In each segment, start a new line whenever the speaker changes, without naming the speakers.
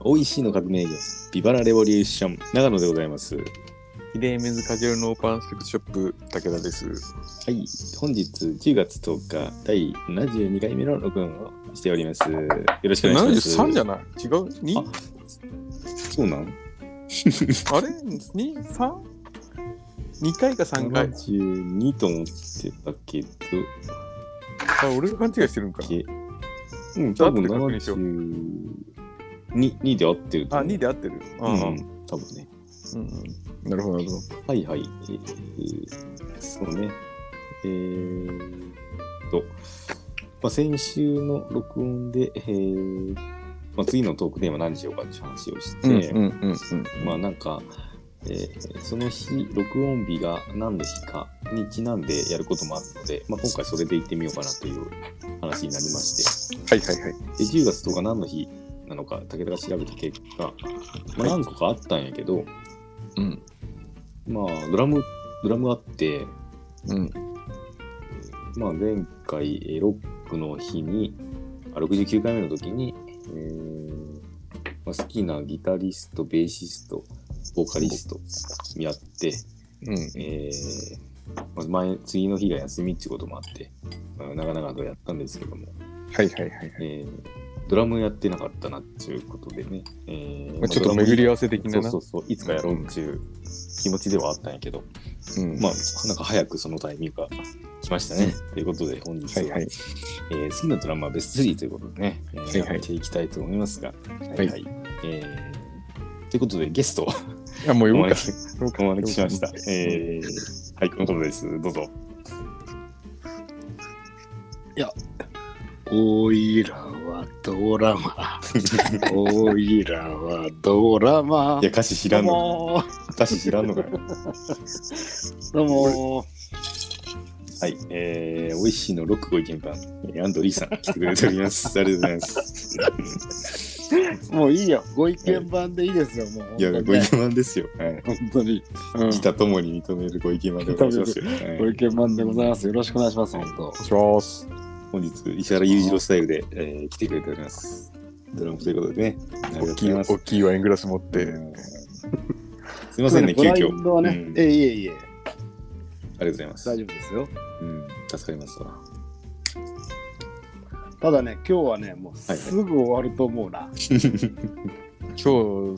OEC の革命軍、ビバラレボリューション、長野でございます。は
ヒデメズカジュアルのオーパンスペクトショップ、武田です。
い、本日10月10日、第72回目の録音をしております。よろしくお願いします。
73じゃない違う ?2?
あそう なん
あれ ?2?3?2 回か3回。
?72 と思ってたけど、
あ、俺が勘違いしてるんかな。
けうん、多分
合ってる確認しよう
72 2で合ってると
あ、
思う
2で合ってる。う
うんん、多分ね。
うん。なるほど、なるほ
はいはい。えーそうね。えー、と、まあ、先週の録音で、えーまあ、次のトークテーマ何しようかっていう話をして、
ど。うんうんうん
まあなんか、えーその日、録音日が何の日かにちなんでやることもあるので、まあ、今回それで行ってみようかなという話になりまして、
はいはいはい。
で10月10日何の日なのか、武田が調べた結果、まあ、何個かあったんやけど、
うん。
まあ、ドラム、ドラムがあって、
うん。
まあ、前回、えーロックの日に、あ69回目の時に、えーまあ、好きなギタリスト、ベーシスト、ボーカリストに会って、
うん。
えーまあ、前、次の日が休みっていうこともあって、まあ、長々とやったんですけども、
はいはいはい。
えードラムやってなかったなっていうことでね、えー
まあ、ちょっと巡り合わせ的
ま
な
あ
な。
そうそうそう、いつかやろうっていう気持ちではあったんやけど、
うん
まあ、なんか早くそのタイミングが来ましたね。ということで、本日
は
は、
いはい。
えー、次のドラマはベスト3ということでね、えー
はいはい
やっていきたいと思いますが、はい
はい
えーということで、ゲストを
いや、もう
お
呼ぶか
招。き
呼ぶか
お招きしました。え
え
ーはい、このことです。どうぞ。
おいらはドラマ。おいらはドラマ
いや、。歌詞知
ど
ら
うん
の、
も
歌詞知らんのかよ。
ーどうも
はい、えー、おいしいのロックご意見番、えー安藤リーさん、来てくれております。ありがとうございます。
ー。もういいよ。ご意見番でいいですよ。もう。
いや、ご意見番ですよ。はい。
本当に。うん
自他ともに認めるご意見番でございますよ。はい
ご意見番でございます。よろしくお願いします。本当。
お願いします。
本日、石原裕次郎スタイルで、えー来てくれております。ドラムということでね。ありがとうご
大
ざ
き
い
い、
ま
大
す。
きいワイングラス持っ
う
て。
んすいませんね、
ブ
急
ラ
遽。
インドはね
うん、あ
え
り
えいえいえ。
がとうございます
大。丈夫ですよ。
うん助かりますわ。
ただね、今日はね、もうすぐ終わると思うな。
今日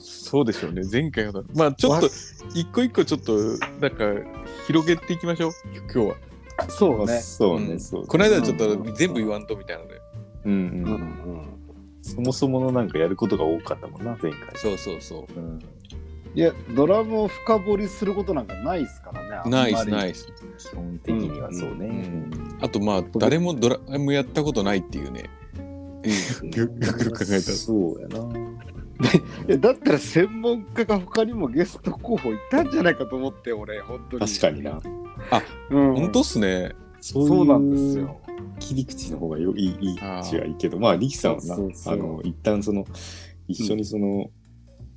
そうでしょうね前回ほどまあちょっと一個一個ちょっとなんか広げていきましょう今日は
そうね。
そう
う
ね、
ん
そう。
この間はちょっと
うん
全部言わんとみたいなので
うん
う
うん
うんん。
そもそものなんかやることが多かったもんな、前回。
そうそうそ
うん
いや、ドラムを深掘りすることなんかないですからねあんま
ナ
り。
イスナ
い。
イス
基本的にはそうね。
う
うんん
あとまあ誰もドラムやったことないっていうねよくよく考えたら
そうやな。
えだったら専門家が他にもゲスト候補いたんじゃないかと思って俺本当に
確かにな。
うん
本当っすね
そ
そうなんです
よ
よ
切り口の方がよいいいい
あー
違いいけど、まあ、力さんはな、
そうそう
あの一旦その一緒にその、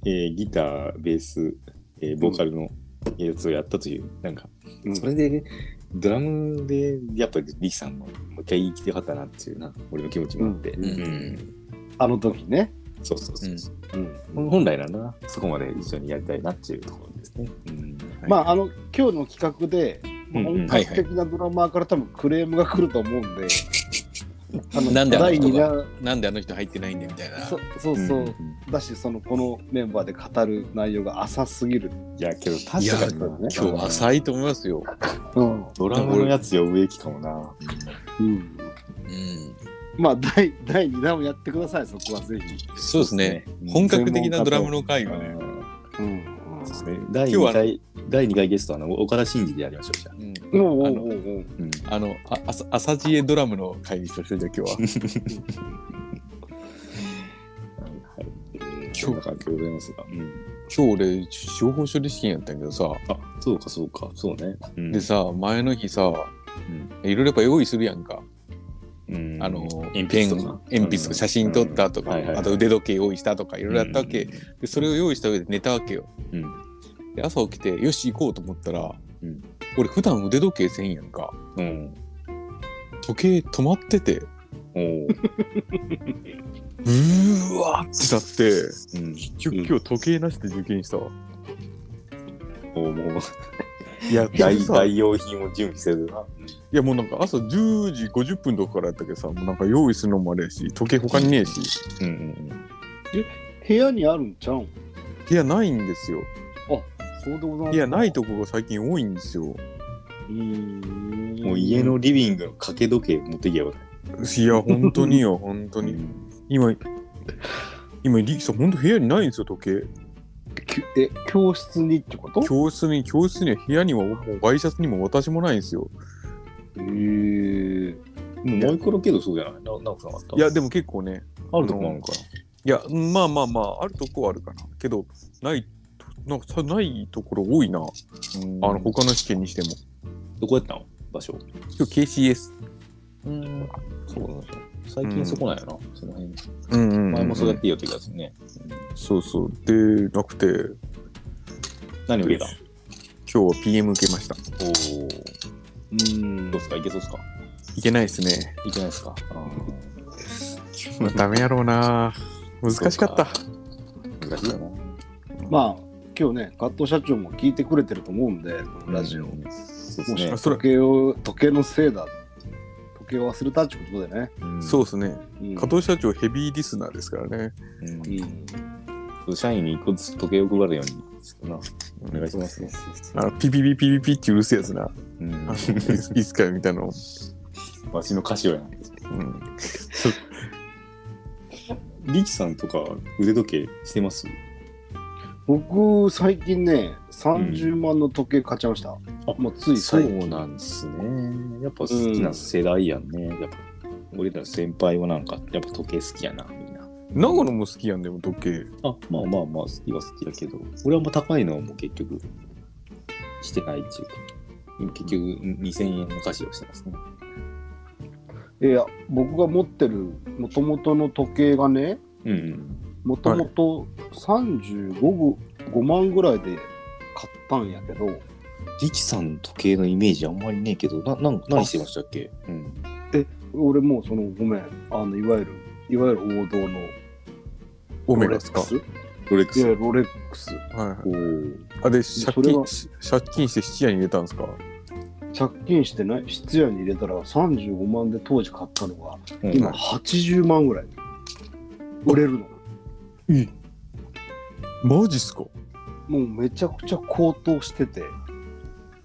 えーギター、ベース、えーボーカルのやつをやったという、なんか、
うん
それで、ドラムで、やっぱり力さんももう一回生きてよかったなっていうな、俺の気持ちもあって。
うん
うん
あの時ね
そうそうそうそう、
うん
本来ならな、そこまで一緒にやりたいなっていうところですね。うん
まああの今日の企画で
うんうん
本格的なドラマーから多分クレームが来ると思うんで、あの
なんであの
第
人
二
が
弾
なんであの人入ってないんだよみたいな
そそうそう、
ん
だしそのこのメンバーで語る内容が浅すぎる、
いや、けど確かに
いや
今
今日
い。
浅いと思いますよ
うん
ドラムのやつ呼ぶべきかもな。
うん、
うん
まあ第第2弾をやってくださいそこはぜひ、
そうですね本格的なドラムの会がね
うん
うん
そうですね。第2
今日は
回、第二回ゲストはあの岡田真二でやりましょう、じゃあ。
うん
うん、おうお
あ
う
の
おうおう
うん
あのあ朝朝知恵ドラムの会にしましょうじゃあ今日は
はい。今日な感じでございますが。
今日俺情報処理試験やったんやけどさ
あ、そうか、そうか、そうね。うん
で、さ前の日さ
うん
いろいろやっぱ用意するやんか、
うん
あの
鉛筆と
ペン
か
鉛筆とか写真撮ったとか、
うんはいはい
あと腕時計用意したとかいろいろやったわけ、。
う
でそれを用意した上で寝たわけよ
んうん。
で朝起きてよし行こうと思ったら、
うん
俺普段腕時計せんやんか
うん。
時計止まってて
おー
ブーわーってなって、
うん。
結局今日時計なしで受験したわ。
もう、もう、
いや、
代
さい
代用品を準備せずな。
やもうなんか朝10時50分とかからやったけどさ、もうなんか用意するのもあれやし、時計他にねえし、
うんうん
部屋にあるんちゃうん
部屋ないんですよ。
そうでございます
部屋ないとこが最近多いんですよ。
うーん
うん。もう家のリビングの掛け時計持ってきやばい。
いや、本当 によ、本当に。今、今、リキさん、本当部屋にないんですよ、時計。
きえ教室にってこと
教室に、教室には部屋には、もうワイシャツにも私もないんですよ。
えー、
もうマイクロけどそうじゃないななんかなかった
いや、でも結構ね、
あるとこなのか
いや、まあまあまあ、あるとこはあるかな。けど、ない、なんかさないところ多いな。
な。
あの、他の試験にしても。
どこやったの場所。
今日 KCS。
うん。そうなんですよ。最近そこなんやな、その辺。
うんうん、
前もそうやっていいよって言ったやつね。
そうそう。で、なくて、
何を受けた
今日は PM 受けました。
おお。
うーん
どうっすかいけそうっすか
いけないで すね。
いけないっすかあ
まあ、ダメやろうな。難しかった。
ー難しいよな。
まあ今日ね加藤社長も聞いてくれてると思うんでこのラジオ、
うんそう
も
で
し
すね
か。時計を時計のせいだ時計を忘れたってことでね、
そううですね。
うん
加藤社長ヘビーリスナーですからね。
ん。
う
う
ん
ん社員に一個ずつ時計を配るように、ちょっとな、
お
お願いしますね。
あのピピピピピピってうるせえやつ な。
うん
あのいついつかみたいなの。
わしの歌詞をやん。
うん、
リキさんとか腕時計してます
僕最近ね30万の時計買っちゃいました、もうつい
そ
最近
うなんですね。やっぱ好きな世代やんね。やっぱ俺ら先輩はなんか、やっぱ時計好きやな、みんな。
長野も好きやんでも時計。
あ、まあまあまあ、好きは好きやけど、俺はもう高いのはもう結局、してないっていうか、今結局2000円の歌詞をしてますね。
いや僕が持ってるもともとの時計がね
うんうん。
もともと35ぐ5万ぐらいで買ったんやけど
リキさんの時計のイメージあんまりねえけど、な、なん、何してましたっけうん。
俺もうそのごめんあのいわゆるいわゆる王道の
オメガ
ロレ
で
ッ
すか
ク。ス
ロレック
いや
ス。
ロレックス
はいはい
おー
あで
そ
借
れは
金し借金して質屋に入れたんですか。
借金してない質屋に入れたら35万で当時買ったのが
うん
今80万ぐらい売れるの
マジっすか。
もうめちゃくちゃ高騰してて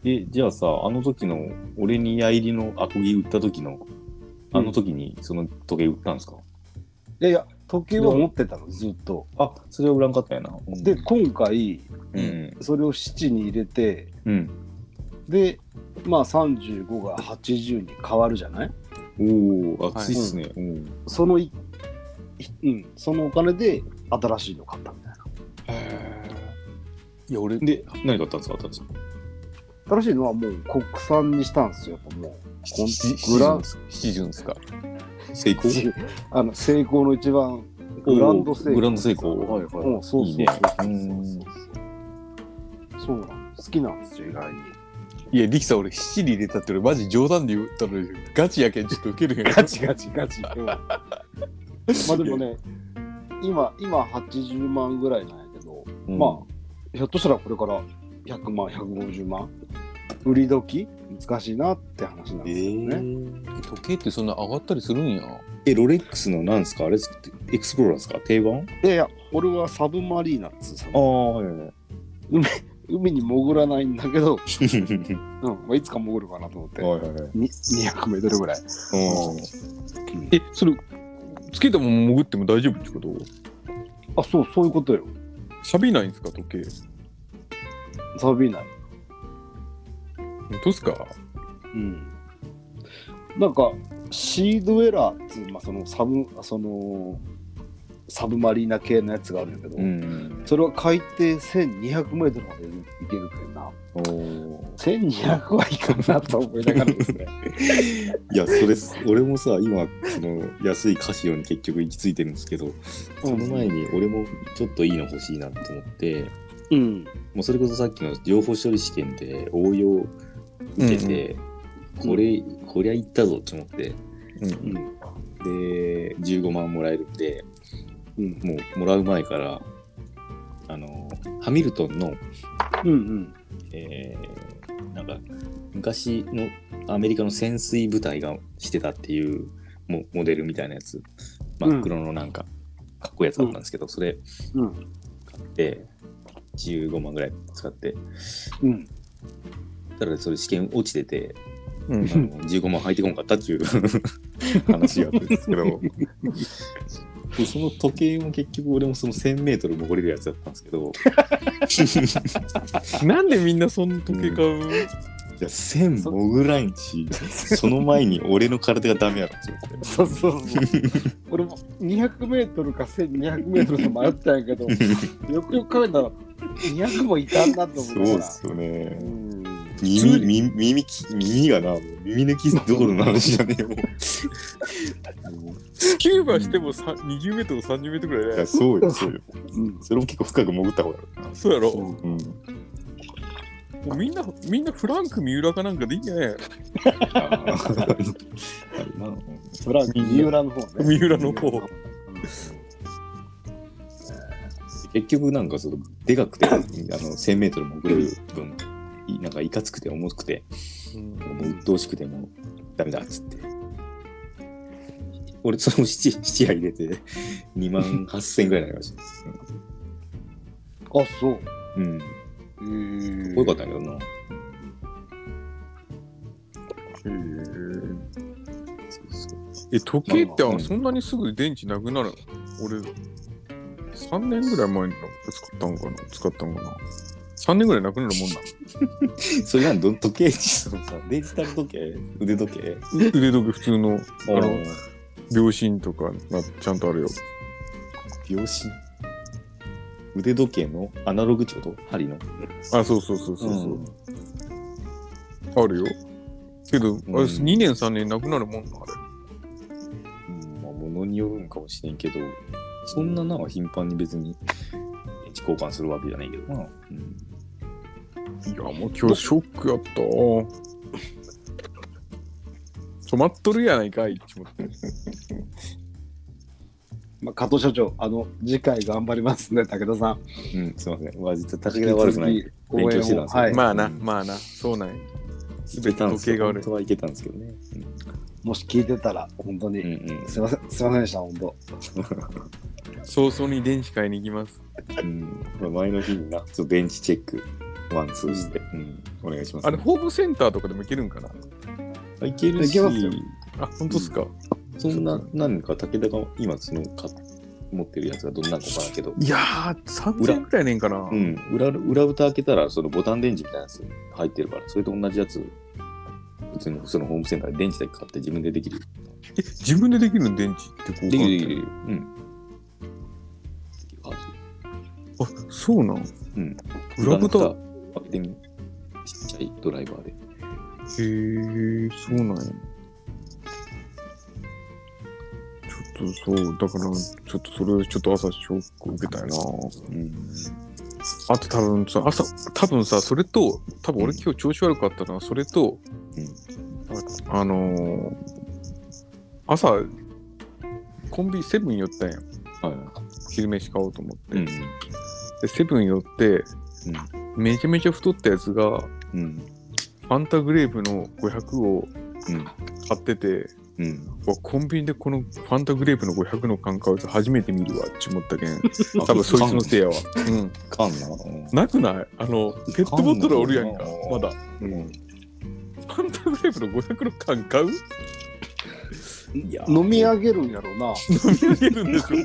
え、じゃあさ、あの時の、俺に矢入りのアコギ売った時の、あの時にその時計売ったんですか、
いやいや時計は持ってたのずっと
あ、それは売らんかったやな。うん
で、今回
うん。
それを7に入れて
うん。
でまあ35が80に変わるじゃない
おお、熱いっすね。うん。
そのい、うん、そのお金で新しいの買ったみたい
いや俺
で、何買ったんですか新しく
な新しいのはもう国産にしたんですよやっぱ もうこん
七
グラン
七七順ですか。
成功
あの成功の一番グランド成功
おーグランド成功
はいはい、うん、そう
い
そ
いうね
そう
う
そうんそうなの好きなんですよ意 外に
いや力さん俺七に入れたって俺マジ冗談で言ったのにガチやけんちょっと受けるやん。
ガチガチガチ、うん、まあでもね今今80万ぐらいなんやけど、
うん
まあひょっとしたらこれから100万150万売り時難しいなって話なん
え
ですよね、
ー
時計ってそんな上がったりするんや。
え、ロレックスのなんですかあれっすエクスプローラーですか定番
いやいや、俺はサブマリーナっつうさ
ああ、はいはいはい。
海に潜らないんだけ ど、
は
うんまあ、いつか潜るかなと思って、
いはいはい。
に200メートルぐらい。
えそれつけたまま潜っても大丈夫ってこと？
あ、そう、そういうことよ。
錆びないんですか時計。
サビない。
本当っすか。
うん。なんか、シードエラーっつう、まあ、そのサブ、その、サブマリーナ系のやつがあるんだけど、
うん。
それは海底1200メートルまで行けるけどな。
おー
1200はいかんなと思いながらですね。
いや、それ、俺もさ、今、その、安いカシオに結局行き着いてるんですけど、その前に俺もちょっといいの欲しいなと思って、
うん。
もうそれこそさっきの情報処理試験で応用受けて、
うん
これ、こりゃいったぞって思って、
うん
うん。
で、15万もらえるんで、
うん
もうもらう前から、あの、ハミルトンの、
うんうん
えーなんか、昔のアメリカの潜水部隊がしてたっていうモモデルみたいなやつ、真っ黒のなんか、かっこいいやつだったんですけど、それ
うん
買って、15万ぐらい使って、
うん
ただそれ試験落ちてて、
うん
あの15万入ってこんかったっていう 話があったんですけ どでその時計も結局俺もその 1000m 潜れるやつだったんですけ ど
なんでみんなそんな時計買う、
いや1000潜らんしその前に俺の体がダメやろって思
そうそうそう 俺も 200m か 1200m と迷ったんやけ ど
っ
よくよく考えたら200もいたんだ
て
と
そ
思う
う
か
で
ら
すよね
うん
耳耳耳き耳がなもう耳抜きどころの話じゃね えよもうもう
スキューバしてもさ20メートル、30メートルぐらい
い
だ
や
よ。
そうよそうよ
うん
それも結構深く潜った方がいいな
そうやろ。
そう
も
うん
うみんな、みんなフランク三浦かなんかでいいんじゃない
あー あるなうん
それは三浦の方ね
三浦の方。
結局なんかそのでかくてあの 1000m 潜れる分いなんかいかつくて重くてもう鬱陶しくてもうダメだっつって俺その七七夜入れて2万8000円ぐらいになりました
あそう
うんか
えー
っこよかったんやけどなそうそう
え、時計って
まあま
あ
あ
そんなにすぐ電池なくなるの俺、3年ぐらい前に使ったのかな使ったのかな ?3 年ぐらいなくなる もんな
それなんど時計そのさデジタル時計腕時計
の。腕時計普通の、
あ
あの、秒針とかな、ちゃんとあるよ。
秒針腕時計のアナログってこと針の
あ、そうそうそうそうそう、
ん
あるよ。けど、あ
う
れ、
ん
2年3年なくなるもんな、あれ。
うんまあ、ものによるんかもしれんけど、そんなな、頻繁に別に、電池交換するわけじゃないけどな。うん、
いや、もう今日ショックやった。止まっとるやないかいって思って。
まあ、加藤所長あの次回頑張りますね武田さん
うん、すいません。まあ、実は竹田悪くない。
引き続き応
勉強し
援
てた
を
んですよ
はい、
ま
まあな、まあな、そうなんや
す
べて時計が悪
本
い
当はいけたんですけどね。
もし聞いてたら本当に、
うん、うん、うん
すいませんすいませんでした本当
早々に電子買いに行きます。
うん。まあ、前の日にな、ちょっと電池チェック、ワン、ツーして、うん、お願いします、
あれ、ホームセンターとかでも行けるんかな
あいけるし、
いけますよ
あ、本当っすか。
そんな、なんか竹田が今、その、か持ってるやつがどんなのかわからんけど、
いやー、3000円くらいねんかな。
うん、裏裏蓋開けたらそのボタン電池みたいなやつ入ってるからそれと同じやつ普通にそのホームセンターで電池だけ買って自分でできる
え、自分でできるの電池って交換っ
る
て
うんできるはず
あ、そうなん。
うん
裏蓋。へ
開けてみちっちゃいドライバーで
ー、そうなんや。ちょっとそう、だから、ちょっとそれ、ちょっと朝ショック受けたよな。
うん
あと多分さ、朝、多分さ、それと、多分俺今日調子悪かったのは、それと、あのー朝、コンビニセブン寄ったんや。
はい
昼飯買おうと思って。
うん
で、セブン寄って、めちゃめちゃ太ったやつが、フ
うん
ァンタグレープの500を
うん
買ってて、
うん
うわ、コンビニでこのファンタグレープの500の缶買うやつ初めて見るわって思ったけん。多分そいつのせいやわ。うん。
かんなうん
なくないあの、ペットボトルおるやんか
缶の、
まだ。
うん
ファンタグレープの500の缶買う
いや
飲み上げるんやろうな
飲み上げるんでしょ うね。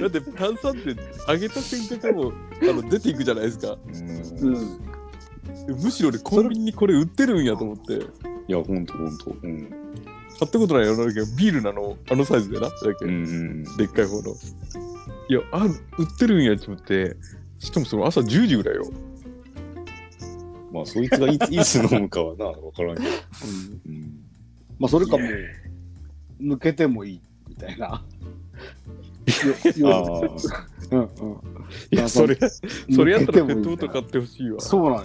だって炭酸って上げた瞬間からもうあの出ていくじゃないですか。
うん
うん
むしろ俺コンビニにこれ売ってるんやと思って。
いやほんとほんとうん
買ったことないよなだけどビールなのあのサイズでな。だけ
うんうん
でっかい方の。いやあ売ってるんやと思って。しかもその朝10時ぐらいよ。
まあそいつがいついつ飲むかはなわからんけどうん
まあそれかもう抜けてもいいみたい なよよ
ああ、
うんうん
いやそれそれやったらペットボ
抜けてもいいみた
トル
い
買
な
ってほしいわ。
そうなんよ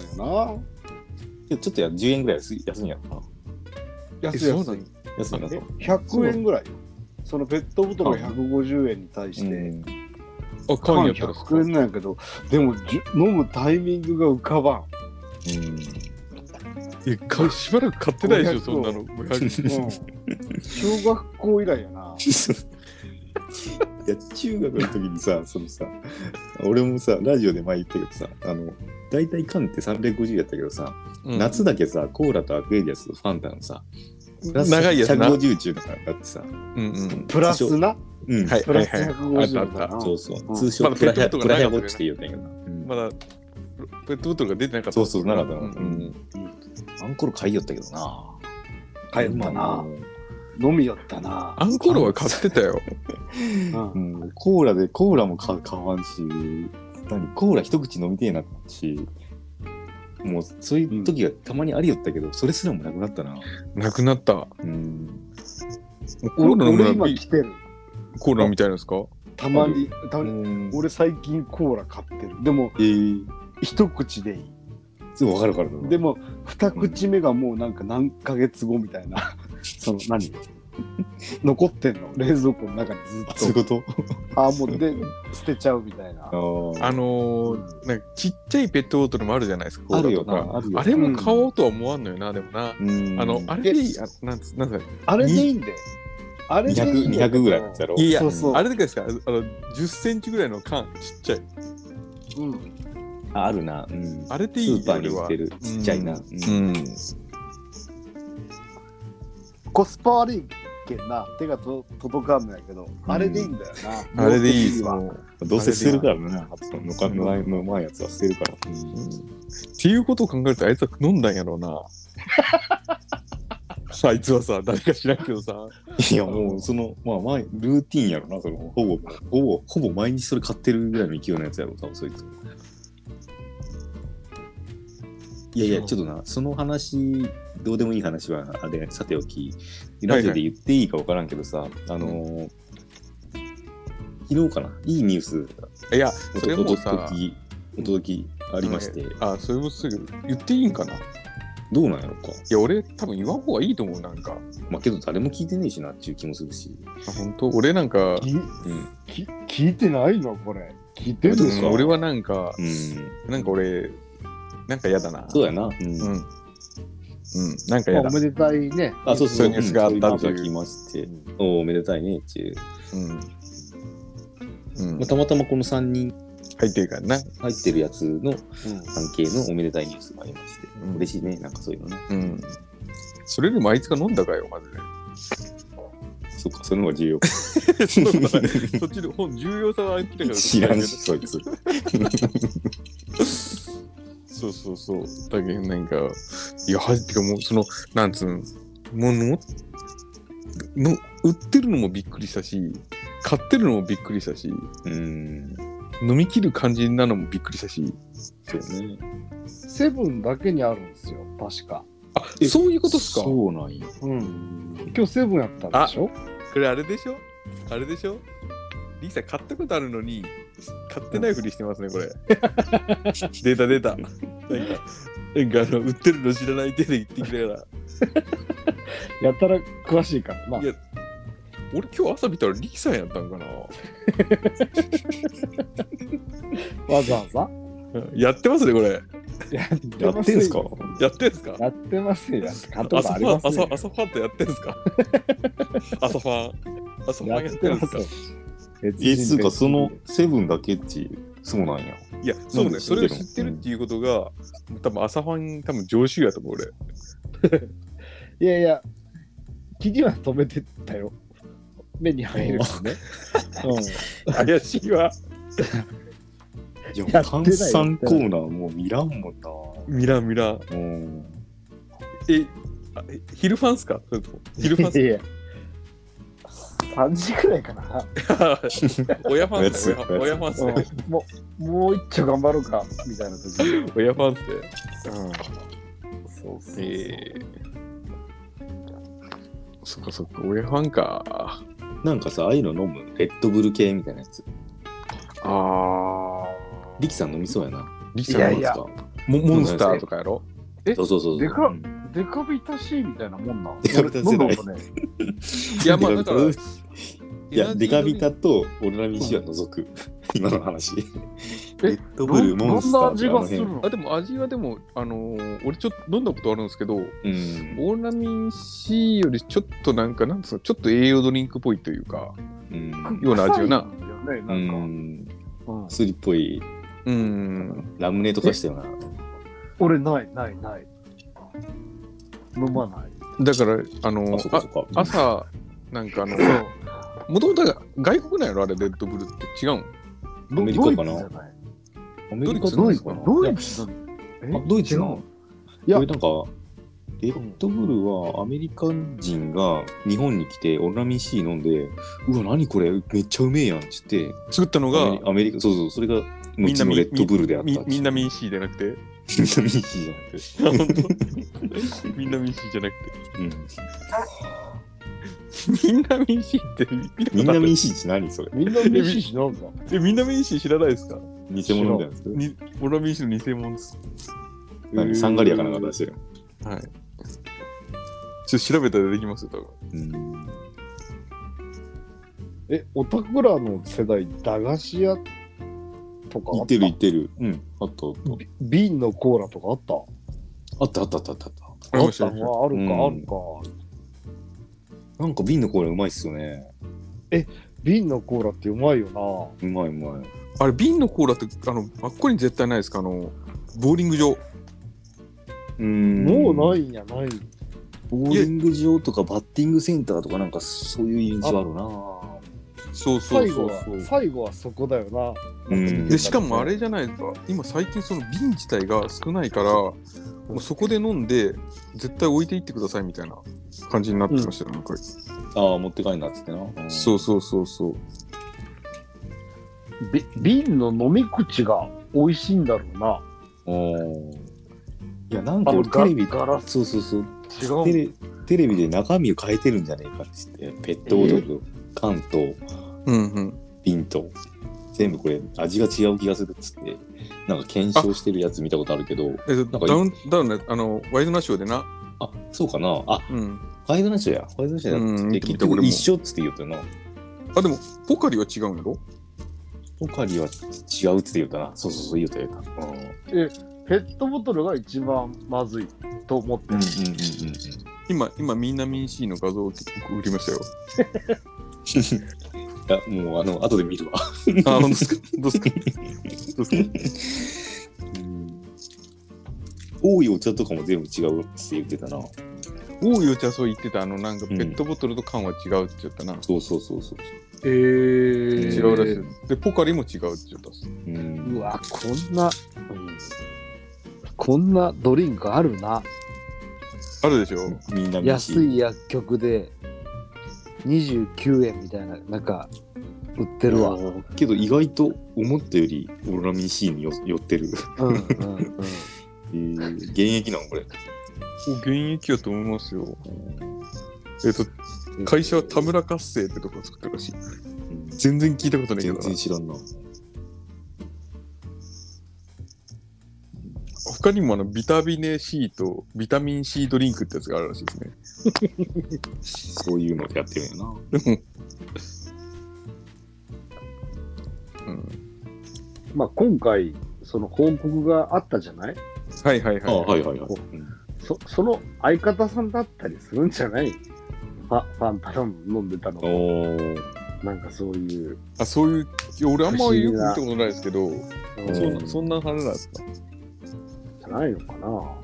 ちょっとや10円ぐらい安い安いんやろな。
な
え
安い
そう
安
なん
い
安いな
あえ
と。
100円ぐらい
そのペットボトル
はいはい
150円に対して、
あ、缶
缶
やったら
100円なんやけど、でもじゅ飲むタイミングが浮かばん。
えかしばらく買ってないでしょ、そんな の。
うん、小学校以来や な。
いや中学の時にさ そのさ俺もさラジオで前言ったけどさあの大体缶って350やったけどさ、
うん
夏だけさコーラとアクエリアスとファンタのさプラス
長いやつな。
150中だからだってさ、
うんうん。
プラスな。
うん
はい
プラス
はいはい
150
あったあった
だな
そうそう、
うん
通称
まだ
プラ
ペットボトルがなかったよね
150って言うたんやけどな、うん
まだペットボトルが出てなかった。
そうそうなかったな、
うん
あんころ買いよったけどな
買えたな。飲みよったな。
アンコールは買ってたよ。
うん
うん、コーラでコーラも買買わんし何コーラ一口飲みてえなしもうそういう時がたまにありよったけど、それすらもなくなったな
なくなった。も
うん
うコーラ飲
俺
むな
今
ら
来てる。
コーラみたいなんですか
たまに、たまに。
ん
俺最近コーラ買ってる。でも、
えー、
一口でいい。
そうわかるわかる
でも、二口目がもうなんか何ヶ月後みたいな。 その何残ってんの冷蔵庫の中にずっ
そういう
と。
こと
ああ、もうで、捨てちゃうみたいな。
あ
あのー、なんかちっちゃいペットボトルもあるじゃないですか、コ
あ
ー
る
ラ
よな
とか。
あるよ
あれも買おうとは思わんのよな、でもな。
うん
あの、あれでいい、あなんつなんすか、
あれでいいんで。あれでいい
200,
んだけど
200ぐらいのやつやろ
いやいや
そうそう。
あれでですか、あの、10センチぐらいの缶、ちっちゃい。
うん
ああるな、うん、
あれでいい
スーパーに売ってる
俺は
ちっちゃいな、
うん
うん
うん。
コスパ悪いけんな。手がと届かんのやけど、あれでいいんだよな。
あれでいいです
わ。
もう
どうせ捨てるからなのかのないの前やつは捨てるから、うん
っていうことを考えるとあいつは飲んだんやろうな。あいつはさ誰か知らんけどさ
いやもうそのまあ前ルーティンやろなそのほぼほぼほぼ毎日それ買ってるぐらいの勢いのやつやろ多分そいついやいやちょっとなその話どうでもいい話はあれさておきラジオで言っていいか分からんけどさ、あのー昨日かないいニュース
いや
お
それ
とお
も
と
さ
きお届きありまして、
あそれもすぐ言っていいんかない
どうなんやろか
や俺多分言わん方がいいと思うなんか
まあけど誰も聞いてねえしなっていう気もするし、
あ本当俺なんか
き
うん
き聞いてないのこれ。聞いてる
ど
の
うですか
うん俺はなんか
うん、
なんか俺なんか嫌だな
そうやな、うん
うんうんなんか
ま
嫌
あお
だ
めでたいね。
あ、そうそう
そういうニュースがあった
と
と
い
いうう
ニュースが来まして、おおめでたいねっていう。
うんうん
まあ、たまたまこの3人
入ってるからな
入ってるやつの
うん
関係のおめでたいニュースがありまして、
うん
嬉しいね、なんかそういうのね。
うんそれよりもあいつが飲んだかよマジで
そっか、それの方が重要。
そうだねそっちの本重要さはあいつだから
知らんし、そいつ。
そうそうそう。だけどなんか、いや、はじてかもう、その、なんつうん、もうの、の、売ってるのもびっくりしたし、買ってるのもびっくりしたし、
うん、
飲み切る感じなのもびっくりしたし、
そうね。
セブンだけにあるんですよ、確か。
あ
え、
そういうことっすか
そうなんや。
うん。今日セブンやったんでしょ
これあれでしょあれでしょリーさん買ったことあるのに、買ってないふりしてますね、これ。 出た出た。なんか、なんかあの、売ってるの知らない手で言ってきながら。
やたら詳しいからな。
いや俺今日朝見たらリキさんやったんかな
わざわざ。
やってますねこれ
やって
やってんすか
やってんすか
やってますよ。やって買ったこ
朝
とあ
フ
り
ァン
ます
朝
よ。
朝ファンってやってん すか朝ファン朝ファンや
や
っ
ってて
るん
ますす
か
よ。
え、つうか、そのセブンだけっち、そうなんや。
いやそう
なんで
ねそれを知ってるっていうことが多分朝ファン多分常習やと思う俺
いやいや、記事は止めてったよ。目に入るからね。
怪しいわ
いや、
やってない
炭酸コーナーもう見らんもんな。
ミラミラ
うん。
えあえ昼ファンっすかそれとも昼ファンっ
い
す
やいや。3時くらいかな。
か 親ファンっすね
おやつ
親親ファンっすね
うんもう、もう一丁頑張ろうか、みたいな時に。
親ファンっすね
そうそうそう
えーそっかそっか親ファンか
なんかさ、ああいうの飲む、レッドブル系みたいなやつ。
あ
リキさん飲みそうやな。
リ
いやいや
飲むんすか
モモンスターとかやろえ
そうそうそうそう。
でかっ
うん
デカビタ C みたいなもんな。
デカビタ C
俺飲んだことね。
いやまあだから
うんいや、デカビタ
っ
とオルラミシは除く、今の話。
え
レッドブル、モンスターとかあの辺。
あでも味はでも、あのー俺ちょっと飲んだことあるんですけど、
うん
オーナミン C よりちょっとなんか、なんつうの、ちょっと栄養ドリンクっぽいというか、
うん。
ような味よな。
臭い
う
んだよねなんか
ん。
うん
薬っぽい、
うん。
ラムネとかしたよな。
俺ないないない飲まない
だから、あのー
あ、そっかそっか。うん
朝、なんかあの、
そう
もともと外国なんやろ、あれ、レッドブルって違うん。
アメリカかな
ドイツじゃない
アメリカ
ドイツ
かな
ドイツだえ
あドイツなの
いや
これなんか、レッドブルはアメリカ人が日本に来てオルラミン C 飲んで、うわ、何これ、めっちゃうめえやんっつって、
作ったの
アメ
が
リ、アメリカ、そうそう、それが、
みんな
後のレッドブルであったっ
み
ていう
みんなミン C じゃなく て、
みんなミン C じゃなくて。
あ本当みんなミン C じゃなく
うん
て、みんなミン C って見たことある
みんなミン C って何それ
みんな嬉しいしなんだ
え、みんなミンシー知らないですか
偽物みたいなやつ
にオラミンシーの偽物です。
何サンガリアかなんか出
し
してる。
はい。ちょっと調べたら出てきますよ、多分。
うん
えオタクらの世代駄菓子屋とか
行
あ
っ
っ
たてる行ってる。うん。あったあった。
瓶のコーラとかあった
あったあったあったあったあっ
あ
あ
り
っ
ましたた
あ
あ
る
り
か
まし
ある
うん
か、
た。なんか瓶のコーラうまいっすよね。
瓶のコーラってうまいよ
うまいうまい。
たあれ、瓶のコーラって、あの、あっこに絶対ないですかあの、ボーリング場。
うん
なもうないんやない
ボーリング場とかバッティングセンターとかなんかそういう印象あるな。
そうそう
最
そう
後は
そう。
最後はそこだよな、
うん
で、しかもあれじゃないですか。今、最近その瓶自体が少ないから、もうそこで飲んで、絶対置いていってくださいみたいな感じになってましたよ、なんか。
ああ、持って帰んなっつってな。
そうそうそうそう。
び瓶の飲み口が美味しいんだろうな
うん。おーいや、なんか
あ
俺
の
テレビ、
ガガラス
そうそうそう。
違
テ
う
レテレビで中身を変えてるんじゃねえかっつって。ペットボトル、缶と
うんうん。
瓶と。全部これ味が違う気がするっつってなんか検証してるやつ見たことあるけど
えっ
か
と、ダウン、ダウンね、あの、ワイドナショーでな。
あそうかなあ
うん。
ワイドナショーやワイドナショーや
う
っ
ん
つって結局一緒っつって言うたな
あ、でも、ポカリは違うんやろ
ポカリは違うっつって言うたなそうそうそう言うた言うたうんうんうんうん
ペットボトルが一番まずいと思って
う
る、
ん
今、今、みんなミン C の画像を売りま したよ。
いや、もう、あの、後で見るわ。
あ、本当ですかどうですかどうです か
多いお茶とかも全部違うって言ってたな。
多いお茶そう言ってた、あの、なんかペ
ん
ットボトルと缶は違うって言ったな。
そうそうそうそう。
えー
違うらしい。で、ポカリも違うって言ったっす。
う、
うんわこんな、うんこんなドリンクあるな
あるでしょ
みんな見
安
し
い薬局で29円みたいななんか売ってるわ、うん
けど意外と思ったよりオロラミン C によ寄ってる、
うんうん、
えー、現役なのこれ
お現役やと思いますよ。えっと、会社は田村活性ってとこが作ったらしい。全然聞いたことないけ
全
どな
然知らんな
他にもあの、ビタミネ C とビタミン C ドリンクってやつがあるらしいですね。
そういうのやってるんやな
うん。
まあ今回その報告があったじゃない
はいはい
あ
はい。
はいはいはい、
そその相方さんだったりするんじゃないファファンタラム飲んでた
お
の
おー
なんかそういう、
あ、そういう、いや俺あんまよく見たことないですけど、
うん
そ
じ
うなそんな話なんですか
ゃないのかな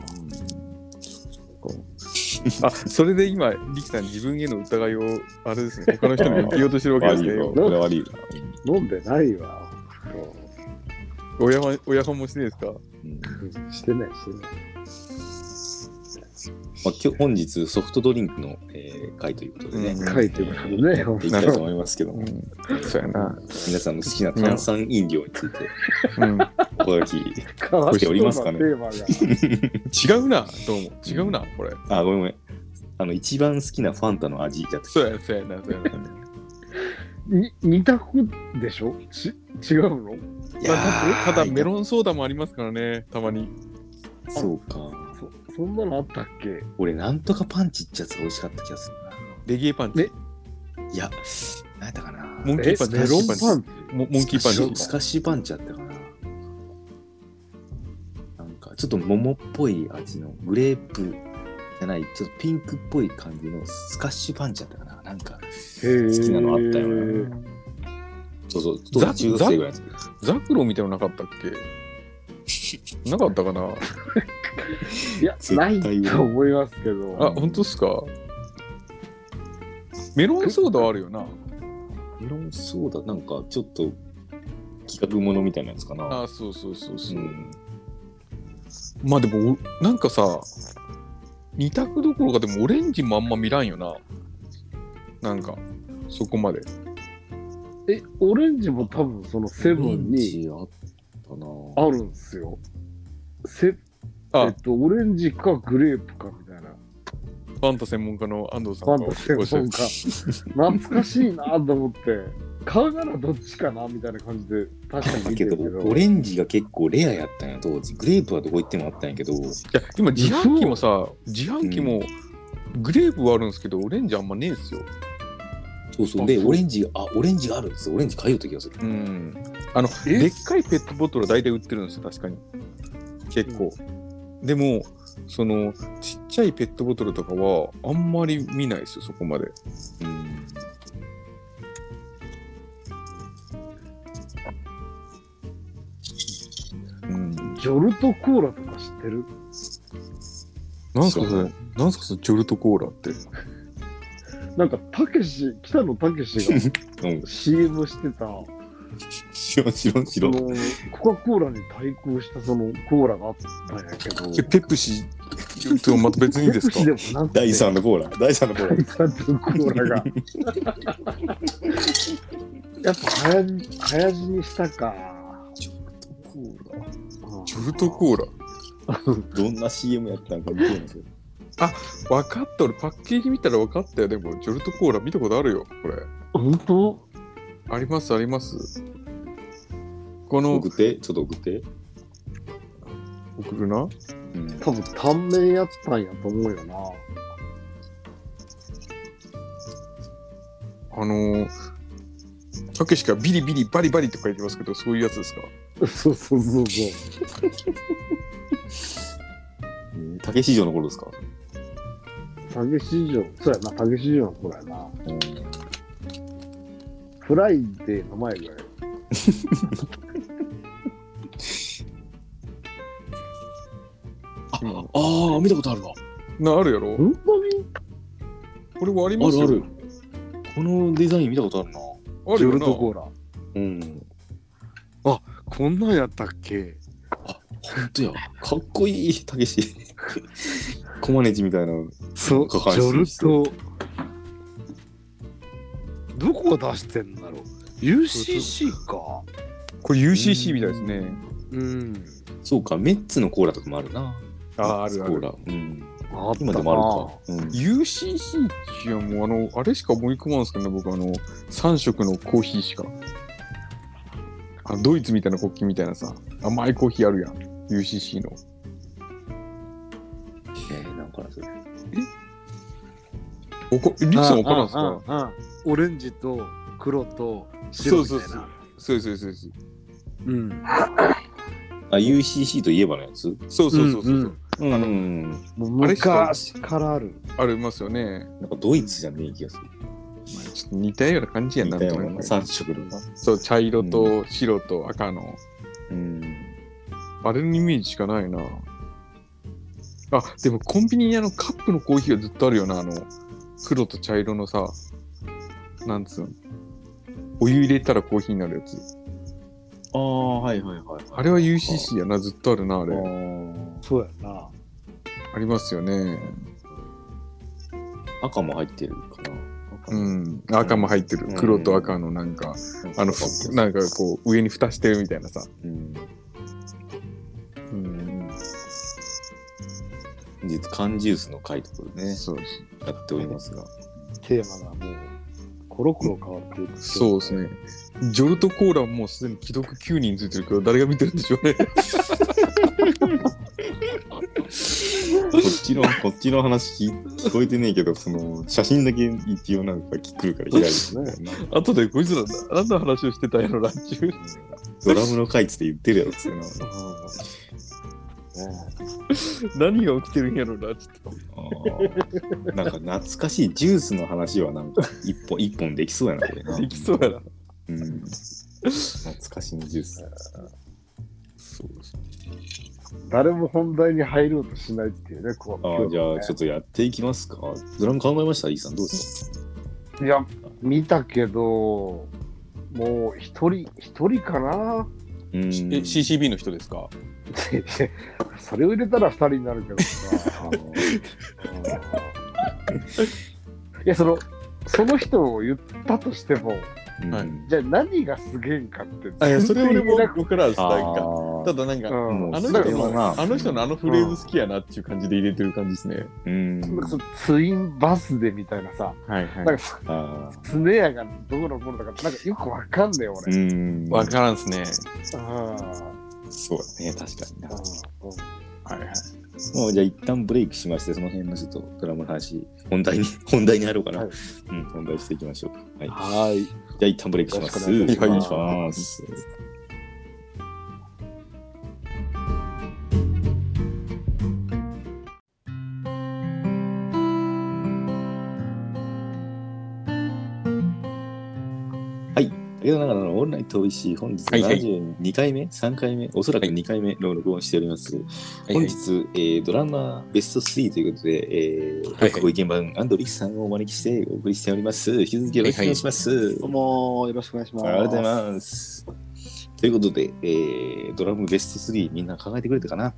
あそれで今、リキさん、自分への疑いを、あれですね、他の人に向けようとしてるわけです
悪い
ね。
よ
今
これ悪いよ
飲んでないわそ
親は親はもしてないですか
うん
うしてないしてない
まあ、今日本日ソフトドリンクの、えー会ということでね、
うん
書いてるけどね
やっていきたいと思いますけども、
うん。そうやな。
皆さんの好きな炭酸飲料について
うん、
おはがき
変わ
しておりますかね
テーマが
違うな、どうも。違うな、これ。
あごめんごめんあの一番好きなファンタの味だった
そうや、そうやな、そうやな。
に二択でしょち違うの
い
まあただ、ただメ
ン
ロンソーダもありますからね、たまに。
そうか
そそんなのあったっけ
俺なんとかパンチってやつが美味しかった気がするな
レゲエパンチ。
ね
いや、何やったかな
モンキーパンチ
メロンパン
モモンキーパ
スカ
ン
シ
チ
スカシパンチやったかななんかちょっと桃っぽい味のグレープじゃないちょっとピンクっぽい感じのスカッシュパンチやったかななんか好
好
きなのあったよなそうそう当時中学生ぐらいの時
ザクロみたいなのなかったっけなかったかない
や、
絶
な
対
いと思いますけど。
あ本当っすかメロンソーダはあるよな
メロンソーダなんかちょっと企画ものみたいなやつかな
あそうそうそうそうう、
ん
まあでもおなんかさ二択どころかでもオレンジもあんま見らんよななんかそこまで
え、オレンジも多分そのセブン
オレンジ
に
あったな
あるんですよ。セ
あ
えっと、オレンジかグレープかみたいな。
ファンタ専門家の安藤さん
フ
が
ァンタ専
おっしゃる
門家。懐かしいなと思って、買うならどっちかなみたいな感じで、確かに
だ
見
け
てる
ど
けど。
オレンジが結構レアやったんや当時グレープはどこ行ってもあったんやけど
いや今自販機もさ自販機もグレープはあるんですけど、オレンジあんまねえっすよ
そうそう
あ
で
そう
オレンジあオレンジがあるっつってオレンジ買いよった気がする
うんあの
え
でっかいペットボトルは大体売ってるんですよ確かに結構、でもそのちっちゃいペットボトルとかはあんまり見ないですよそこまで
うん
うん
ジョルトコーラとか知ってる
なんすかそれなんすかそのジョルトコーラって
なんか、たけし、北野たけしが
うん、
CM してた、
知らん知らん知ら
そ
ん。
のコカ・コーラに対抗したそのコーラがあったんやけど。
えペプシとはまた 別にです か
ペプシでもなくて
第3のコーラ、第3のコーラ。
第三のコーラ が。やっぱ早じ早死にしたか。
ジョルトコーラ
どんな CM やったんか見てるんですよ。
分かった俺パッケージ見たら分かったよでもジョルトコーラ見たことあるよこれ
本当
ありますありますこの
送って、ちょっと送って。
送るな
うん、
多分短命やったんやと思うよな。
あのー、たけしがビリビリバリバリとか言ってますけど、そういうやつですか
そうそうそうそう。
えー竹市場の頃ですか、
竹市場、そうやな、竹市場の頃やな。
うん、
フライデーの前ぐらい。
あ
今の
あー、見たことあるわ。
な、あるやろ
本当に
これはあり
あ
ます
るあ
よ。
る。このデザイン見たことあるな。
ある
ジョ
よ
ル
な
トコーラ。
うん。
こんなんやったっけ
ほんとや。かっこいい、竹市。コマネチみたいな。
そう、ジ
過半数
ョルト。どこが出してんだろう ?UCC か。
これ UCC みたいですね。
うん。
そうか、メッツのコーラとかもあるな。
あ、あるあ
コー
る。
ラ。うん。
あった
今
な
でもあるか。うん
UCC っていうのはもう、あの、あれしか思い込まんすけどね、僕、あの、3色のコーヒーしか。あドイツみたいな国旗みたいなさ、甘いコーヒーあるやん。UCC の。
えー、なんかなそれ。
おこリクさんわからんすか
うんうんうんオレンジと黒と
そ
白
う
みた
そ
いうな。
そう。そうそうそうそう。
うん。
あ、UCC といえばのやつ
そうそうそうそう。
うんうん
うんうん。
もう
あれしか
昔からある。
ありますよね。
なんかドイツじゃねえ気がする。
まあちょっと似たような感じやな
み
と
たい
思
な3色のな。
そう、茶色と白と赤の、
うん。
あれのイメージしかないな。あ、でもコンビニにあのカップのコーヒーはずっとあるよな、あの、黒と茶色のさ、なんつうの、お湯入れたらコーヒーになるやつ。
ああ、はいはいはい。
あれは UCC やな、ずっとあるな、あ
あ
れ。
ー
そうやな。
ありますよね。
赤も入ってるかな。赤
う
も
ん。赤も入ってる
うん。
黒と赤のなんか、あの、ふなんかこう、上に蓋してるみたいなさ。
うん、
うん。
実缶ジュースの回とかでね、
そう
やっておりますが。
テーマがもう、コロコロ変わっていく。
そうですね。ジョルトコーラはもうすでに既読9人ついてるけど、誰が見てるんでしょうね。
こっちの、こっちの話聞聞こえてねえけど、その、写真だけ一応なんか来るから開いてるんだよな。
後でこいつら何の話をしてたんやろ、ランチュ
ドラムの回っつって言ってるやろ、つうな。
何が起きてるんやろな、ちょっ
あーなんか懐かしいジュースの話はなんか一本一本できそうやなこれな
と。できそうやな。
うん、懐かしいジュース
そうです
誰も本題に入ろうとしないっていうね、こ
あ
の
ーじゃあちょっとやっていきますかドラム考えましたイーさんどうです
いや、見たけど、もう一人、一人かな
かうん
え、CCB の人ですか
それを入れたら二人になるけどさ。いや、その、その人を言ったとしても、
うん
はい
じゃあ何がすげえんかって。
あ、いや、それ俺 も
全然言えなく
僕らは
あ
なんか。
ー
ただなんか、
うん
もう
あ
そ
の人
れは
の
な
あの人のあのフレーズ好きやなっていう感じで入れてる感じですね。
うん
なんかそのツインバスでみたいなさ、
はいは
なんか
あ
スネアがどこのものだか、なんかよくわかんねえ、
ー
俺。
うん
わからんっすね。
うん
そうね確かにな
はいはい。
もうじゃあ一旦ブレイクしましてその辺のちょっとドラムの話本題に本題に入ろうかな、
はい
うん本題していきましょうはい
はい。
じゃあ一旦ブレイクします。
よろしくお願い
し
し
ます。はい。竹田長野のオンラインとおいしい本日
はいはい
72回目、3回目、おそらく2回目の録音しております。本日、えードラマベスト3ということで、えー、
はいはい
各ご意見番、安藤力さんをお招きしてお送りしております。引き続きよろしくお願いします。
どうもよろしくお願いします。
ありがとうございます。ということで、えードラムベスト3みんな考えてくれたかな
は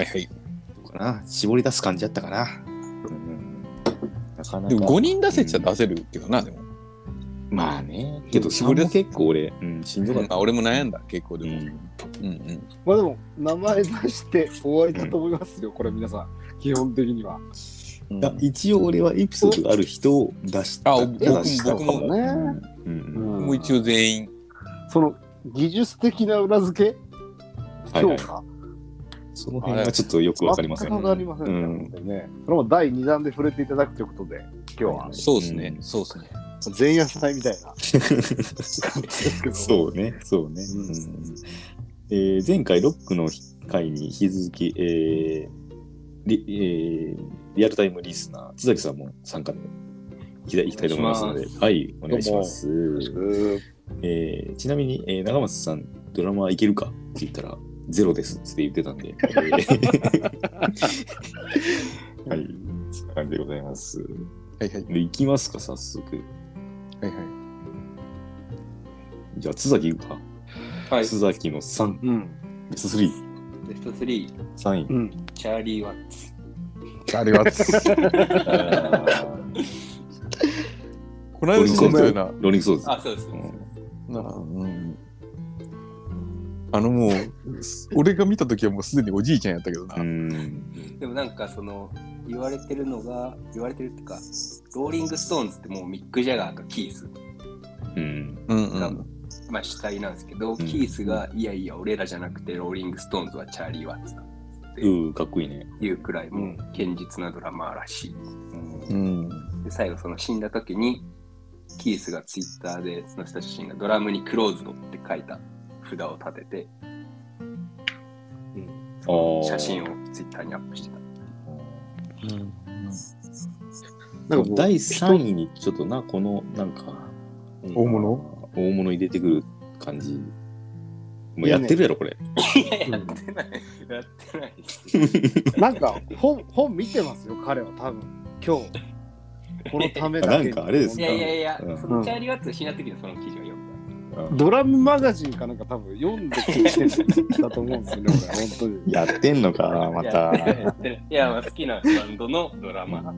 いはい。
どうかな絞り出す感じやったかな、うん、なかな
で
か。
も5人出せちゃ出せるけどな、でも。
まあね。けど、そ
絞
こ
り出
です結構俺、うん、しんどかっ
ま
た。
あ、俺も悩んだ、結構で
う
も。
ん
うんうん。
まあでも、名前出して終わりだと思いますよ、これ皆さん。基本的には。
いや一応俺はエピソードがある人を出した
あ
出
僕
したか
僕
も
も
ね
うんうん
もう一応全員。
その技術的な裏付け
はいはい
評価
その辺はちょっとよくわかりません。
全くわかりませんね。
うん
本当にねこれも第2弾で触れていただくということで、今日は
そうですね
う。ん
そうですね。
前夜祭みたいな感じですけど。 う。
そうね、そうね。うんえー前回、ロックの回に引き続き、えーリえーリアルタイムリスナー、津崎さんも参加でいきたいいきたいと思いますので、はい、お願いします。えーちなみに、えー長松さん、ドラマいけるかって言ったら、ゼロですって言ってたん で、えーはい、そんな感じでございます。
はいはい。
でいきますか、早速。
はいはい。
じゃあ、津崎行くか。
はい。
津崎の3、
うん。
ベスト3、
ベスト3、
3位。
うん。
チャーリー・ワッツ。
ありがとう。 この間死んだよな。
ローリングソーズ。
あ、そうです。
なあ、うん。あのもう、俺が見た時はもうすでにおじいちゃんやったけどな。
うん。
でもなんかその、言われてるのが、言われてるっていうか、ローリング・ストーンズってもうミック・ジャガーとキース
うん。
うん
が、まあ主体なんですけど、キースが、いやいや、俺らじゃなくて、ローリング・ストーンズはチャーリー・ワッツだっ
うん、かっこいいね。
ていうくらい、もう堅実なドラマーらしい。
うん。
で、最後その死んだ時に、キースがツイッターで載せた写真がドラムにクローズドって書いた札を立てて、写真
を。
をツイッターにアップしてた。
なんかこう
第3位にちょっとな、この、なんか、
大物
大物入れてくる感じ。もうやってるやろ、これ。
いや、やってない。 やってないです よ。
なんか本、本見てますよ、彼は多分。今日。このためだけ
なん
に
かあれですね
いやいやいや、
うん
そのチャーリー・ワッツが死んだ時のその記事は読ん
ドラムマガジンかなんか多分読んで聞いてるんだと思うんですよね、俺は本当に。
やってんのか、
だ。
ま
いや
た。
や ってないいや、まあ好きなバンドのドラマ。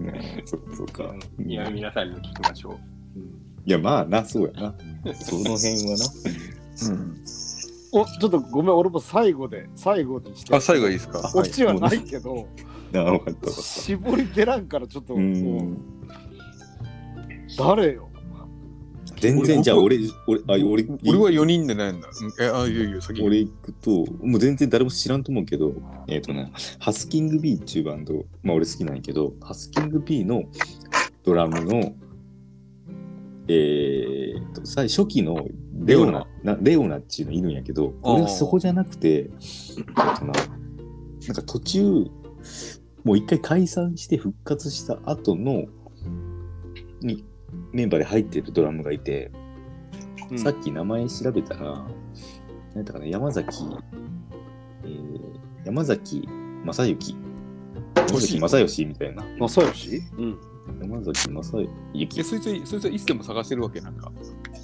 ねそっか。
いや、
い
皆さんにも聞きましょう。
や、まあな、そうやな。その辺はな。
うん。
お、ちょっとごめん、俺も最後で、最後にして。
あ、最後いいですか。
オチはないけど、
なあ、分かった分かっ
絞り出らんからちょっと、
た。うん。
誰よ。
な全然じゃあ俺、俺、あ俺、
俺は4人でないんだ。うんえ、あ、いやいや、先に。
俺行くと、もう全然誰も知らんと思うけど、えっ、とね、ハスキング B っていうバンド、まあ俺好きなんやけど、ハスキング B のドラムの、えー、と、最初期のレオナ、なレオナっていうのいるんやけど、俺はそこじゃなくて、なんかななんか途中、もう一回解散して復活した後の、にメンバーで入ってるドラムがいて、さっき名前調べたら、何やったかな、山崎、えー、山崎正幸。山崎正義みたいな。
正義うん。
山崎正
え、
幸。
そいつ、そいつはいつでも探してるわけなんか。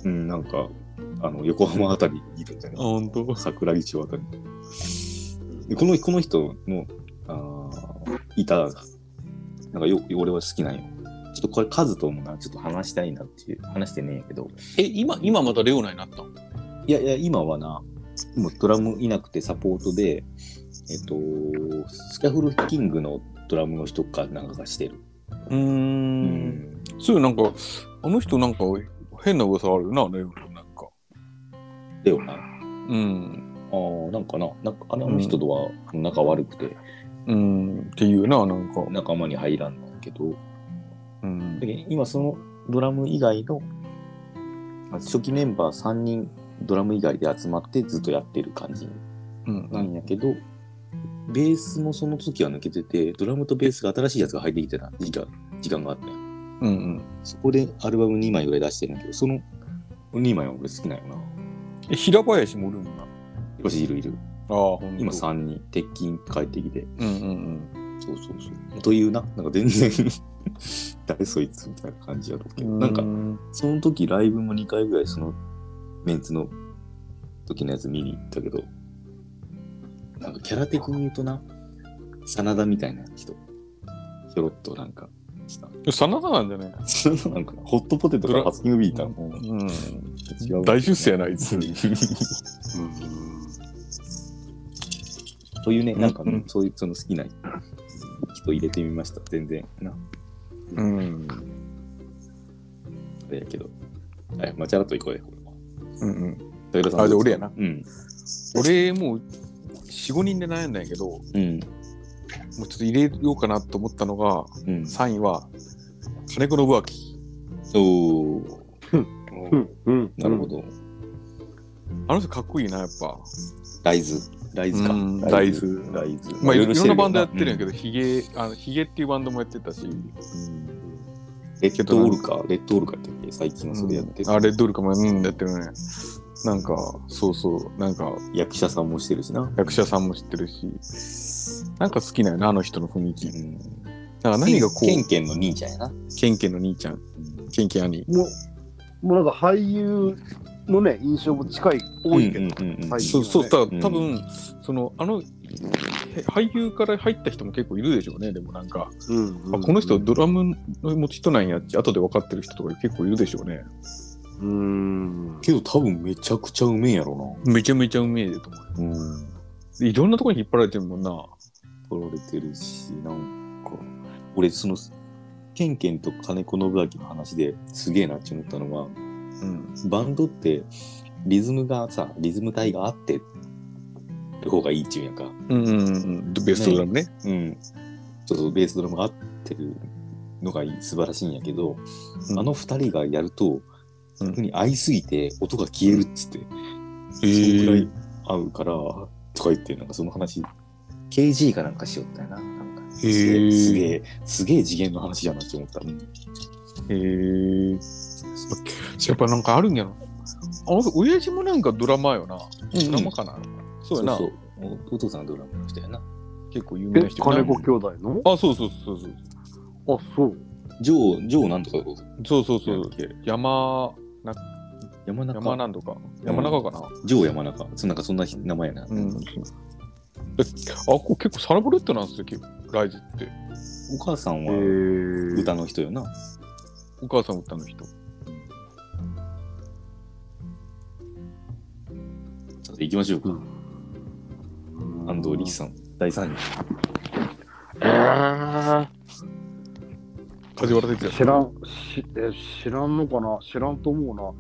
うん、なんか、あの、横浜あたりにいるんじゃない
ほんと。
桜木町あたりでこの。この人の、あーいた、なんかよ、俺は好きなんよ。ちょっとこれ、カズともな、ちょっと話したいなっていう、話してねえんやけど、
え、今、今またレオナになったの
いやいや、今はな、もうドラムいなくてサポートで、えっと、スキャフルキングのドラムの人かなんかがしてる。
うー。。
うん
そういうなんか、あの人なんか変な噂あるよな、レオナなんか。
だよな。あ
うん。
あ、なんかな、なんかあの人とは仲悪くて、
うん。っていうな、なんか。
仲間に入らんのやけど、
うん
だ。けど今そのドラム以外の、あ初期メンバー3人ドラム以外で集まってずっとやってる感じ
うん
なんやけど、ベースもその時は抜けてて、ドラムとベースが新しいやつが入ってきてた時間時間があったよ。
うん。
そこでアルバム2枚俺出してるんだけど、その2枚は俺好きなんよな。
え、平林もおるんだ。あ
よし、いるいる。
あ、ほんと
今。3人、鉄筋帰ってきて。
うんうん
そうそうそう。というな、なんか全然、 誰そいつみたいな感じやったけ
う
ど、
ん。
なんか
う、ん
その時ライブも2回ぐらいそのメンツの時のやつ見に行ったけど、なんかキャラ的に言うとな、真田みたいな人、ひょろっとなんかした。
真田なんじゃね
真田なんかな、ホットポテト
ド
と
ラ
ハスキングビーターも
うん。
違う
大出世 やなあいつ
というね、なんかね、
うん
そういうその好きな人入れてみました。全然な、
うん。
あれやけど。はい、まあ、チャラッと行こうよ、これは。
うんうん。
武田さん
あ、じゃあ
どう
俺
です
やな。
かうん。
俺、もう、4、5人で悩んだんやけど、もう
うん。
ちょっと入れようかなと思ったのが、
うん。
3位は、金子信明。
おー
うんうん。
なるほど。
あの人かっこいいな、やっぱ。
ライズ。ライズか
うん。
ライ
ライズ
ライズ。
まあ、いろんなバンドやってるんや
け
けど、ヒゲ、あのヒゲっていうバンドもやってたし、
レッドオールか、レッドオールかって言って最近はそれやってる。
あれ、ドルカもうんやってるね。なんか、そうそう、なんか、
役者さんもしてるしな。
役者さんも知ってるし、なんか好きなよな、あの人の雰囲気。だから何がこ
ケン
う、
ケンの兄ちゃんやな。
ケンケンの兄ちゃん、ケンケン兄。
もう、もうなんか俳優のね、印象も近い、多いけど。
ど。うんうんうん
はい
そうそう、だ
ね
から
うん
多分、その、あの、へ俳優から入った人も結構いるでしょうね、でもなんか、
うんうん
あこの人ドラムの持ち人なんやって、後で分かってる人とか結構いるでしょうね。
うん。
けど多分めちゃくちゃうめえやろ
めちゃめちゃうめえでと思
な。うん。
う。いろんなところに引っ張られてるもんな。
取られてるし、なんか、俺、その、ケンケンと金子信明の話ですげえなって思ったのは、
うん。
バンドってリズムがさ、リズム体があってる方がいいっていうんやんか。
うんうんうん。ベストドラムね。
うん。ちょっとベースドラムが合ってるのがいい素晴らしいんやけど、
うん
あの二人がやると、
うん
逆に合いすぎて音が消えるっつって、
へ
そ
ー
のくらい合うから、とか言って、なんかその話、KG かなんかしよったよな。なんかすげ
へ
え、
ー
すげえ、すげえ次元の話だなって思った。
へえ。やっぱなんかあるんやな。あの、親父もなんかドラマーよな。
うん
ドラマかな。そうやな。
そうそうおお父さんドラムの人やな。
結構有名
え、
な
金
人やな
子兄弟の
あ、そうそうそうそう。
あ、そう。
ジョー、ジョーなんとか
そうそうそう
なんだっけ。
山、
山中。
山なんとか。山中かな。
ジョー山中。そなんかそんな名前やな。
うん。えあ、こう結構サラブレッドなんですよ、結構ライズって。
お母さん
え
は
ー
歌の人よな。
お母さん歌の人。
さて行きましょうか。安藤力さん、第3位。
えー
梶原哲也
知らんしえ知らんのかな知らんと思うな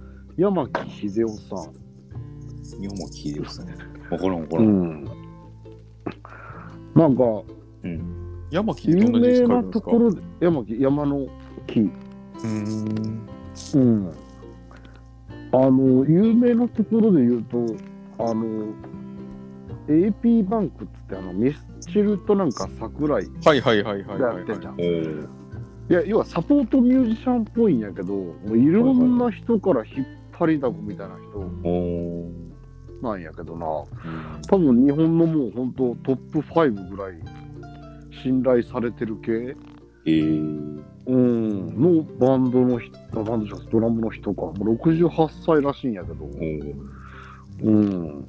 山木秀夫さん
日本も聞いてますね。わからんわか
う
らん。
んなんか
うん。
山木
有
どんな
名
字書い
な
てるんで
と
すか
ころで山木山の木
うーん
うんあの有名なところで言うとあの AP バンクっつってあのミスチルとなんか桜井
はいはいはいはい
や
はい、は
っ
い
てんじゃん
おー
いや要はサポートミュージシャンっぽいんやけどもういろんな人から引っ張りだこみたいな人
おー
なんやけどな多分日本のもう本当トップ5ぐらい信頼されてる系
えー。
うんのバンドの人バンドじゃないドラムの人かもう68歳らしいんやけど
おー
うん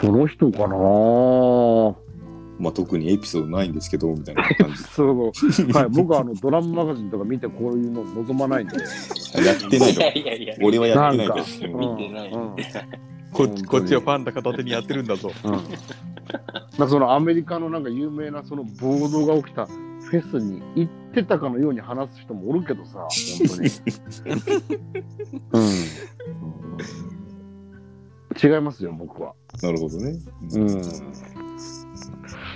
その人かな
まあ特にエピソードないんですけど、みたいな感じ。
そう はい僕はあのドラムマガジンとか見てこういうの望まないんで
あやってない
い
と
や。いやいや、
俺はやってない
なん
けど。うん
見てない
うんうん
こ
本当に
こっちはファンだ片手にやってるん だぞ。
うん、なんかそのアメリカのなんか有名なその暴動が起きたフェスに行ってたかのように話す人もおるけどさ、本 当に。うん、違いますよ、僕は。
なるほどね。
うん、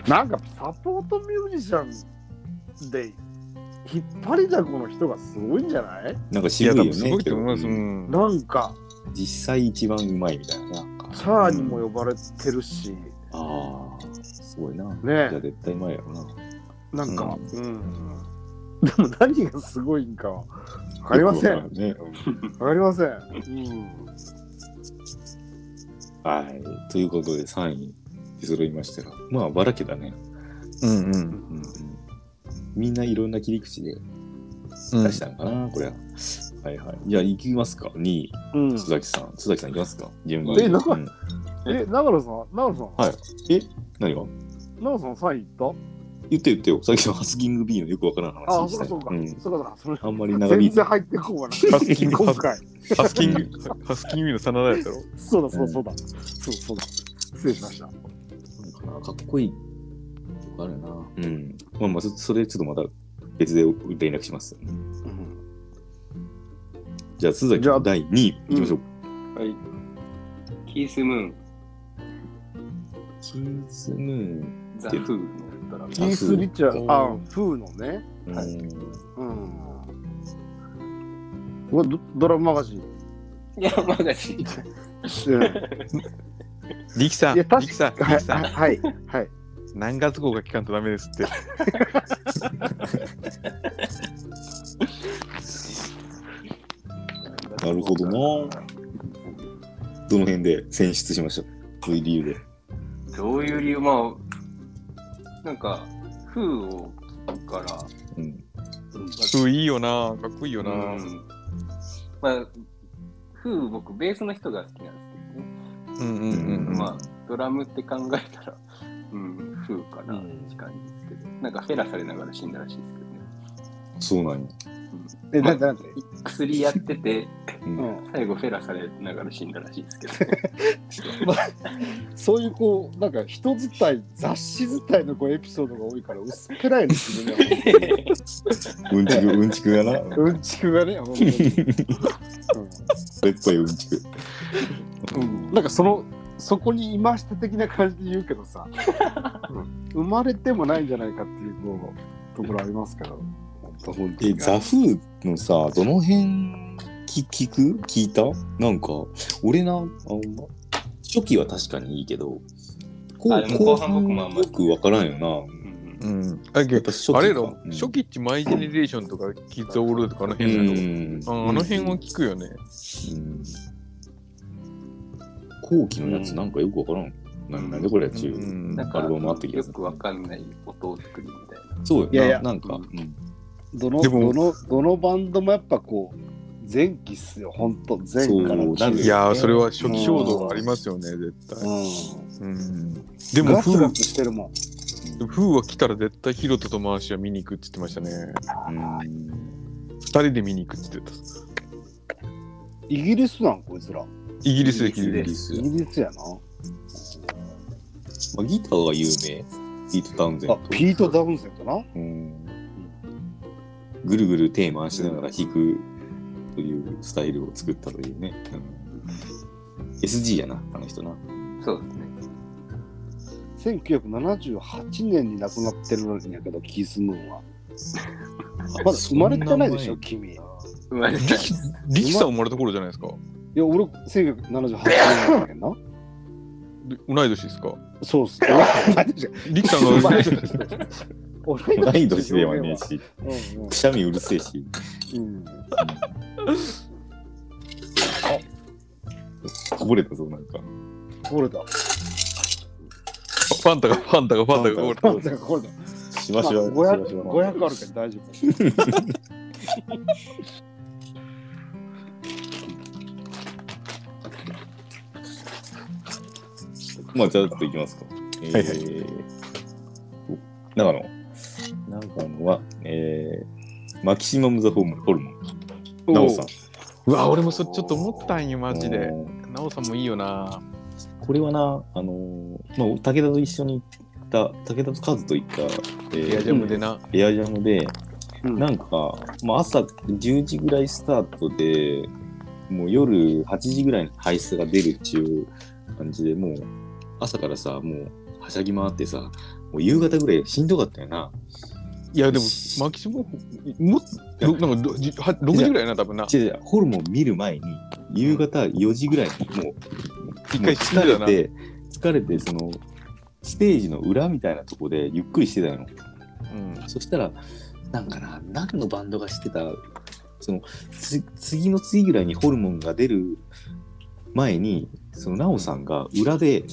なんかサポートミュージシャンで引っ張りだこの人がすごいんじゃない
なんか
い
渋
や、
いよ
多分す
ね
ごい。と思います。
け
う
どうん
ん
なんか
実際一番うまいみたいな。なんか
チャーにも呼ばれてるし、
ああ、すごいな。
ね
じゃあ絶対うまいやろな。
なんか、うんでも何がすごいんかはわかりません。
よくわ
わ
かるね。
かりません。うん
はい。ということで3位出揃いましたが、まあばらけだね。
うんうん
うんうんみんないろんな切り口で
うん
出したのかな、これは。はいはい。じゃあ行きますか。2位、
うん、
須崎さん。須崎さん行きますか。順番
えなんか
うん
え、長野さん、長野さん、
はいえ何が
長野さんサイン行
言っ
っ
て言ってよ。さっきのハスキング B のよくわからん
た？あ
話
あ、
でし
そ
たよ
うかそうか、
ん
そうかそうか、
あんま
そ
り
れ
長引
全
いて
然。入って こ
ハスキ
い
ン
な
グ
い。今回、
ハスキング、ハスキングの真田やったろ。
そうだそうだそうだ、そうそうだ、失礼しました。
なんかなかっこいい。あるな。うん。まあまあ、そそれちょっとまた別で連絡します。
うん
じゃあ、須崎
じゃ
さ
あ
ん第2位いきましょう。
はい。キース・ムーン、
キーズムーン。
ザ・フーのドラム。
キース・リチャ
う
ード、
ん
あ、フーのね、
うん
はい
うん。うわドドラママガジン。
いや、マガジン。
うん
力さん、
いや確か
力さん、
はい
力さん、
はいはい。
何月号が聞かんとダメ ですって。
なるほどな。どの辺で選出しましたどういう理由で。
どういう理由まあ、なんか、フーを聞くから、
うん。
うん、いいよな、かっこいいよな。
う
うん
まあ、フー、僕、ベースの人が好きなんですけどね。
んうんうんうん。
まあ、ドラムって考えたら、 うん、フーかなって感じですけど、なんかフェラされながら死んだらしいですけどね。
そうなんや。
え、なんてなんて。
薬やってて、
うん
うん。
最後フェラされながら死んだらしいですけど、
そういうこうなんか人伝い雑誌伝いのこうエピソードが多いから薄っぺらいの自分が
うん ちく、うんちくやな。
うんちくがね、本当に
れっぽいうんちく。
うんなんかそのそこにいました的な感じで言うけどさ、うん生まれてもないんじゃないかっていうこうところありますから。
え、ザ・フーのさ、どの辺き聞く聞いたなんか、俺な、あんま、初期は確かにいいけど、こ
あでも後半僕もあんま
よくわからんよ
うん
うん、あ
な。やっぱ初期か
あれの、
うん
初期っちマイジェネレーションとかキッズオールドとかあの
う
辺だろ、
ん。
ああの辺は聞くよね。
うん後期のやつなんかよくわからん。なんなんでこれっていうう。
ん
なんか
アルバムあった気が
よ
する
くわかんない音作りみたいな。
そうよ
いやいや
な。なんか、うん
どの
でも
どのどのバンドもやっぱこう前期っすよ、本当前から
そうなんで
いやー、それは初期衝動ありますよね、絶対。
う
うん、で
ん、
も、
ガツ
フ
ガ
ー
ツしてるもん。
フーは来たら絶対ヒロトとマーシは見に行くって言ってましたね。
うん
二人で見に行くって言ってた。
イギリスなんこいつら。
イギリス
イ
で聞い
ギ
てる
リス
イギリスや
ま
な。
あギターが有名。ピート・タウンゼン
あ
と、
ピート・ダウンセントな。
うんぐるぐる手回しながら弾くというスタイルを作ったというね。うん SG やな、あの人な。
そうですね。
1978年に亡くなってるんやけど、キース・ムーンは。まだ生まれてないでしょ、君。いや、
生まれ
リキ
た
リキさん生まれた頃じゃないですか。
俺、1978年なんやけどな。
で同い年ですか。
そう っす。俺、
リキさん が生まれた。
同い年ではねえし、
うんうん
くしゃみうるせえし。
うん
こぼれたぞ、なんか。
これだ。
ファンタが、ファンタが、ファンタが
ファ
こ
ン
れ
タ。
なんだこれだ。
し
ま
ば
あ
しば、しばし
500
ば
500あるけど大丈夫。
まあ、じゃっといきますか。えー
はいは
長野。長野は、えー、マキシマム・ザ・ホームホルモン。ナオさん。
うわ、俺もそれちょっと思ったんよ、マジで
う。ん
ナオさんもいいよな。
これはな、あのーまあ、武田と一緒に行った、武田とカズと行った、えー
エアジャムでな。
エアジャムで、
うん
なんか、まあ、朝10時ぐらいスタートで、もう夜8時ぐらいに排出が出るっていう感じで、もう朝からさ、もうはしゃぎ回ってさ、もう夕方ぐらいしんどかったよな。
いや、でも、マキシモ、もっと、なんか、じは6時ぐらいやな、多分な。
違う違うホルモン見る前に、夕方4時ぐらいにもう、
一
もう
回死んだよ
疲れ
な。
て、疲れて、その、ステージの裏みたいなとこでゆっくりしてたの。
うん
そしたら、なんかな、何のバンドがしてた、その、つ次の次ぐらいにホルモンが出る前に、その、ナオさんが裏で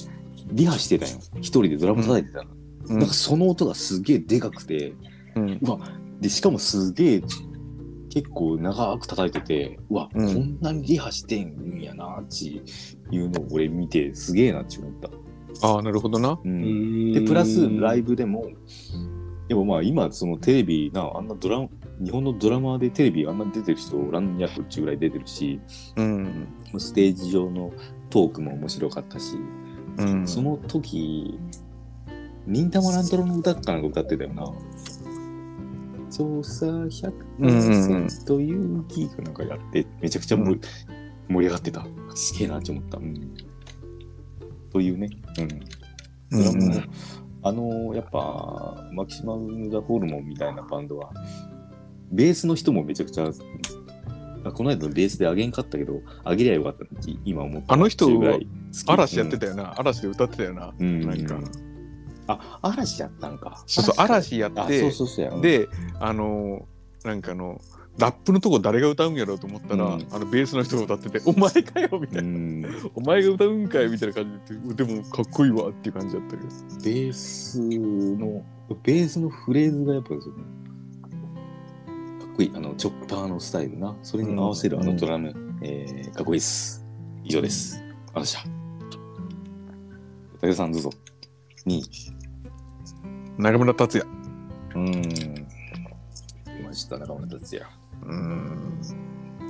リハしてたよ。一人でドラム叩いてたの。
うん
なんかその音がすげえでかくて、
うん
で、しかもすげえ、結構長く叩いてて、うわ、
うん
こんなにリハしてんやな、ちいうのを俺見て、すげえなって思った。
ああ、なるほどな。
うんで
で
プラスライブでもでもまあ今そのテレビなあんなドラ日本のドラマでテレビあんな出てる人おらんやこっちぐらい出てるし
うん。
ステージ上のトークも面白かったし、
うん。
その時忍たま乱太郎の歌かなんか歌ってたよな操作100%勇気かなんかやってめちゃくちゃもう盛り上がってたすげえなって思った、うんというね、うん、ド
う
ラム
ん
も、あのやっぱマキシマム・ザ・ホルモンみたいなバンドはベースの人もめちゃくちゃあこの間のベースであげんかったけどあげりゃよかったなって今思った
あの人
っていうぐらい好き
嵐やってたよな。嵐で歌ってたよな。
うん、うん
何か。
あ嵐やったんか
そうそう、嵐やっ
あ
て
そう、そうそうや
で、あのー、なんかあの、ラップのとこ誰が歌うんやろうと思ったら、
うん
あのベースの人が歌ってて、お前かよみた
う
いな、
んベ
お前が歌うんかいみたいな感じで、でもかっこいいわっていう感じだったけど。
ースのベースのフレーズがやっぱですよねかっこいいあのチョッパーのスタイルなそれに合わせるあのドラム、えーかっこいいっす以上ですあっしゃ武田さんどうぞ2位
中村達也。
うーん出ました中村達也
うん。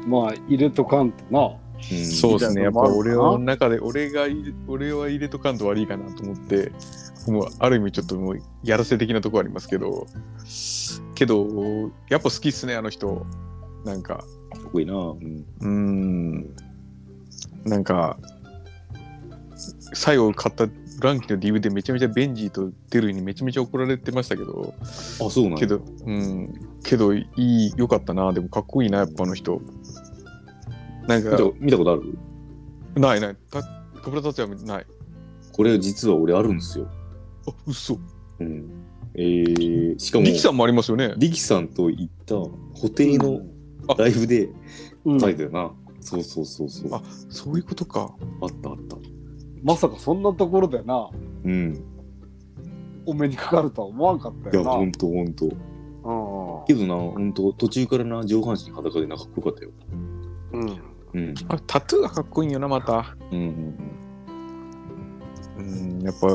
まあ、入れとかんとな。
うん
そうですね。やっぱ俺
あ
の中で、俺が入れ、俺は入れとかんと悪いかなと思って、もうある意味ちょっともうやらせ的なとこありますけど、けど、やっぱ好きっすね、あの人。なんか、
かっこいいな、うん、
うーんなんか最後買ったランキの DV でめちゃめちゃベンジーとデルイにめちゃめちゃ怒られてましたけど、
あそうなん
け
や
どうんけどいい良かったなでもかっこいいなやっぱあの人なん
見
か
た見たことある
ないないた小倉達也はない
これ実は俺あるんですよ
あ嘘
うんえー、しかも
力さんもありますよね
力さんと行った固定のライブで
うん
書いたよな、そうそうそうそうあ
あそういうことか
ったあった
まさかそんなところでな、
うん
お目にかかるとは思わんかった
いや
よな。
ほんとほんと
うん
けどなほんと途中からな上半身裸でなんかかっこよかったよ
うん
うん
あタトゥーがかっこいいよなまた
うんうん
うんやっぱ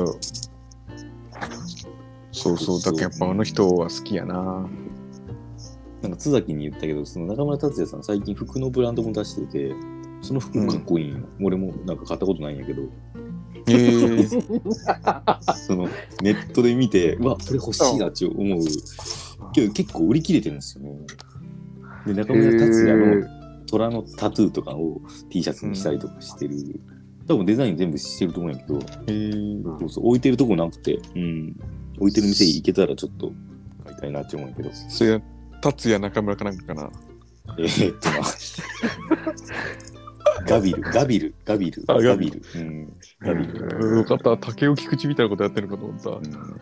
そうそうだけどやっぱあの人は好きやな
なんか津崎に言ったけどその中村達也さん最近服のブランドも出しててその服もかっこいいんよ、俺もなんか買ったことないんやけど
えー、
そのネットで見て、うわ、これ欲しいなって思う。けど結構売り切れてるんですよね。で、中村達也の虎のタトゥーとかを T シャツにしたりとかしてる。多分デザイン全部してると思うんやけど、
えー、
そうそう置いてるとこなくて、うん、置いてる店行けたらちょっと買いたいなって思うんやけど。
それ達也中村かなんかかな。
えー、っとな。 ガビル、ガビル、ガビル、
あ
ガビル。うん、ガビル。
うんよかった、竹尾菊池みたいなことやってるのかと思った。
うん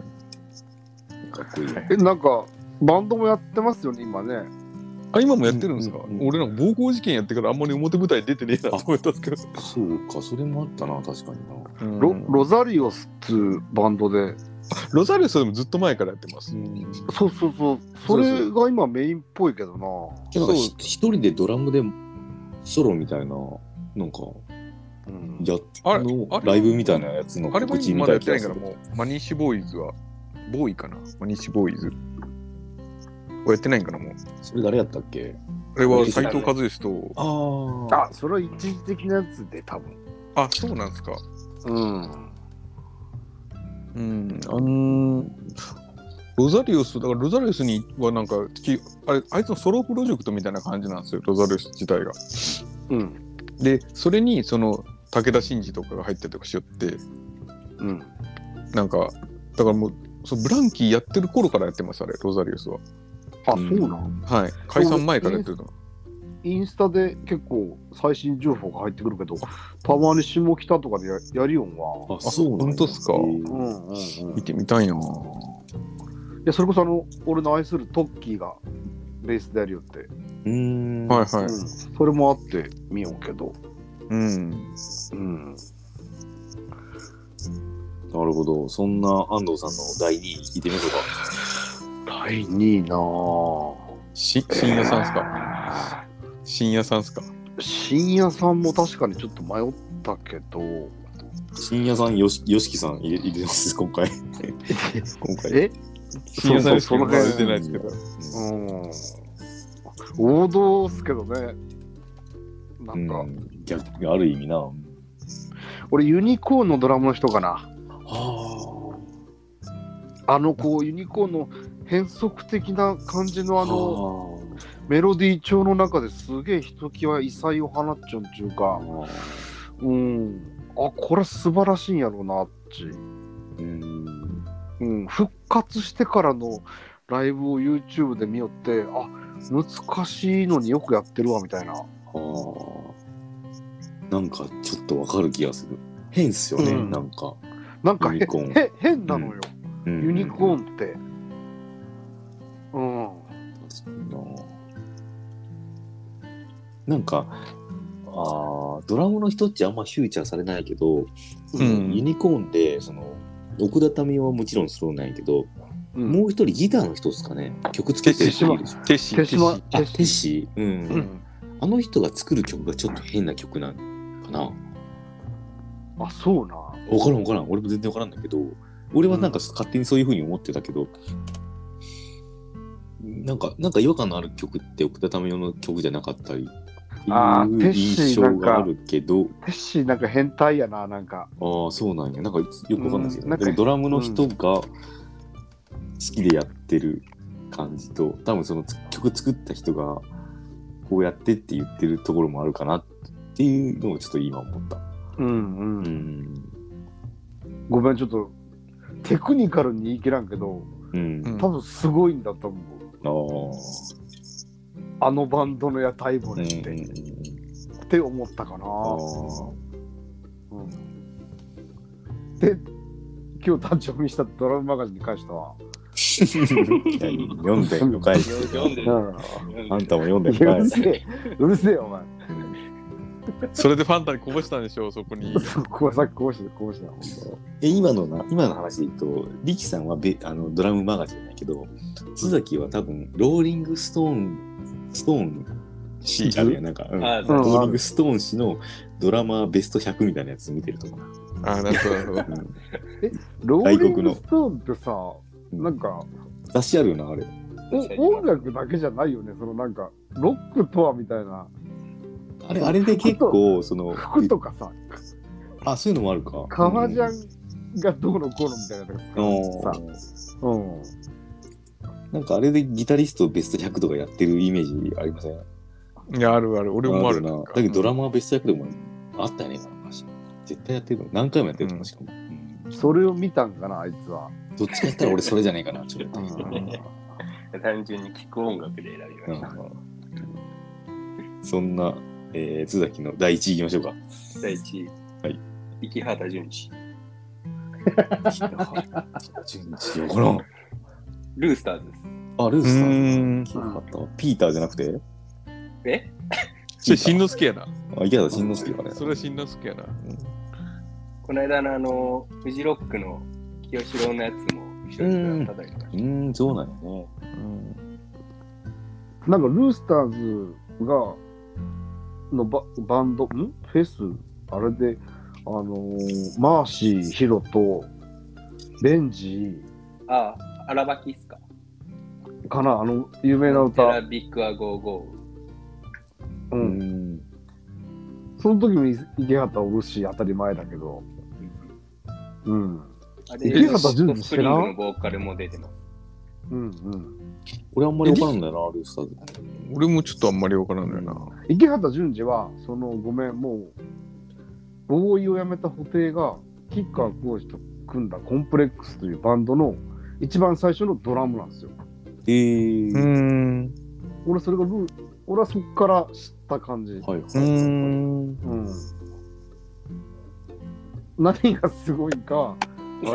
かっこいい。
え、なんか、バンドもやってますよね、今ね。
あ、今もやってるんですか、
うんうん
俺なんか暴行事件やってからあんまり表舞台出てねえなと思ったんですけど。
そうか、それもあったな、確かにな。
うん
ロ
ロ
ロザリオスっつうバンドで。
ロザリオスでもずっと前からやってます。
そうそうそう。それが今メインっぽいけどな。
なんかひ一人でドラムでソロみたいな、なんか、
うん
やっ
あれ
の
あれ
ライブみたいなやつの
あれも
告知
今ま
み
だ
た
や
い
ってない
な
から、もう、マニッシュボーイズは、ボーイかなマニッシュボーイズ。はやってないんかな、もう。
それ誰やったっけ
あれは斎藤和義と、
あー
あ、それは一時的なやつで、多分。
あ、そうなんですか。
うん。
うん、あのロザリオス、だからロザリオスにはなんか、きあれ、あいつのソロプロジェクトみたいな感じなんですよ、ロザリオス自体が。
うん。
で、それに、その、武田真治とかが入ったりとかしよって、
うん。
なんか、だからもう、そうブランキーやってる頃からやってます、あれ、ロザリウスは。
あ、そうなん。
はい。解散前からやってると思
インスタで結構最新情報が入ってくるけど、たまに下北とかでややりよんわ。
あ、そうなんや
本当っすか。
へ
う
ー
んうんうん。いう
見てみたいなぁ
や、それこそあの、俺の愛するトッキーがベースでやるよって。
うーん。
はい
う
は
んそれもあって見ようけど。
い。うん。
うん。
なるほど。そんな安藤さんの第2位聞いてみましょうか。
第2位なぁ。
し深夜さんっすか深夜さんっすか
深夜さんも確かにちょっと迷ったけど、
深夜さん、よし、よしきさん入れ入れてます、今 回。今回。
え
深夜さん
そ
しか
うそうその
呼ば
辺
れてないですけど。
うん。王道っすけどね。な
うん
んか、
うん。逆、ある意味な。あ
俺ユニコーンのドラムの人かな。
あ。
あのこうユニコーンの変則的な感じのあ
あ
の
の、
メロディー調の中ですげえひときわ異彩を放っちゃうんっていうか、うん。あ、これ素晴らしいんやろうなっち。
うん。
うん、復活してからのライブを YouTube で見よってあ難しいのによくやってるわみたいな、
はあ。なんか、ちょっとわかる気がする。変っすよね、
うん
なんか。
なんか
ユ
へ
ニコーン
へ変なのよ、
うん
ユニコーンってうん、
確かにななんかあードラムの人ってあんまフューチャーされないけど、
うん
ユニコーンでその奥田民生はもちろんそうなんやけど、
うん、
もう一人ギターの人ですかね曲つけてる人いるでしょ
テッシー。
手島
あ
手
テッシー、うん
うん
あの人が作る曲がちょっと変な曲なんかな
あそうな
分からん分からん俺も全然分からんだけど俺はなんか勝手にそういうふうに思ってたけど、なんかなんか違和感のある曲って奥田民生の曲じゃなかったりって
あー
いう
テッシー
印象があるけど
テッシーなんか変態やななんか
ああそうなんやなんかよく分かんないですけど、
うんなんか
でもドラムの人が好きでやってる感じと、多分その曲作った人がこうやってって言ってるところもあるかなっていうのをちょっと今思った。
うんうん、
うん
ごめんちょっとテクニカルに言い切らんけど
うん、
うん
多分すごいんだと思う
ああ
あのバンドの屋台骨って、
うん
って思ったかな
あー
うんで今日誕生日したドラムマガジンに関しては、
読んでんのかい
読んでる。
あんたも読ん
う
で
る
んの かい
せえうるせえよお前
それでファンタにこぼしたんでしょ、そこに。
そこはさっきこうしてこうしてほん
え今のな今の話で言うとリキさんはベあのドラムマガジンだけど須崎は多分ローリングストーンストーン
シ
あるやんなんか、うん
あ
ロ
ー
うん
ーリングストーン氏のドラマーベスト100みたいなやつ見てると思う
あー、なるほどなるほど。
な、
ローリ ン
外国の
グストーンってさ
うん
なんか
雑誌あるよなあれ
お音楽だけじゃないよねそのなんかロックとはみたいな
あれあれで結構その
服とかさ
あ、そういうのもあるか。
革ジャンがどうのこうのみたいな
うん
のがさ、うん、
なんかあれでギタリストベスト100とかやってるイメージありません
いや、あるある。俺もある
な
なんん
か
か。
だけどドラマはベスト100でもあったよね、今の話。絶対やってるの。何回もやってるの、
うん
しかも。
それを見たんかなあいつは、
どっちかやったら俺それじゃねえかな、ちょっ
う
と。
ん、
単純に聴く音楽で選びました。
そんな、えー、津崎の第1位いきましょうか。
第一位、
はい、
池畑淳 二。
順次わからん。
ルースターズです。
あ、ルースターズ
うーん
聞いたかった。ピーターじゃなくて
え
それ、しんのすけやな。
あ、池田慎之介かね。
それはしんのすけやな。うん
この間のあの、フジロックの清志郎のやつも後ろに叩いてまし
うーん、そうなんやね。
なんかルースターズがのババンドんフェスあれであのーマーシーヒロとベンジ
た。ああ、荒ばきっすか。
かなあの有名な
テラ
歌、
ビッグアゴーゴ
う、
うんん。
その時も池畑おるし当たり前だけどうん
ー。あれ、
池畑淳二
スプリングのボーカルも出てます。
うんうん
俺あんまりわからんだよな、ルースターズ。
俺もちょっとあんまりわからんのよな。
池畑淳二はそのごめんもうボーイを辞めた布袋がキッカーコーチと組んだコンプレックスというバンドの一番最初のドラムなんですよ
えー。
ん。
俺それがルー俺はそこから知った感じ、
はいはい。
ん。
うん、何がすごいか わ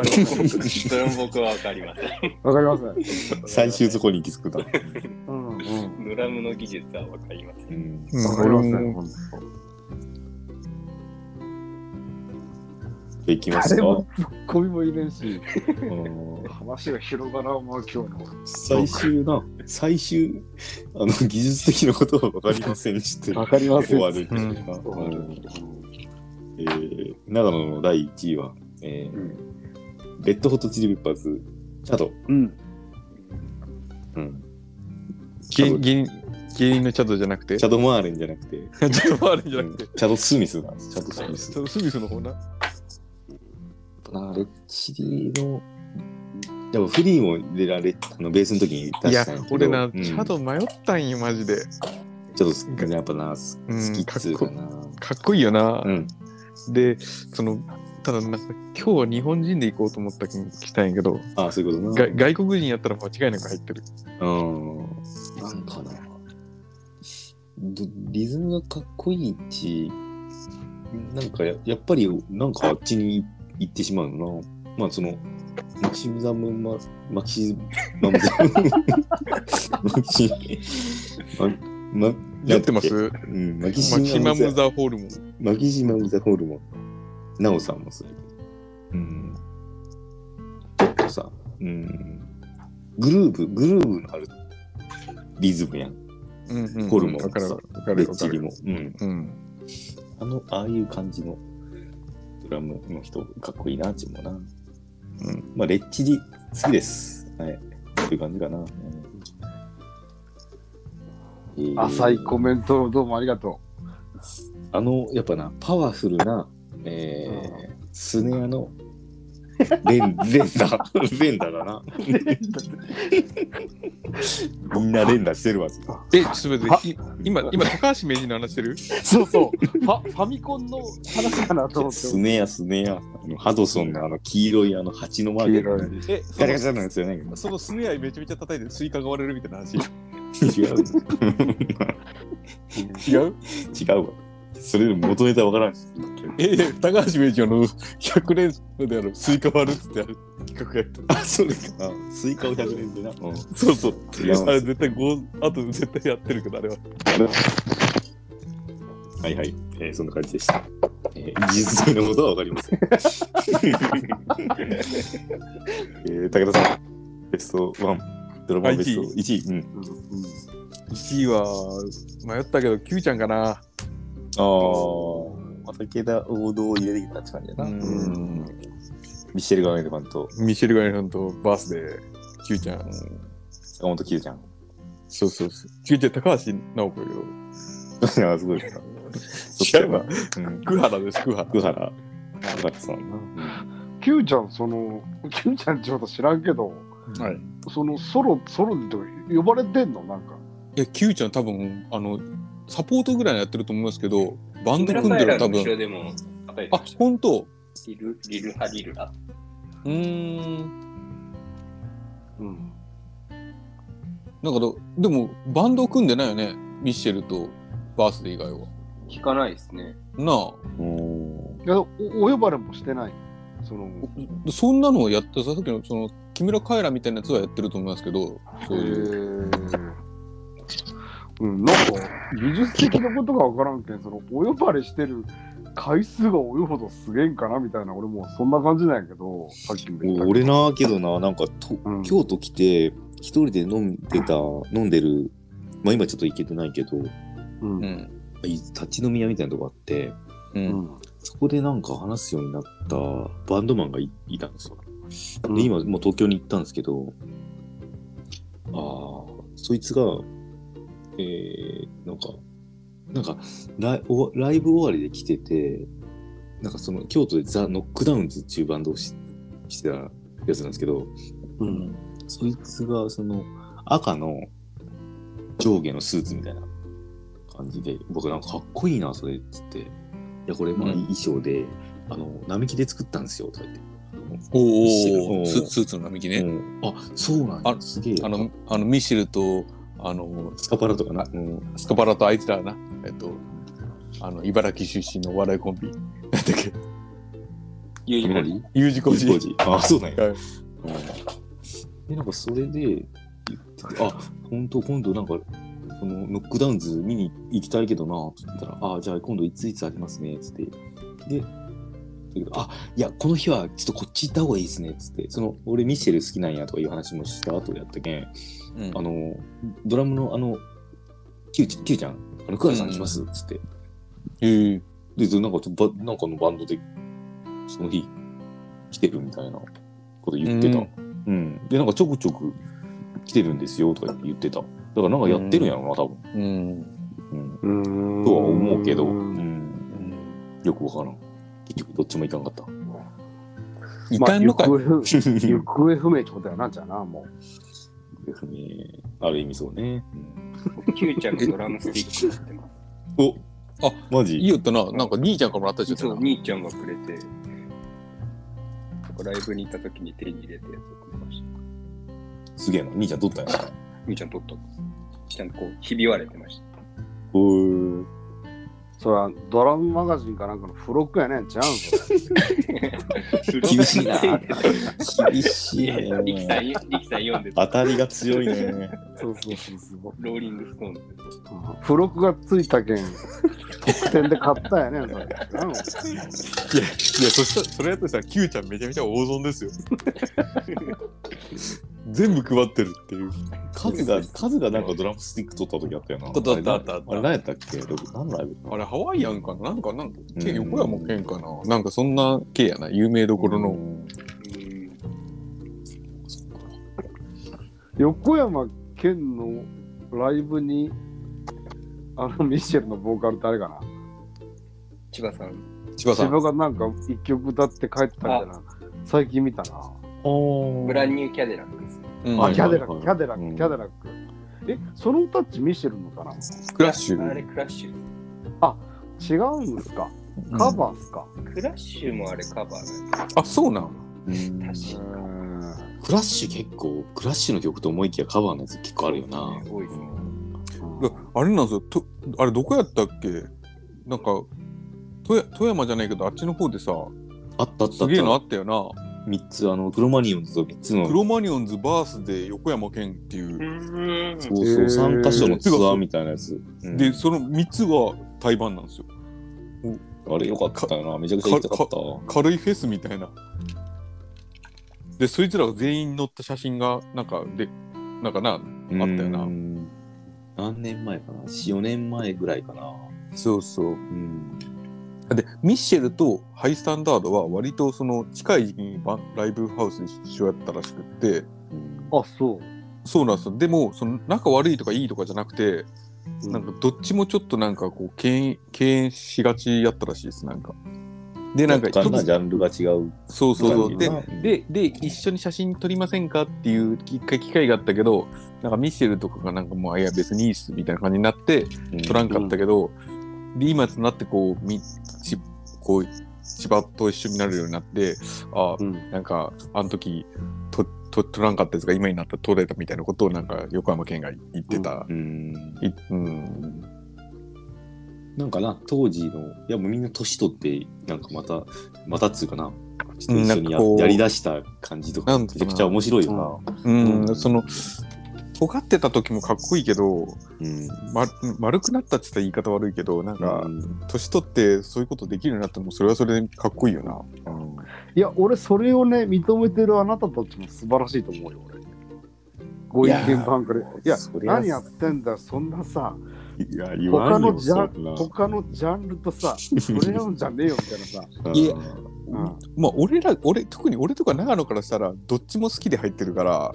それも僕はわかりません。
かりません、
最終そこに行き着くな。
うんうん、
ドラムの技術はわかりません。
うん
わかりません
俺も
本
できます
当誰
か
もツッコミもいれんし
うん
話が広がらんわ今日の
最終な、最終、あの、技術的なことは分かりませんして、
わかりませ
終
ん
わるって
う
い
ん
うか。うんえー長野の第1位は、えーレッドホットチリペッパーズ、チャド。
うん
うん、
芸人芸人芸人のチャドじゃなくて、
チ
チ
ャド・マーレンじゃなくて、
ャドあるんじ
う
ゃなく
んチ
て、
ャド・スミスなんです。チャド・
チ
スミス
ャ。ドスミスの方な。
なレッチリの、でもフリーも出られあのベースの時に
い
出
や
したんけ、ど
俺な、
う
チ
ん
ャド迷ったんよ、マジで。
ちょっとやっぱな、す
うん
好きっつうかな。
かっこいいよな。
うん。
で、その、ただなんか、今日は日本人で行こうと思ったき来たんやけど、
ああ、そういうこと
が
な。
外国人やったら間違いなく入ってる。
うん。なんかな。どリズムがかっこいいし、なんかややっぱり、なんかあっちに行ってしまうのな。まあ、その、マキシムザムマ、マキシマムザ ム、マキシ、ま、ま、
やってま
なんだっ
す
けうん、マキシ
マキマ
マム
ム・
ザ、
ザ・ホールも。
マキシマムザホルモン。ナオさんもそうやけど。うん。ちょっとさ、うん、グルーブ、グルーブのあるリズムやん。
うんうん
ホルモン
わかるわか
レ
る
ッ
わか
チリ
る。
も。うん。
うん。
あの、ああいう感じのドラムの人、かっこいいな、ちもな。うん。まあ、レッチリ、好きです。はい。そういう感じかな。うんえー
浅いコメントをどうもありがと
あの、やっぱな、パワフルな、えースネアの、レン、レン ダ、レンダだな。みんな連打してるわ。
え、ちょっと待
は
って、い今、今、高橋名人の話してる
うそう そうファファミコンの話かなと思って
スネア、スネア。あのハドソンのあの黄色いあの蜂のマーク。
え、
ガチャガチャなんですよね。
そのスネアイめちゃめちゃ叩いてスイカが割れるみたいな話。
違う。
違う
違うわ。それでも元ネタわからんし。
え、高橋名人の100連のであるスイカ割るっつってある企画やってる。
あ、そうですか。スイカを100年でな。うん。
そうそう。
違う
あれ絶対ゴー、あと絶対やってるけど、あれは。
はいはい。えーそんな感じでした。えー、技術的なことはわかりま せん。えー、武田さん、ベスト1、ドラマベスト1位。うん。
1位は迷ったけど、Q ちゃんかな。
ああ。また池田王道を入れてきたって感じだな。
うん
ん。ミシェル・ガーメルマンと
ミシェル・ガイフンとバースデー、Q ちゃん。
坂本九ちゃん。
そうそうそう。Q ちゃん、高橋直子よ。
ああ、すごいですか。
違う
う
わ。
ん。
福原です、福原。
福原。高橋さんな。
Q ちゃん、その、Q ちゃんちょっと知らんけど、
はい。
そのソロ、ソロでとか呼ばれてんのなんか。
いや、キューちゃん多分、あの、サポートぐらいのやってると思いますけど、バンド組ん
カ
で
エ
る
ラ
の多
の後ろ
分。
でも叩いて
あ
まし、た。
本当
リル、リルハリルラ。
うーん。
うん。
だから、でも、バンド組んでないよね。ミッシェルとバースデー以外は。
聞かないですね。
なあ。
うん。
いやおお呼ばれもしてない。その、
そんなのをやってささっきのその木村カエラみたいなやつはやってると思いますけどそういう
うん、なんか技術的なことが分からんけんそのお呼ばれしてる回数が多いほどすげえんかなみたいな俺もそんな感じなんやけどさっきも言ったけど
俺なけどな、なんかと、
うん
京都来て、一人で飲んでた、飲んでる、まあ今ちょっと行けてないけど、
うん
う
うん
ん
立ち飲み屋みたいなとこあって、
う
うんん
そこでなんか話すようになったバンドマンがいいたんですよ。で、
うん
今もう東京に行ったんですけど、ああ、そいつが、えー、なんか、なんかライおライブ終わりで来てて、なんかその京都でザ・ノックダウンズっていうバンドをししてたやつなんですけど、
うん
そいつがその赤の上下のスーツみたいな感じで、僕なんかかっこいいな、それっつって。いや、これまあ
うん
衣装で、あの、並木で作ったんですよ、とか言って。
おー
おー
おーススーツの並木ね、
うんあ、そうなん
あ
だ。すげえ。
あのあのミシェルとあの
スカパラとかな。うん。
スカパラとあいつらなえっとあの茨城出身のお笑いコンビ なんだっけ
ユージコリ
U 字工事
工事あ、そうなんや。
はい
うんで、なんかそれで言ってて、あ、本当今度なんか、そのノックダウンズ見に行きたいけどな、って言ったら、あ、じゃあ今度いついつありますね、つって。で、だけどあ、いや、この日はちょっとこっち行った方がいいですね、つって。その、俺ミシェル好きなんやとかいう話もした後やったけん、
うん
あの、ドラムのあの、キューちキューちゃん、あの、クアさん来ます、つって。
えー
で、なんかちょっとば、なんかのバンドで、その日、来てるみたいなこと言ってた。
う
うん。で、なんかちょくちょく来てるんですよとか言ってた。だからなんかやってるんやろな、多分。
うん
うん。
うん
とは思うけど、う
うん
ん。
うん
よくわからん。結局どっちもいかんかった。
い
ま
か
あ
ん
行
のかい、
方不行方不明ってことやなんじゃなも
ですね。ある意味そうね。
キューちゃんがドラムスティック持ってま
お
あ
マジ
いいよったななんか兄ちゃんからもらった じ
す。
ゃ
そう、
ん
兄ちゃんがくれて、なんかライブに行った時に手に入れてやつをくれました。
すげえな。兄ちゃん撮ったんや。
兄ちゃん取ったんです。ちゃんとこう、ひび割れてました。
おー。
うそれはドラムマガジンかなんかの付録やねんちゃうんそれ
厳しいな 厳
い
し
やいや力さん、力さん読んで
当
た。
たりが強いね。
そうそうそうそう
ローリングストーンズ。
うん付録がついたけん特典で買ったやねんそれなん
いやいやそしたそれやとしたら Q ちゃんめちゃめちゃ大損ですよ全部配ってるっていう
カズが、カズがなんかドラムスティック取った時あったよな。
取ったあったあった
あれ何やったっけど何のライブ
あれ、ハワイアンかななんか、なんか、け
うん
横山県かななんか、そんな系やな。有名どころの。
うん。
横山健のライブにあのミシェルのボーカル誰かな
千葉さん。
千葉さ
自
ん。
分がなんか一曲歌って帰ってたみたいな最近見たな、
お
ブランニューキャデラックです。
うん
はい
あキャデラッ
は
ク
い
キャデラック、
うん
キャデラックえそのタッチミシェルのかな
クラッシ
あ
ュ。
れ、クラッシュ。
違うんですかカバーですか、
クラッシュもあれカバーなんで
あ、そうなん。
す。
う
確か
ん
クラッシュ結構、クラッシュの曲と思いきやカバーのやつ結構あるよな。
多いですね。
だあれなんですよ。とあれ、どこやったっけなんか、富山富山じゃないけど、あっちの方でさ、
あったあった
す
あっ
げえのあ
た。
ったよな。
3つ、あの、クロマニオンズと3つの、
クロマニオンズバースデー横山県っていうう。
ん。
そうそう、
へー
3箇所のツアーみたいなやつ。うん
で、その3つが対バンなんですよ。
あれよかったよな。めちゃくちゃ行きたかった。
軽いフェスみたいな。で、そいつらが全員乗った写真が、なんか、で、なんかな、
うん
あったよな。
何年前かな ?4、4年前ぐらいかな。
そうそう。
うん。
でミッシェルとハイスタンダードは割とその近い時期にバンライブハウスで一緒やったらしくって
うん
あそう
そうなんですよでもその仲悪いとかいいとかじゃなくて、なんかどっちもちょっとなんかこう敬遠敬遠しがちやったらしいですなんかで、なんか、
若干な
一つ
ジャンルが違う。
そうそうそう。で
感じ、
で、で、一緒に写真撮りませんかっていう一回機会があったけど、なんかミシェルとかがなんかもう、あいや別にいいっすみたいな感じになって、撮らんかったけど、で、今となってこう、みちこう千葉と一緒になるようになって、あ、
うん
なんか、あの時、とと撮らんかったですが、今になったら撮れたみたいなことをなんか横浜県が言ってた。
うん。
いうん
なんかな、当時の、いやもうみんな年取って、なんかまた、またっつうかな、ちょっと一緒にや
うんなんかこう
やりだした感じとか、
なん
め
つ
ち
うか
ゃ
な
くちゃ面白いよ
うん、
うん
その尖ってた時もかっこいいけど、
な。うん。
ま、丸くなったって言ったら言い方悪いけどなんか年取ってそういうことできるようになってもそれはそれでかっこいいよな、
いや、俺、それをね、認めてるあなたたちも素晴らしいと思うよ、俺。ご意見番組で。いや、
そりゃ
何やってんだよ、そんなさ、
いや、言わ
他
んよ
のジャ
そんな
ン他のジャンルとさ、それやんじゃねえよみたいなさ。
いや
う
うん
まあ俺ら俺特に俺とか長野からしたらどっちも好きで入ってるから、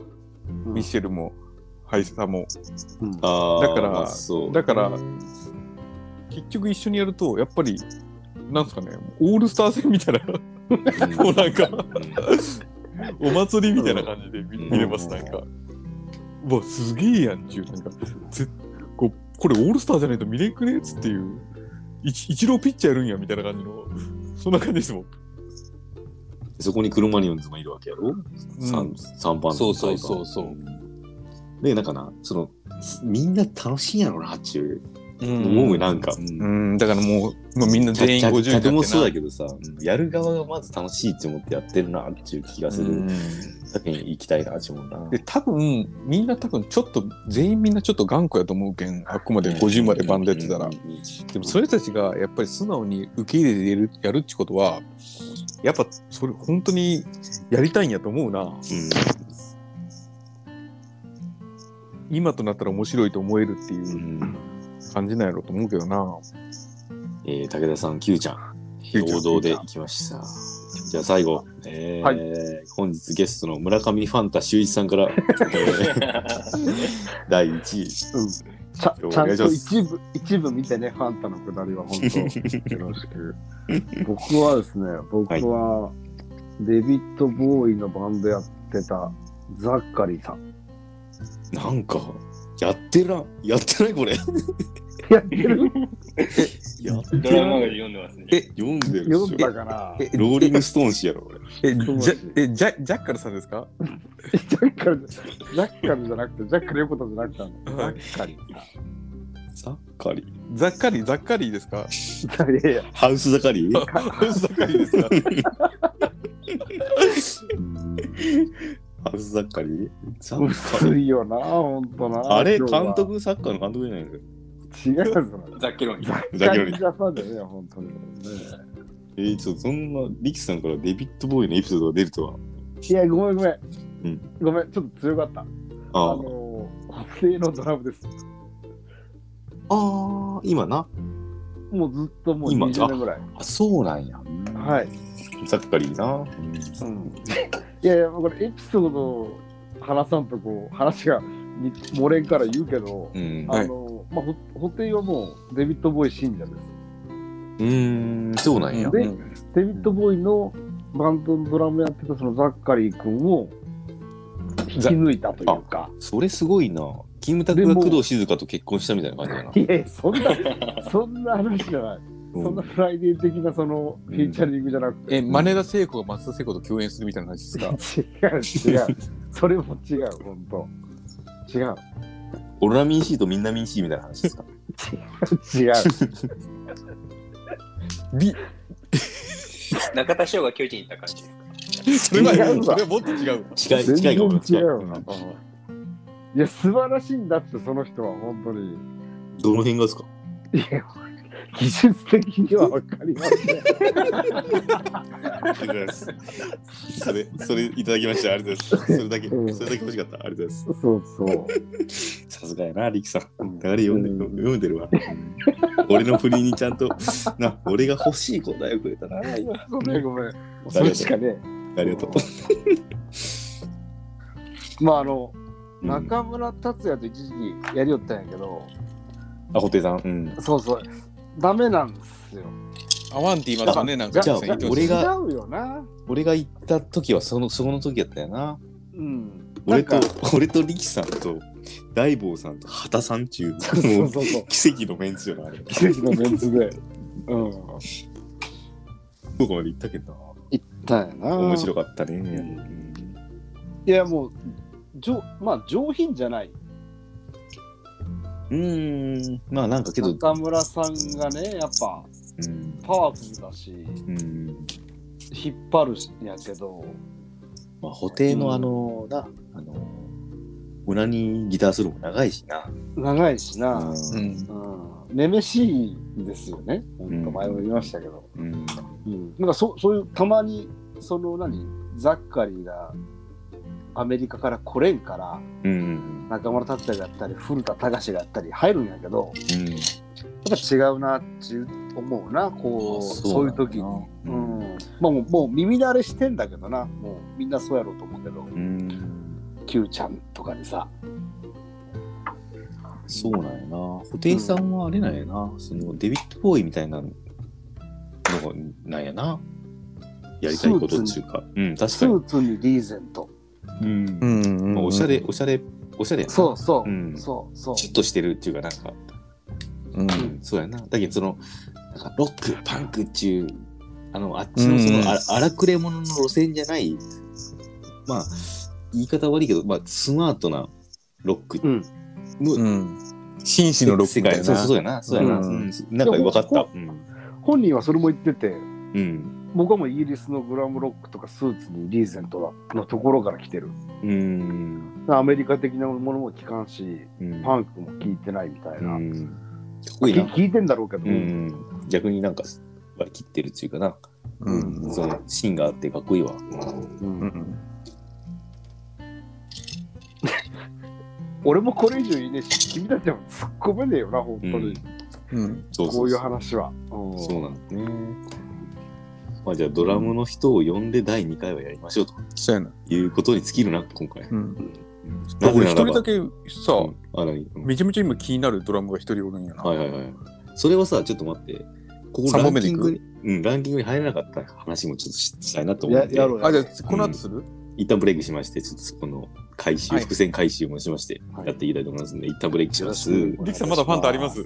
うん
ミシェルもハイサも
んあー
だから
まあそう
だから結局一緒にやるとやっぱりなんすかねオールスター戦みたいな もうなんかお祭りみたいな感じで見,、
うん
見れますなんか、うわすげえやんっちゅうなんかぜこうこれオールスターじゃないと見れんくねえっつっていう一一郎ピッチャーやるんやみたいな感じのそんな感じですもん
そこにクロマニオンズもいるわけやろ、三
うん
三番の
そうそうそうそう
でなんかなそのすみんな楽しいんやろなっちゅう、
うん
思うなんか、うん
うんだからもうもうみんな全員50人
客客もそうだけどさ、うんやる側がまず楽しいって思ってやってるなっていう気がする、だけに行きたいなって思うな
で多分みんな多分ちょっと全員みんなちょっと頑固やと思うけんあくまで50までバンドやってたら、
うんうんうん
でもそれたちがやっぱり素直に受け入れてやるやるってことはやっぱそれ本当にやりたいんやと思うな今となったら面白いと思えるって
う
いうん
うん
感じなんやろうと思うけどな
えー武田さん Q ちゃん
キューちゃん
王道で行きましたじゃあ最後、えー
はい
本日ゲストの村上ファンタ修一さんから、えー第1位
ちゃ
お
ちゃ
願い
ん
しま
と
す
一部一部見てね、ファンタのくだりは本当よろ しく。僕はですね、僕はデビッド・ボーイのバンドやってたザッカリーさん。
なんか、やってらん、やってないこれ。
やってる
や
ドラマが読んでますね。
え
読んでるでし
読
ょ
ん。だかな。
え
ローリングストーン氏やろ、これ。
えジャえジャジャッカルさんですか
ジャッカル、ジャッカルじゃなくて、ジャッカル横田じゃなくて、あのザッカリーさ
ザ
ん。
ッカリー。
ザッカリーザッカリーですか
いやいや
ハウスザカリー
ザッカリー ですか
ハウスザカリーザッカリ
薄
ー
いよな、ほんとな。
あれ、
今日は
監督、サッカーの監督じゃないの
違うぞ。
ザッケロン。
ザッカ
カ
リ
リ
ー
ー。ジャパンだよね、ほんとに。
えー、ちょっとそんな、リキさんからデビッド・ボーイのエピソードが出るとは。
いや、ごめんごめん。
うん
ごめん、ちょっと強かった。あ
あー
のー、発生のドラムです。
あー、今な。
もうずっともう
今
20年ぐらい。
あ、そうなんや。
はい。
ザッカリーな。
うん、いやいや、これエピソードを話さんとこう話がに漏れんから言うけど、
うん。
はい
あのーまあ、ほ補填はもうデビッド・ボーイ信者で
う
す。
ーん、そうなんや。
で、デビッド・ボーイのバンドのドラムやってたそのザッカリー君を引き抜いたというか。
それすごいな。キムタクが工藤静香と結婚したみたいな感じだな。
いやいや、そんな、そんな話じゃない。そんなフライデー的なそのフィーチャリングじゃなくて。
えマネダ聖子が松田聖子と共演するみたいな感じです か
違う違う。それも違う、本当。違う。
オルラミン C とミンナミン C みたいな話ですか
違う。
ビ
中田翔が巨人行った感じですか。
それは
違うわ
それはもっと違うわ
近い、近いかも
全然違う
近い
よいや、素晴らしいんだって、その人は、本当に。
どの辺がですか
いや、技術的には分かりません。
それ、それいただきました。ありがとうございます。それだけ、そ
うん
れだけ欲しかった。ありがとうござい
そうそう。
ます。さすがやな、リキさん。
ん
流れ読んでる、
うん
読んでるわ。俺の振りにちゃんと、な、俺が欲しい答えをくれたな、今。あ
ごめん、ごめん。
り
そ
が
れ
と
しかね。
う。ありがとう。
まあ、あの、
うんあ、
中村達也と一時期やりよったんやけど、
ホテイさん。うん。
そうそう、ダメなんですよ。
アワンって言いますよね、なん
じ
か
ゃあ
ね。
じゃあ
伊藤
俺
さん
が
違うよな。
俺が行った時はそのそこの時やったよな
うん。
俺と
なんか
俺と力さんと大坊さんと畑さんっていう
そ
も
う
う
そうそう。
奇跡のメンツよなあれ
奇跡のメンツで。うん。
どこまで行ったけどな
だよな。
面白かったね、
いや、もう、上まあ、上品じゃない。
うーんまあなんかけど
中村さんがね、やっぱ、
うん
パワフルだし、
うん
引っ張るしやけど、
まあ布袋のあの、なあの胸にギターするも長いしな
長いし
う
な、
うんん
うん、めめしいんですよね。なんか前も言いましたけど。
うん
うん、なんかそそういうたまにその何ザッカリーがアメリカから来れんから
うん
中村達也がやったり古田隆がやったり入るんやけど
うん
やっぱ違うなっていう思うなこう
あ
そういう時に、う
うん
んまあ、もうもう耳慣れしてんだけどなもうみんなそうやろうと思うけど
うん、
Q ちゃんとかでさ
そうなんやな布袋さんはあれなんやな、そのデビッド・ボーイみたいなのがなんやなやりたいことっていうかうん確
ス
かに
ーツにリーゼント
うん
うんうん
まあ、おしゃれおしゃれおしゃれやな
そうそう、
うん
そうそう
ちょっとしてるっていうかなんか
うん
うんそうやな。だけど、その、なんかロック、パンクっていう、あの、あっちの、そ
うん
の、あ荒くれ者の路線じゃない、まあ、言い方悪いけど、まあ、スマートなロック
うん
の、
うん紳士のロックみたい
そうそうそう
な。
やな。そうやな。
うん
うんなんか分かっ
で
た
も。
うん。
本人はそれも言ってて、
うん。
僕はもうイギリスのグラムロックとかスーツにリーゼントのところから来てる。
うん。
アメリカ的なものも聞かんし、
うん
パンクも聞いてないみたいな。
うんかっこいいな。
聞いてんだろうけど、
うん。逆になんか、割り切ってるっていうかな。
うん
その、芯があってかっこいいわ。
うん
うん
俺もこれ以上言いねえし、君たちは突っ込めねえよな、本当に。
うん
うん
そうそう
こ
そう
ういう話は。うん
そうなんですね。まあじゃあドラムの人を呼んで第2回はやりましょうと
そうやな。
いうことに尽きるな、今 回。
うん
なぜ
俺
なら
一人だ
ば、
けさ、
うんあ、何うん
めちゃめちゃ今気になるドラムが一人おるんやな。
はいはいはい。それはさ、ちょっと待って、ここ
三
ラ
本
ン
目で
キ
い
ン
く
グに、うん、ランキングに入らなかった話もちょっとししたいなと思っ
や
て、
やろうや
あ、じ
ろ
ゃ
う
あこの後する
一旦ブレイクしまして、ちょっとそこの回収、
はい
伏線回収もしまして、
はい
やっていきたいと思いますんで、一旦ブレイクします。
よろしく
リキさんまだファンタあります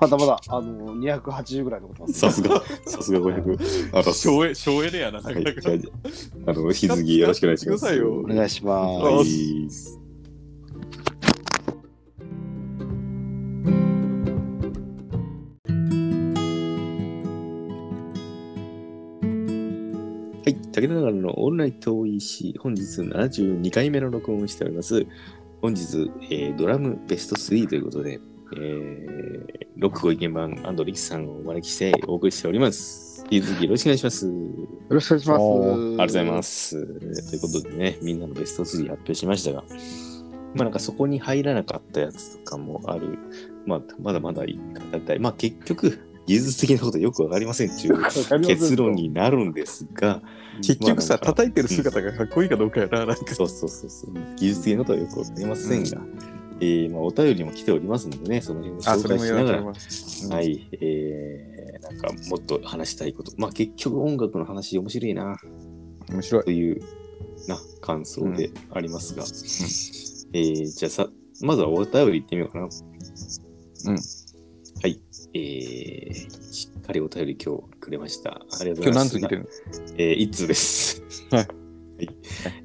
まだまだあの280ぐらい残ってます
さすが、さすが500。あ、す
省エ省エレやな。
は、
ないかな
じ
か
ゃあじゃああの、引き続きよろしくお願いします。
使ってくださいよ
お願いします
はい。はい、竹永のオンライト EC、本日72回目の録音をしております。本日、えードラムベスト3ということで、えー、ロックご意見番リキさんをお招きしてお送りしております。引き続きよろしくお願いします。
ろしくお願いします。
お
ありがとうございます。ということでね、みんなのベスト3発表しましたが、まあなんかそこに入らなかったやつとかもある、まあまだまだいいたい。まあ結局、技術的なことよくわかりませんっていう結論になるんですが、
結局さ、
まあなんか
叩いてる姿がかっこいいかどうかやな。なんか
そうそうそうそう、技術的なことはよくわかりませんが、えーまあお便りも来ておりますのでね、その辺を
あ、
紹
そ
介
れも
し
や
な
ら
が
せ
ら
て、ます。
は。い、えー、なんかもっと話したいこと、まあ結局音楽の話面白いな。
面白い。
というな感想でありますが、えーじゃあさまずはお便り行ってみようかな
うん
はいえー、しっかりお便り今日くれましたありがとう
今
ござ
日
いま
何
す
つ来てるの
えー一通です
はい
い、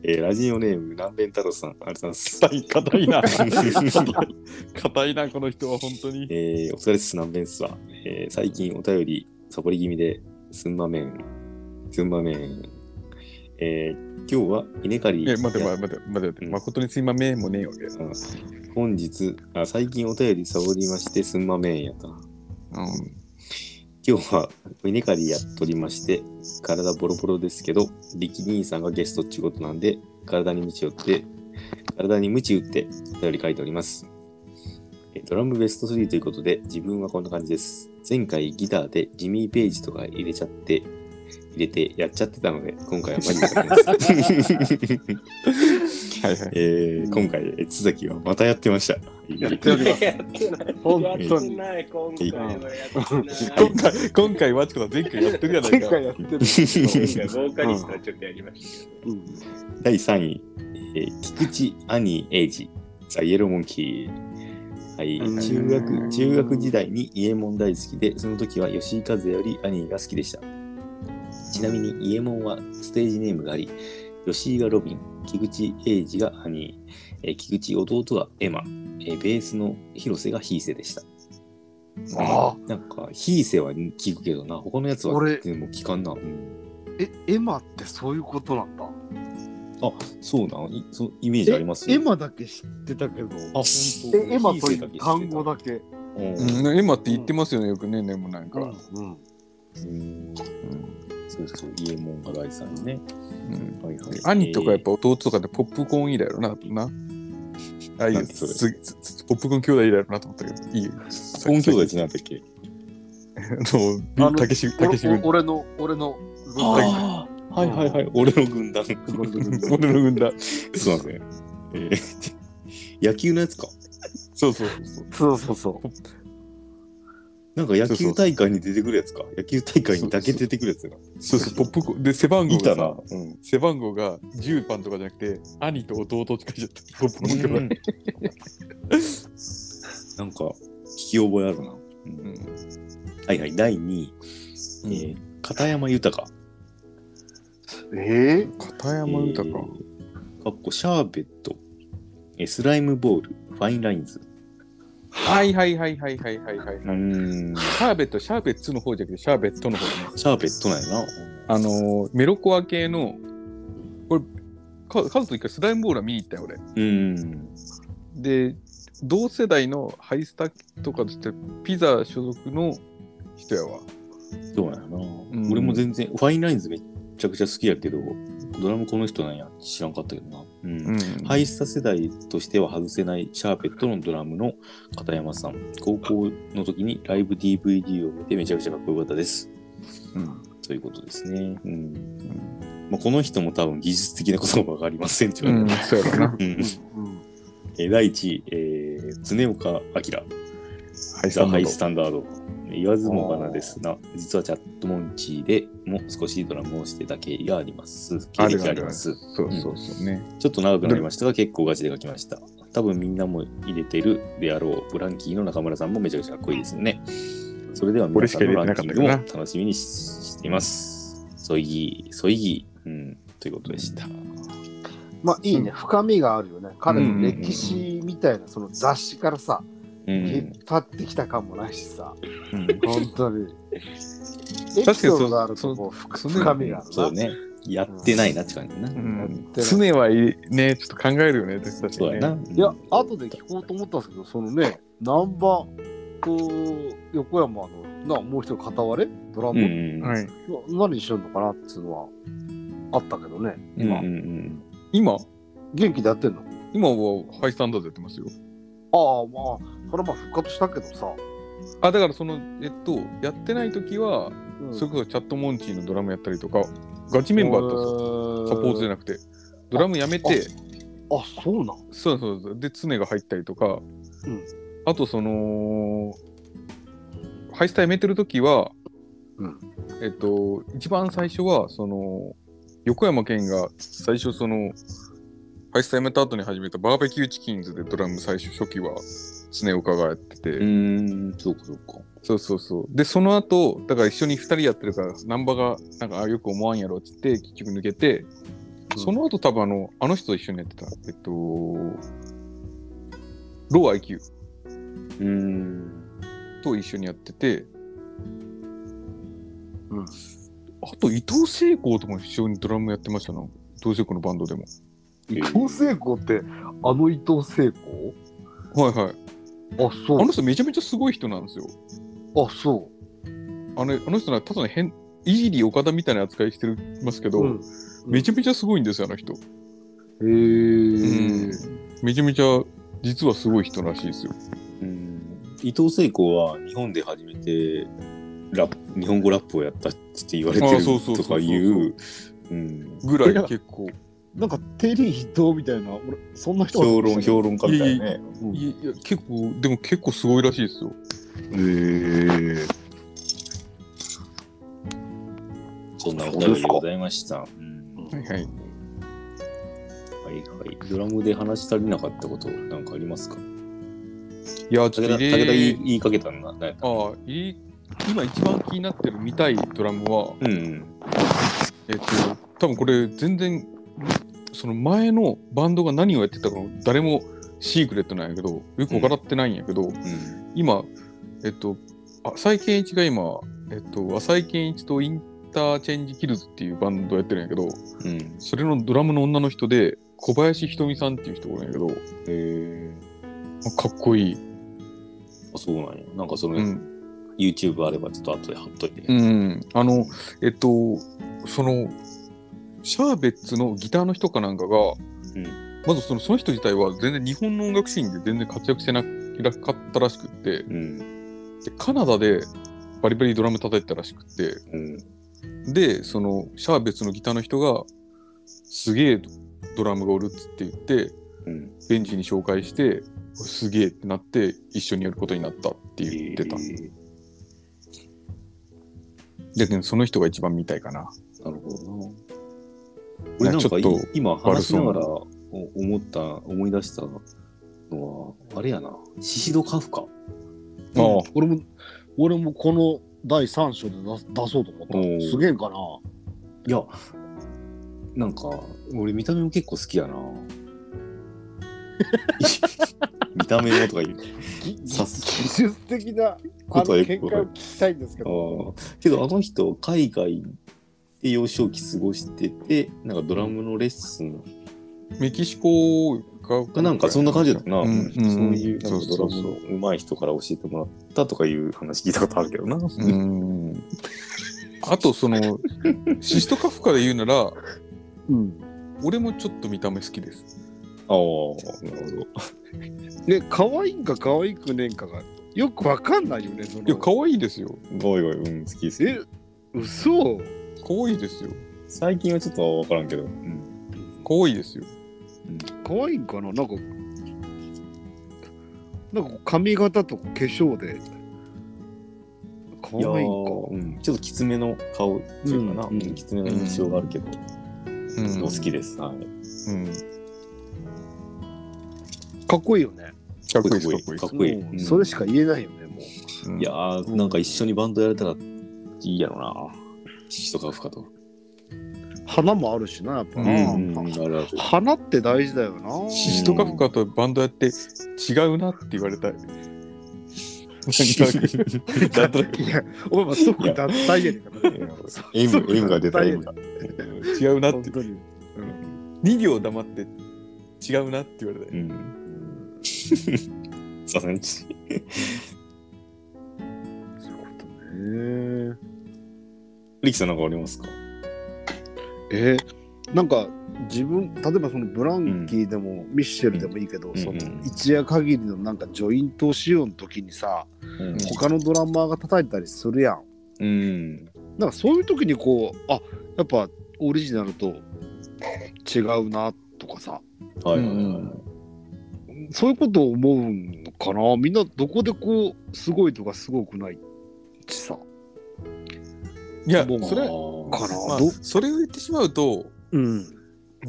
えーラジオネーム南弁太郎さんありがとうござい ます
硬い、硬いな。硬いな、この人は本当に。
えーお疲れっす、南弁っすわ。えー最近お便り、サボり気味で、すんまめん、すんまめん。えー今日は稲刈り
え、待て待て待て待て待て。
うん
誠にすいまめんもねえよ。俺
あ本日あ、最近お便りサボりましてすんまめんやったな。今日は稲刈りやっとりまして、体ボロボロですけど、力兄さんがゲストっちゅうことなんで、体に鞭打って、体に鞭打ってお便り書いております。えドラムベスト3ということで、自分はこんな感じです。前回ギターでジミー・ペイジとか入れちゃって、入れてやっちゃってたので、今回はマジで書きます。
はいはい。
えー今回、え津崎はまたやってました。
や
い
っ
い
て
おります
ない。
本
やっ
当
て
に。
ない、今回はやってない。
今回、今回、マチコさん前回やってるじゃない
前
か。
回やってる。
今回豪華にしたらちょっとやりましたけど。
うん
第3位、えー菊池兄英二、ザ・イエローモンキー。はい、
うん
中学中学時代に伊右衛門大好きで、その時は吉井和也より兄が好きでした。ちなみに伊右衛門はステージネームがあり、吉井がロビン、菊池英二が兄、えー菊池弟がエマ、えーベースの広瀬がヒーセでした。
ああ、
なんか、ヒーセは聞くけどな、他のやつは
俺
でも聞かんな。うん
え、エマってそういうことなんだ。
そうなんいそうイメージあります
エマだけ知ってたけど。
あ、本当
え、エマという単語だけ。
うん
うん、今って言ってますよね、よくね、でもなんか。
うん。
うんそうそう、伊右衛門が第三位ね。
うん
はいはい
兄とかやっぱ弟とかでポップコーン以来だろな、あとな。ああい
な
うん
でそれ
すすポップコーン兄弟以来だろなと思ったけど、いいよ。
本兄弟ってなんだっけ
あの、たけし、たけし軍
おお俺の、俺の、
ああ、はいはいはい、俺の軍団。
ゴールドグリーン
俺の軍だ。
すいません。えー野球のやつか。
そうそうそうそう。
そうそうそう。
なんか野球大会に出てくるやつか。野球大会にだけ出てくるやつが。
そ うそう、ポップコーン。で、背番号
い
が
た
さ
な。うん。
背番号が10番とかじゃなくて、兄と弟って書いちゃった。ポップコーン兄弟。
なんか、聞き覚えあるな。うん
うん
はいはい、第2位。えー片山豊。
え
片山豊か。
えーかっこシャーベット、えースライムボール、ファインラインズ。
はいはいはいはいはいはいはい。
ん。
シャーベット、シャーベッツの方じゃなくて、シャーベットの方ね。
シャーベットなんやな。
あのーメロコア系の、これ、かカズと一回スライムボーラー見に行ったよ、俺。
うん。
で、同世代のハイスタとかとして、ピザ所属の人やわ。
そうなんやな、
ん
俺も全然、ファインラインズめっちゃくちゃ好きやけど、ドラムこの人なんや知らんかったけどな。うん。ハ
はい。
イスタ世代としては外せないシャーペットのドラムの片山さん。高校の時にライブ DVD を見てめちゃくちゃかっこよかったです。ということですね。うん。まあ、この人も多分技術的なことがわかりませんって
う
言われ
ん、
た
そうやろな。 ハ
うん
うん。
えー第1位、えー、常岡明、
イスタ
ザ・
の
ハイスタンダード。言わずもがなですが、実はチャットモンチーでも少しドラムをしてた経緯があります。経
あ
歴
る
があ
あ
り
るあ
ま
る。
す
そう。そうそうね。
ちょっと長くなりましたが、結構ガチで書きました。多分みんなも入れてるであろう、ブランキーの中村さんもめちゃくちゃかっこいいですよね。それでは皆さんのランキングも
俺しか入れてなかった
楽しみにししています。そいぎ、そいぎ、うん、ということでした。
まあいいね、深みがあるよね。彼の歴史みたいな、その雑誌からさ、
う
引っ
ん、
張ってきた感もないしさ、
うん
本当に。エ
確か
ピ
にそう
ソードがあるとこう、
そ
深
う
深みがあるな。
そうね。やってないなって感じだ
う
な。
ん常はいいね、ちょっと考えるよね、私たち
そう
ね
やな。。うん
いや、後で聞こうと思ったんですけど、そのね、南波と横山の、な、もう一人片割れドラ
う
ム、
ん、うん。
はい。
何してるのかなっていうのはあったけどね。
今、
今、
うんうん
今、
元気でやってんの
今はハイスタンダードやってますよ。
ああ、まあ、それはまあ復活したけどさ。
あ、だからその、えっと、やってない時は、
うん
それこそチャットモンチーのドラムやったりとか、ガチメンバーだったんですよサポートじゃなくて、ドラムやめて、
あ、そうなん。
そうそうそう、で、常が入ったりとか、
うん
あと、その、ハイスタやめてる時は、
うん
えっと、一番最初は、その、横山健が最初、その、ハイスタやめた後に始めたバーベキューチキンズでドラム最初初期は、常岡がやってて、
うん。うーん、そうかそうか。
そうそうそう。で、その後、だから一緒に二人やってるから、難波が、なんか、あよく思わんやろって言って、結局抜けて、
うん
その後多分あの、あの人と一緒にやってた。えっと、ロー IQ
うーん。
と一緒にやってて、
うん
あと、伊藤聖光とも一緒にドラムやってましたな。伊藤聖光のバンドでも。
え
伊
ー
藤聖子って、あの伊藤聖子
はいはい。
あ、そ
あ
う
の。人めちゃめちゃすごい人なんですよ。
あ、そ
あのあの人なんかただの変、いじり岡田みたいな扱いしてますけ
う。
ど、
うん
めちゃめちゃすごいんですよ、あの人。
へえ。
めちゃめちゃ実はすごい人らしいですよ。
うん伊藤聖子は日本で初めてラップ日本語ラップをやったって言われて
あ
る
そうそうそうそう
とかいううん
ぐらい結構。
なんかテリー伊藤みたいな、俺、そんな人が
評論、評論家みたいなね。
うん
いや結構でも結構すごいらしいですよ
えー、
そんなお便りでございました。うん
はいはい
はいはい。ドラムで話し足りなかったこと、なんかありますか
いやちょ
武
っと
田武田
リレ
言い
ー
言いかけたのが何やった
ああいい今一番気になってる見たいドラムは
うんうん。
えっと多分これ全然その前のバンドが何をやってたか誰もシークレットなんやけどよく分からってないんやけど、
うん。
今、えっと、浅井健一が今、えっと、浅井健一とインターチェンジキルズっていうバンドやってるんやけど、
うん。
それのドラムの女の人で、小林ひとみさんっていう人がおるんやけど、
へえ。
かっこいい。
あ、そうなんや。なんかその、
うん。
YouTube あればちょっと後で貼っといて。
うん。あの、えっと、その、シャーベッツのギターの人かなんかが、まずそのその人自体は全然日本の音楽シーンで全然活躍してなかったらしくって、
うん。
でカナダでバリバリドラム叩いてたらしくって、
うん。
でそのシャーベツのギターの人が「すげえドラムがおる」っつって言って
うん。
ベンチに紹介して「すげえ」ってなって一緒にやることになったって言ってた、
えー
ででもその人が一番見たいかな
なるほどな。俺なん
ちょ
か
っと
今
悪
話し
そう
な
な
がらお思った、思い出したのは、あれやな、シシドカフカ。
ああ
俺も、俺もこの第3章で出す出そうと思った
おー。
すげえんかな。
いや、なんか、俺見た目も結構好きや な。見た目もとか言う。
ぎ
さす
技術的なあ
こと
の
はよ
見
くわか
解を
る
聞きたいんですけ
あ
ど。
ーけどあの人、海外で幼少期過ごしてて、なんかドラムのレッスン
メキシコ
か
が
なんかそんな感じだったな。
うんうん
そういうなん
そう
か
そう
ド
そう
ラムの上手い人から教えてもらったとかいう話聞いたことあるけどな。
うーんあとそ のシストカフカで言うなら
うん。
俺もちょっと見た目好きです
ああ、なるほど。
ね、可愛いんか可愛くねえんかが、よくわかんないよね、その。
いや可愛いですよ
ごいごい、うん、好きです
え、嘘
可愛いですよ
最近はちょっと分からんけど。うん。
可愛いですよ
可愛いんかななんか、なんか髪型とか化粧で。可
いや
愛い
ー
ん
うん、ちょっときつめの顔っていうかな、
うん
きつめの印象があるけど、
うん
お好きです。はい。
うん
か。かっこいいよね。
かっこいいですかっこいい
か
で
っこいい。
もう
うん
それしか言えないよね、もう。
すうん
いやー、なんか一緒にバンドやれたらいいやろな。父とかふかと。
花もあるしな、やっぱ
う
な。
うん、あるある。
花って大事だよな。
シシトカフカとバンドやって違うなって言わ れたい。
だと
いや、お前も即脱退やねんからね。
M、M が出た、M が。
違うなっ
本
て。
当に。
2秒黙って違うなって言われた
う
い。
ん。 さすがにち。
そういうことね。
リキさんなんかありますか
えーなんか自分、例えばそのブランキーでもミッシェルでもいいけど、
うん
その
うん
一夜限りのなんかジョイントしようの時にさ、
うん
他のドラマーが叩いたりするやん。
うん。
なんかそういう時にこう、あやっぱオリジナルと違うなとかさ、
はいはいは
う
い
ん
そういうことを思うんかな。みんなどこでこう、すごいとかすごくないちさ。
いや、
もう
それ
あ
は、
ー
かな、
まあ
ど、
それを言ってしまうと、
うん。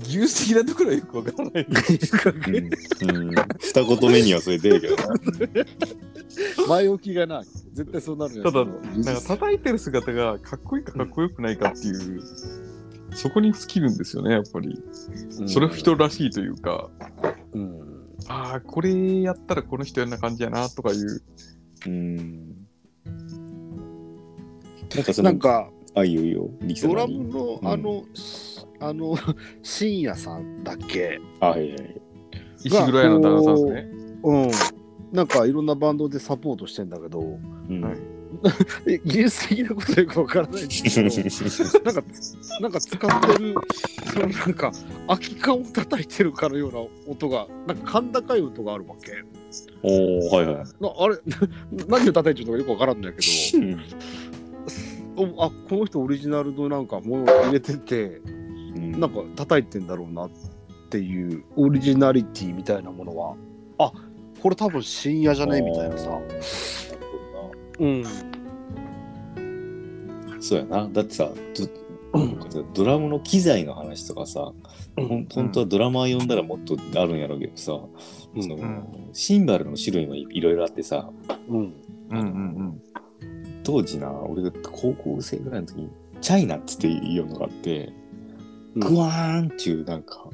牛すぎなところはよくわからない。
うんうん二言目にはそれ出るけどな。
前置きがない。絶対そうなるよ。
ただ、
そ の
なんか叩いてる姿がかっこいいかかっこよくないかっていう、そこに尽きるんですよね、やっぱり。それを人らしいというか、
うん。
ああ、これやったらこの人やんな感じやなとかいう。
うん。なんかそ
な
の
ん、か、
あ、いいよいいよ。力さん
ドラ
何
ムの、
うん
あの、しあの、 深夜さんだっけ
あ、はいはい。
石黒屋の旦那さんですね。
うん。なんかいろんなバンドでサポートしてんだけど、
うん
はい
え技術的なことよくわからないんですけど、なんか、なんか使ってる、そのなんか、空き缶を叩いてるかのような音が、なんか甲高い音があるわけ。
おー、はいはい。
なあれ、な 何を叩いてるのかよくわからんだけど。おあこの人オリジナルのなんかものを入れてて
うん
なんか叩いてんだろうなっていうオリジナリティみたいなものはあこれ多分深夜じゃねみたいなさうん
そうやな。だってさ、ずドラムの機材の話とかさ、ほん本当はドラマー呼んだらもっとあるんやろうけどさ、
うん
その
うん
シンバルの種類もいいろいろあってさ、
うん
うんうん
当時な、俺が高校生ぐらいの時に、チャイナっつっていうのがあって、
うん
グワーンっていうなんか、
う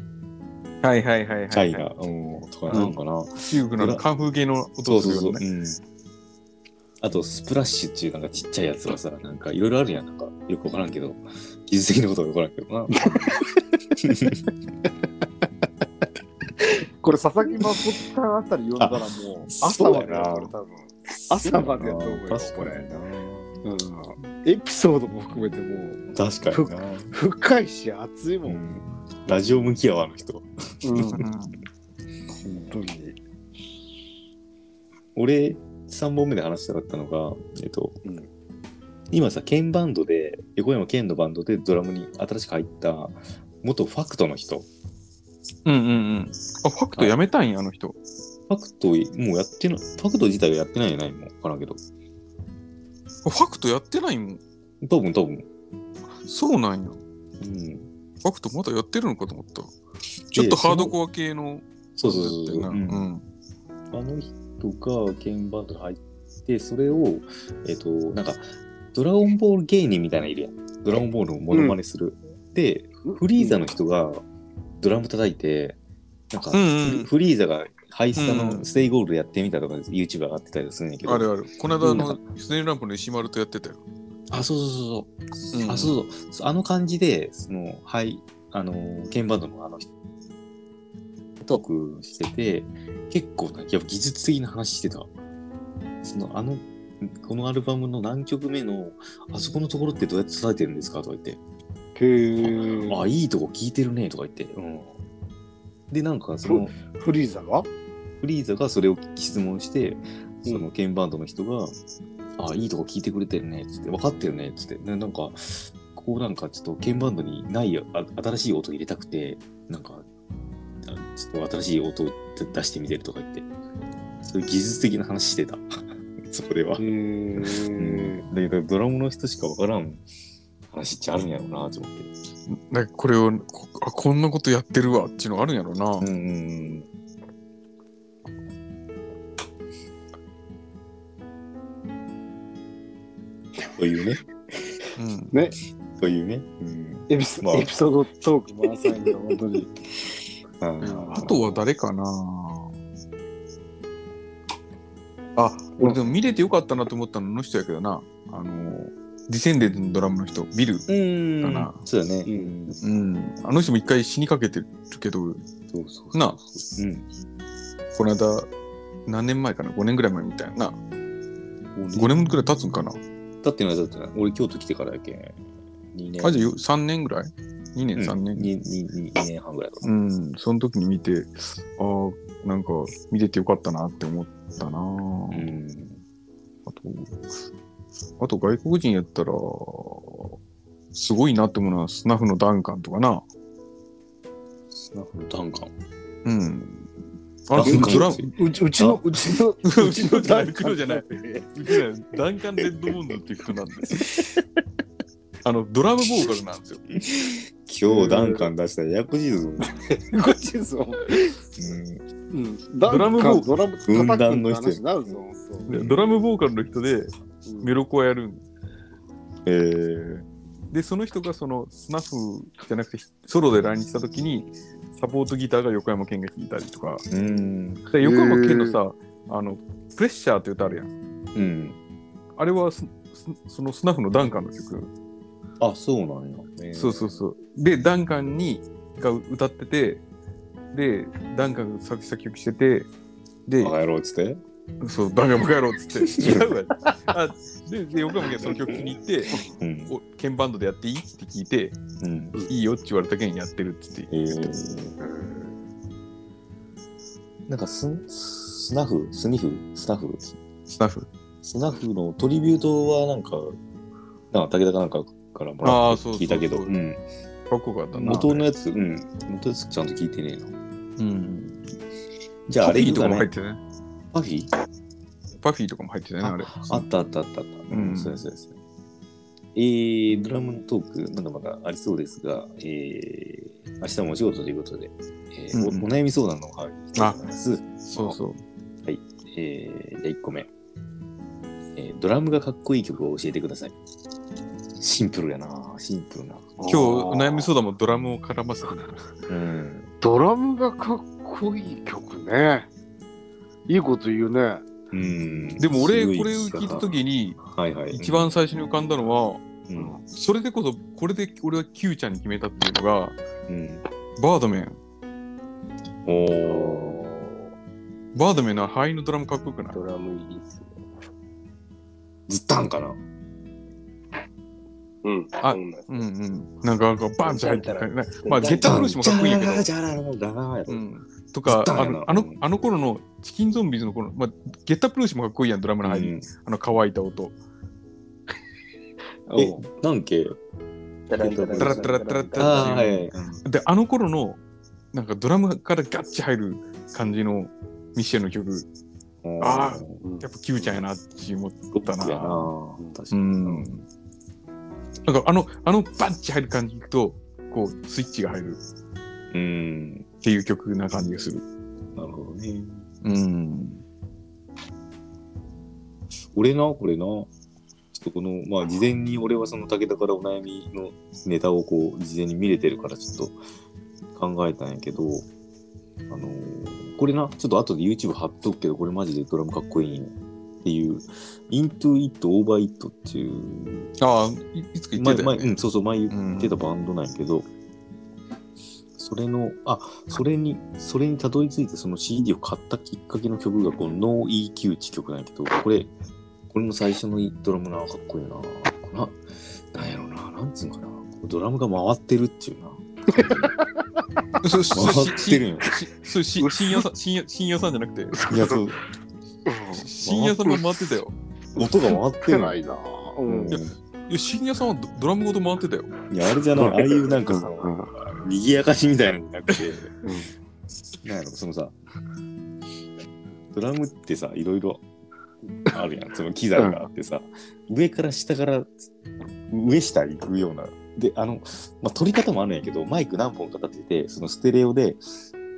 ん。はいはいはいはい、はい。
チャイナ、うん、とかなんかな。
中国のカンフー系の
そ
音
う
す
そう
る
そう。
よね。
うんあと、スプラッシュっていうなんかちっちゃいやつがさ、なんかいろいろあるやん。なんかよくわからんけど、技術的なことはよくわからんけどな。
これ佐々木誠さんあたり読んだらもう朝までやるこれ多分朝までやると思うよ
確
こ
か
れ、
にな。
うん、エピソードも含めてもう
確かにな。
深いし熱いも、
うんんラジオ向きやわ、あの人。
うん、本
う
当に
俺、3本目で話したかったのが、えっと、
うん
今さ、剣バンドで、横山剣のバンドでドラムに新しく入った、元ファクトの人。
んうんうん。あ、ファクトやめたんや、あの人。
ファクト、もうやってない、ファクト自体はやってないんじゃないもん。わからんけど。
あファクトやってないもん。
多分、多分。
そうなんや。
うん。
ファクトまだやってるのかと思った。ちょっとハードコア系の。
そうそうそう
だ
そ
ったよ
う。
な
うん
うん。
あの人が鍵盤とか入って、それを、えっ、と、なんか、ドラゴンボール芸人みたいなのいるやん。ドラゴンボールのモノマネする。で、フリーザの人がドラム叩いて、なんか、
うんうんうん
フリーザがハイスタ
うんう
の
ん
ステイゴールドやってみたとか、YouTube 上がってたりするんやけど。
あるある。この間、あ
う
の、スネイルランプの石丸とやってたよ。
あ、そうそうそうそう。
うん
あ、そうそうそう。あの感じで、その、はい、あの、鍵盤のあの人、トークしてて、結構な、やっぱ技術的な話してた。その、あの、このアルバムの何曲目の、あそこのところってどうやって叩いてるんですかとか言って、
へえ
あ、いいとこ聞いてるね、とか言って。うん。で、なんか、その、
フリーザが
フリーザがそれを質問して、その鍵バンドの人が、あ、いいとこ聞いてくれてるね、つって、分かってるね、つって、ななんか、こうなんかちょっと鍵バンドにないあ新しい音入れたくて、なんか、あちょっと新しい音を出してみてるとか言って、そういう技術的な話してた。 そこでは。
へ
だけど、ドラムの人しか分からん話っちゃあるんやろうな、と思って。
なんかこれをこあ、こんなことやってるわっていうのあるんやろな。
うんうんうん。というね、
うん。
というね。うん。
エピソ
まあ
エピソードトーク満載で本当に
あ
あとは誰かなあ、俺でも見れてよかったなと思ったのあの人やけどな。あの、ディセンデントのドラムの人、ビル。
うん
かな
そうだね。
ん
うん。あの人も一回死にかけてるけど、
そうそうそう。
な、
うん。
この間、何年前かな ?5 年ぐらい前みたいな。5
5
年ぐらい経つんかな
経ってない、経ってない。俺、京都来てからやけん。2年。
あ、じゃあ3年ぐらい ?2 年、3年。
2, 年半ぐらいかな
うん、その時に見て、ああ、なんか見れてよかったなって思ったな、
うん。
あと、あと外国人やったら、すごいなって思うのは、スナフのダンカンとかな。
スナフのダンカン。
うん。あの
ダンカン
ドラム、
うちうちのうちのうちの大工
黒じゃない。ダンカン・レッドモンドっていう人なんですよ。あの、ドラムボーカルなんですよ。
今日ダンカン出したらややこしいぞ。
こっちですよ
う
うん
ドラム
ダンカン
も
ドラム叩く
軍
って
団の人
話になるぞ本
でドラムボーカルの人で
当うん
メロコアやるんです。
ん。えー。
で、その人がそのスナフじゃなくてソロで来日した時にサポートギターが横山健が弾いたりとか。
うん。
で横山健のさ、あの、プレッシャーって歌あるやん。
うん。
あれはススそのスナフのダンカンの曲。
あ、そうなんや。えー
そうそうそう。で、ダンカンにが歌ってて、で、ダンカンが作詞作曲してて、で
バ、カ野郎っつって。
そう、ダンカンバカ野郎っつって、違うわ。あで、で横山健がその曲気に入って、
うん。
お鍵バンドでやっていいって聞いて、
うん。
いいよって言われたけんやってるっつって
えー、なんかススナフスニフスナフ
スタッフ。
スナフのトリビュートはなんかなんか武田かなんかからもら
あ
っ
あ
て
そうそうそう
聞いたけどうん
かっこよかったな。
元のやつ、うん。元のやつちゃんと聞いてねえな。
うん。
じゃあ、
パ
あ
フ
れ
ィ
い
ー
く
とか
か
も入っ
ね。
てね。
パフィー
パフィーとかも入ってたよね、あれ。
あったあったあったあった。
うん
そうですそうです。えー、ドラムのトーク、まだまだありそうですが、えー、明日もお仕事ということで、えー
うんうん
おお悩み相談のおはがきが来ております。
そうそう。
えー、じゃあ1個目、えー。ドラムがかっこいい曲を教えてください。シンプルやなシンプルな。
今日、悩み相談もドラムを絡ませてね
うん。
ドラムがかっこいい曲ね。いいこと言うね。
うん、
でも俺、
すご
これを聞いたときに、
はいはい、
一番最初に浮かんだのは、
うん、
それでこそ、これで俺は Q ちゃんに決めたっていうのが、
うん。
バードメン。
おお
バードメンの灰のドラムかっこよくない
ドラムいいっすね。
ずったんかな
うん。
あ
そうなんです
うんうん。なんか、なんかバンって入ってた。なまあ、
ジ
ゲ
ャ
ッターフロッシュもかっこいいんやけど。
じゃららららやろ
うん。とか、
ジャ
あ
ンプ
のあのあの頃のチキンゾンビーズの頃、まあ、ゲッタープロッシュもかっこいいやん、ドラムの入り。
うん
あの乾いた音。
え、なんけ
タランタラン
タラッタラッタラッタラ
あ
ッ
あ、
て
は
いう
い。
で、あの頃の、なんかドラムからガッチ入る感じのミッシェルの曲、あーやっぱ Q ちゃんやなって思った
やな
な。
確
う
かに。
ん。なんかあの、あのバッチ入る感じと、こう、スイッチが入る
うん。
っていう曲な感じがする。
なるほどね。
うん。
俺な、これな。ちょっとこの、まあ、事前に俺はその武田からお悩みのネタをこう、事前に見れてるから、ちょっと考えたんやけど、あのーこれな、ちょっと後で YouTube 貼っとくけど、これマジでドラムかっこいいんよっていう、Into It, Over It っていう
ああ、いいつか言
前
ってた
前
よ、ね。
うん、そうそう、前言ってたバンドなんやけど、それの、あ、それに、それにたどり着いて、その CD を買ったきっかけの曲が、この NoEQ って曲なんやけど、これ、これの最初のドラムな、かっこいいな。こな、なんやろな、なんつうんかな。ドラムが回ってるっていうな。
そうそ
回
う
ってるんよ。
しそうし深夜さん深夜深夜さんじゃなくて
いや、そう、
深夜さんも回ってたよ
音が回って
て
るん
な
よ。
いな。う
うんん、
いや深夜さんはドドラムごと回ってたよ
いや、あれじゃ ない、ああいうなんかさ、賑やかしみたいなのじゃなくて、なんやろ、その さ、ドラムってさ、いろいろあるやん、その機材があってさ、上から下から上下行くような、で、あの、まあ、撮り方もあるんやけど、マイク何本か立てて、そのステレオで、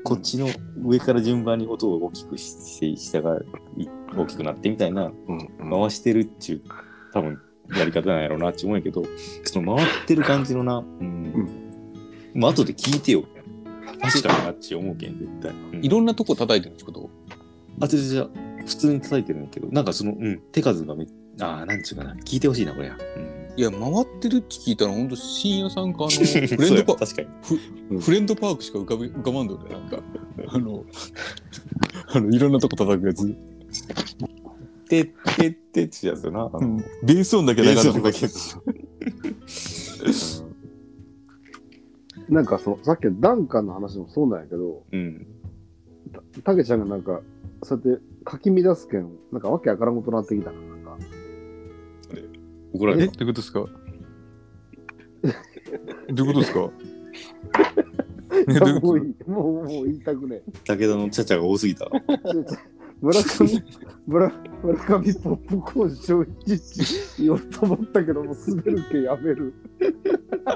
こっちの上から順番に音を大きくして、下がい大きくなってみたいな、回してるっちゅう、多分やり方なんやろうなって思うんやけど、その回ってる感じのな、うん。まあ、後で聞いてよ。確かになって思うけん、絶対。うん
ろんなとこ叩いてるってこと
あ、違う違う。普通に叩いてるんやけど、なんかその、うん、手数がめああ、なんちゅうかな。聞いてほしいな、これや。うん。
いや、回ってるって聞いたら、ほんと深夜さんか、あの、 フ
そう
レ
や
ンドパ
確かに。
フレンドパークしか浮かび浮かばんどね、なんか。あの、あの、いろんなとこ叩くやつ。
てってってってやつだな。あの
ベース音だけ流
ベー
れ
ス
て
音
る
だけ。
なんかそのさっきのダンカンの話もそうなんやけど、
うん。
たけちゃんがなんか、そうやってかき乱すけん、なんかわけわからんことになってきたな。なんか
怒ら
え
れ。
ったてことですかどういうことですかえどういう
も
こ
う
と
いいもうもう言いたくねえ。
武田のチャチャが多すぎた。
村上、村村上ポップコーン小一言おうと思ったけど、もう滑るけやめる。
ポ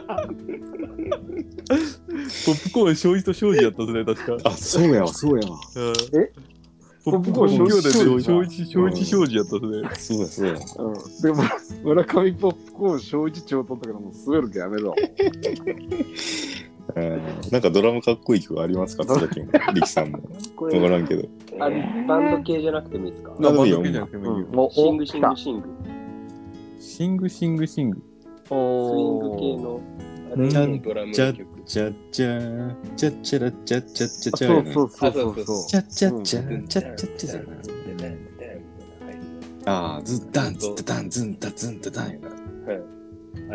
ップコーン、庄司と庄司やったっすね、確か。
あ、そうやわ、そうやわ。
え
ポップコーン兄弟で
ポップコーン庄
庄司、
司
庄司、庄司やったっすね。
そうや、そうや。
うん。でも、村上ポップコーン小一言おうと思ったけど、もう滑るけやめろ。
うん なんかドラムかっこいい曲あり ますかつだけん。力さんも。わ
こ
か
れ、
らんけど。
あのバンド系じゃなくてもいいですか
なるほどよ。
じゃなくてもいいよ
も
シングシングシング。
シングシングシング
スイング系の、あれのドラムの
チャ
曲。
チャチャチャチャラチャチャチャチャ
そ
や
う
ね
そうそうそう
あそうそう
チャチャチ
チ
ャチャチャチャじゃないああ、ずっダンズッダンズンダズンダダンやな。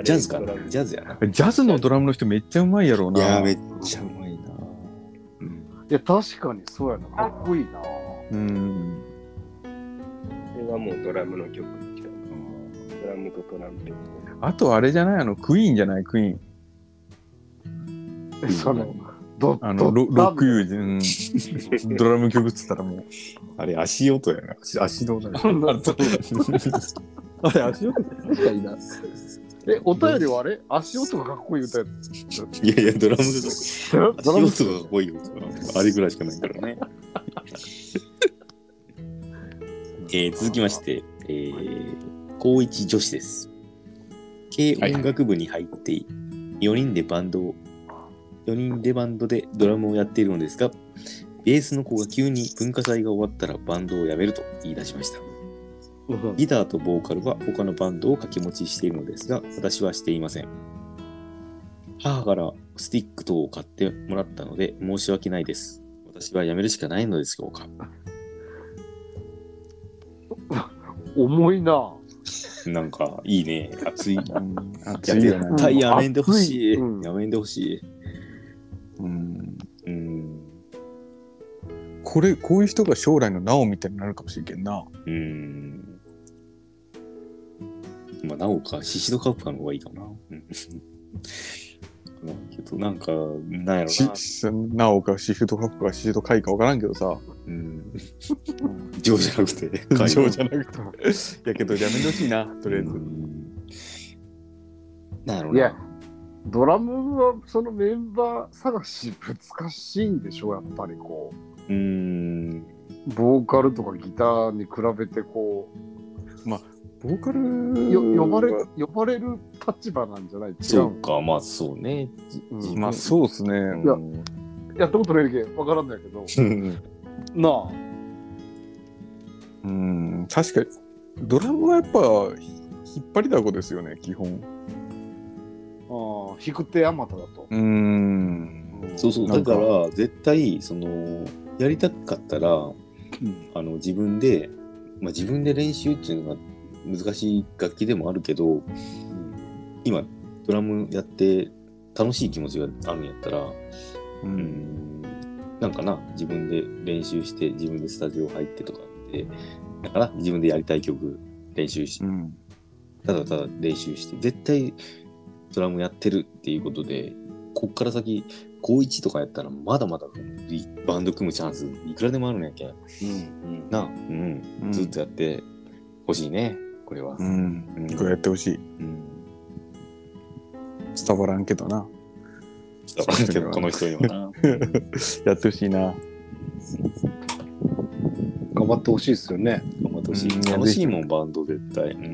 ジャズかなジャズやな。
ジャズのドラムの人めっちゃうまいやろう
いやー、
な
めっちゃうまいな。
いや、確かにそうやな。かっこいいな。
うん
これはもうドラムの曲。ドラムとトランペット。
あとあれじゃないあのクイーンじゃないクイーン
その、ど
あの、ロロックユージ、うん、ドラム曲っつったらもう。
あれ、足音やな。足足の音だよ
あれ、 そうあれ、足音確かにな。
え、お便りはあれ足音がかっこいい歌や
いやいや、ドラムで
つ。ドラム
足音がかっこいいよ。あれぐらいしかないからね。えー続きまして、えー、高一女子です。軽音楽部に入って、4人でバンドを、4人でバンドでドラムをやっているのですが、ベースの子が急に文化祭が終わったらバンドをやめると言い出しました。ギターとボーカルは他のバンドを掛け持ちしているのですが、私はしていません。母からスティック等を買ってもらったので申し訳ないです。私はやめるしかないのでしょうか。
重いな。
なんか、いいね。熱い。
熱いよ
絶
ね。
対やめんでほしい。
うん熱いうん
やめんでほし
うん
い。うん。
これ、こういう人が将来のなおみたいになるかもしれんな。
うん。まあ、なおか、シシドカップかの方がいいかな。うん。まあけど、なんか、なんやろ
し
な。
しなおか、シフトカップか、シフトカイか分からんけどさ、
うん。情じゃなくて、
会
情
場じゃなくても。やけど、やめてほしいな、とりあえず。
なんやろ
いや
な。、
ドラムはそのメンバー探し難しいんでしょ、やっぱりこ
うん。
う。ボーカルとかギターに比べてこ
ボーカル
う、よ呼ばれ呼ばれる立場なんじゃない違
そううか、まあ、そうね。
うん
まあ、そうっすね。
いややったことないけどわからんだけど。なあ。
うん、確かに、ドラムはやっぱ、引っ張りだこですよね、基本。
ああ、引く手あまただと。
うん。
そうそう、
な
だ
んか
から、絶対、その、やりたかったら、あの、自分で、まあ、自分で練習っていうのが難しい楽器でもあるけど、今、ドラムやって楽しい気持ちがあるんやったら、
う。
うんん、なんかな、自分で練習して、自分でスタジオ入ってとかって、だから、自分でやりたい曲練習し
う、ん。
ただただ練習して、絶対ドラムやってるっていうことで、こっから先、高1とかやったら、まだまだいバンド組むチャンス、いくらでもあるんやけん。なあ、うん、
うん
ずっとやってほしいね、これは。
うん。
うん
これやってほしい。
うん。
伝わらんけどな。
伝わらんけど、この人にはな。
やってほしいな。
頑張ってほしいですよね。
頑張ってほしい。
うん
楽しいもん、バンド絶対。うん。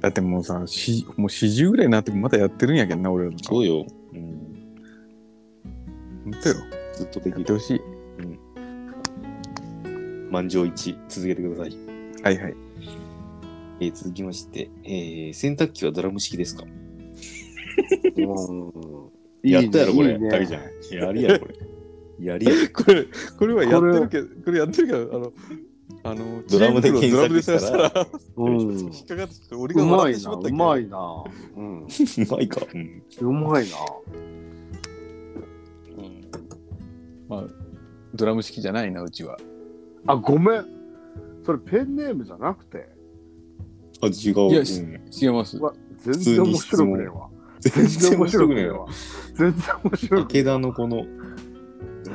だってもうさ、しもう40ぐらいになってまだやってるんやけんな、俺らとか。
そうよ。うん。
本当よ。
ずっとで
やっ
き
て
る。
ほしい。
満場一致、続けてください。
はいはい。
えー続きまして、えー洗濯機はドラム式ですか
いいね
やったやろ、こ
いい
れ。
ね
だけじゃん。やりやろ、これ。やりやろ。
これ、これはやってるけど、これやってるけど、あの、あの、
ドラムで
チームプロド
検
ラム
索
で
したら
探したら、
うん。
引っかかってきて、俺が
うま
笑っ
い
てし
な、
まった
う
けど
まいな。うん。
うまいか。うん。
うまいな。
ドラム式じゃないな、うちは。
あ、ごめん。それペンネームじゃなくて、
あ、違う。
いや
うん
違います。
わ全然面白くねえわ。
全
全然
然
面
面
白
白く
くね
ね
え
え
わ
わ。。
全然面白くね
武田のこの、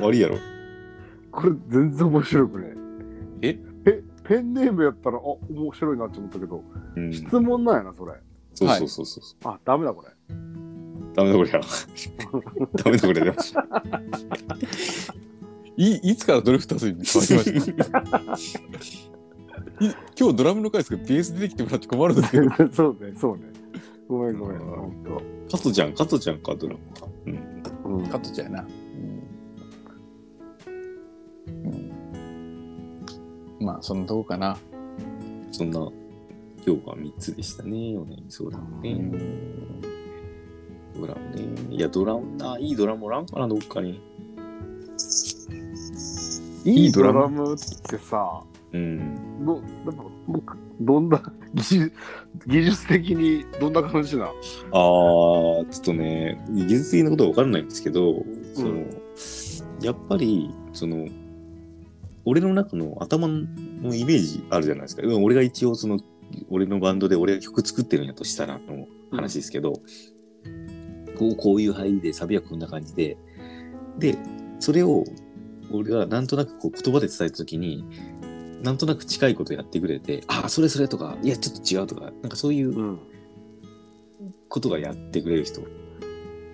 悪いやろ。
え。これ全然面白くねえ。
え
ペペンネームやったら、あ、面白いなって思ったけど、
うん。
質問なんやな、それ。
そうそうそうそう。
あ、ダメだこれ。
ダメだこりゃ。ダメだこりゃ。
いいつからドリフターズに変わりました い今日ドラムの回ですけど、ベース出てきてもらって困るんですけど。
そうね、そうね。ごめんごめん、
うん
ほんと。
加トちゃん、加トちゃんか、ドラムか。うん。
うん
カットちゃうな。まあ、そのとこかな。
そんな、今日は3つでしたね。お悩み相談ね。ドラムね。いや、ドラムな、いいドラムおらんかな、どっかに。
い
い
い
い
ド
ド
ラ
ラム
ムってさ、
うん。
どなんかもうどんな技術技術的にどんな感じな
あー、ちょっとね、技術的なことは分からないんですけど、その、やっぱり、その、俺の中の頭のイメージあるじゃないですか。でも俺が一応、その、俺のバンドで俺が曲作ってるんやとしたらの話ですけど、ここうこういう入りでサビはこんな感じででそれを俺がなんとなくこう言葉で伝えた時になんとなく近いことやってくれてああそれそれとかいやちょっと違うとかなんかそういう
うん。
ことがやってくれる人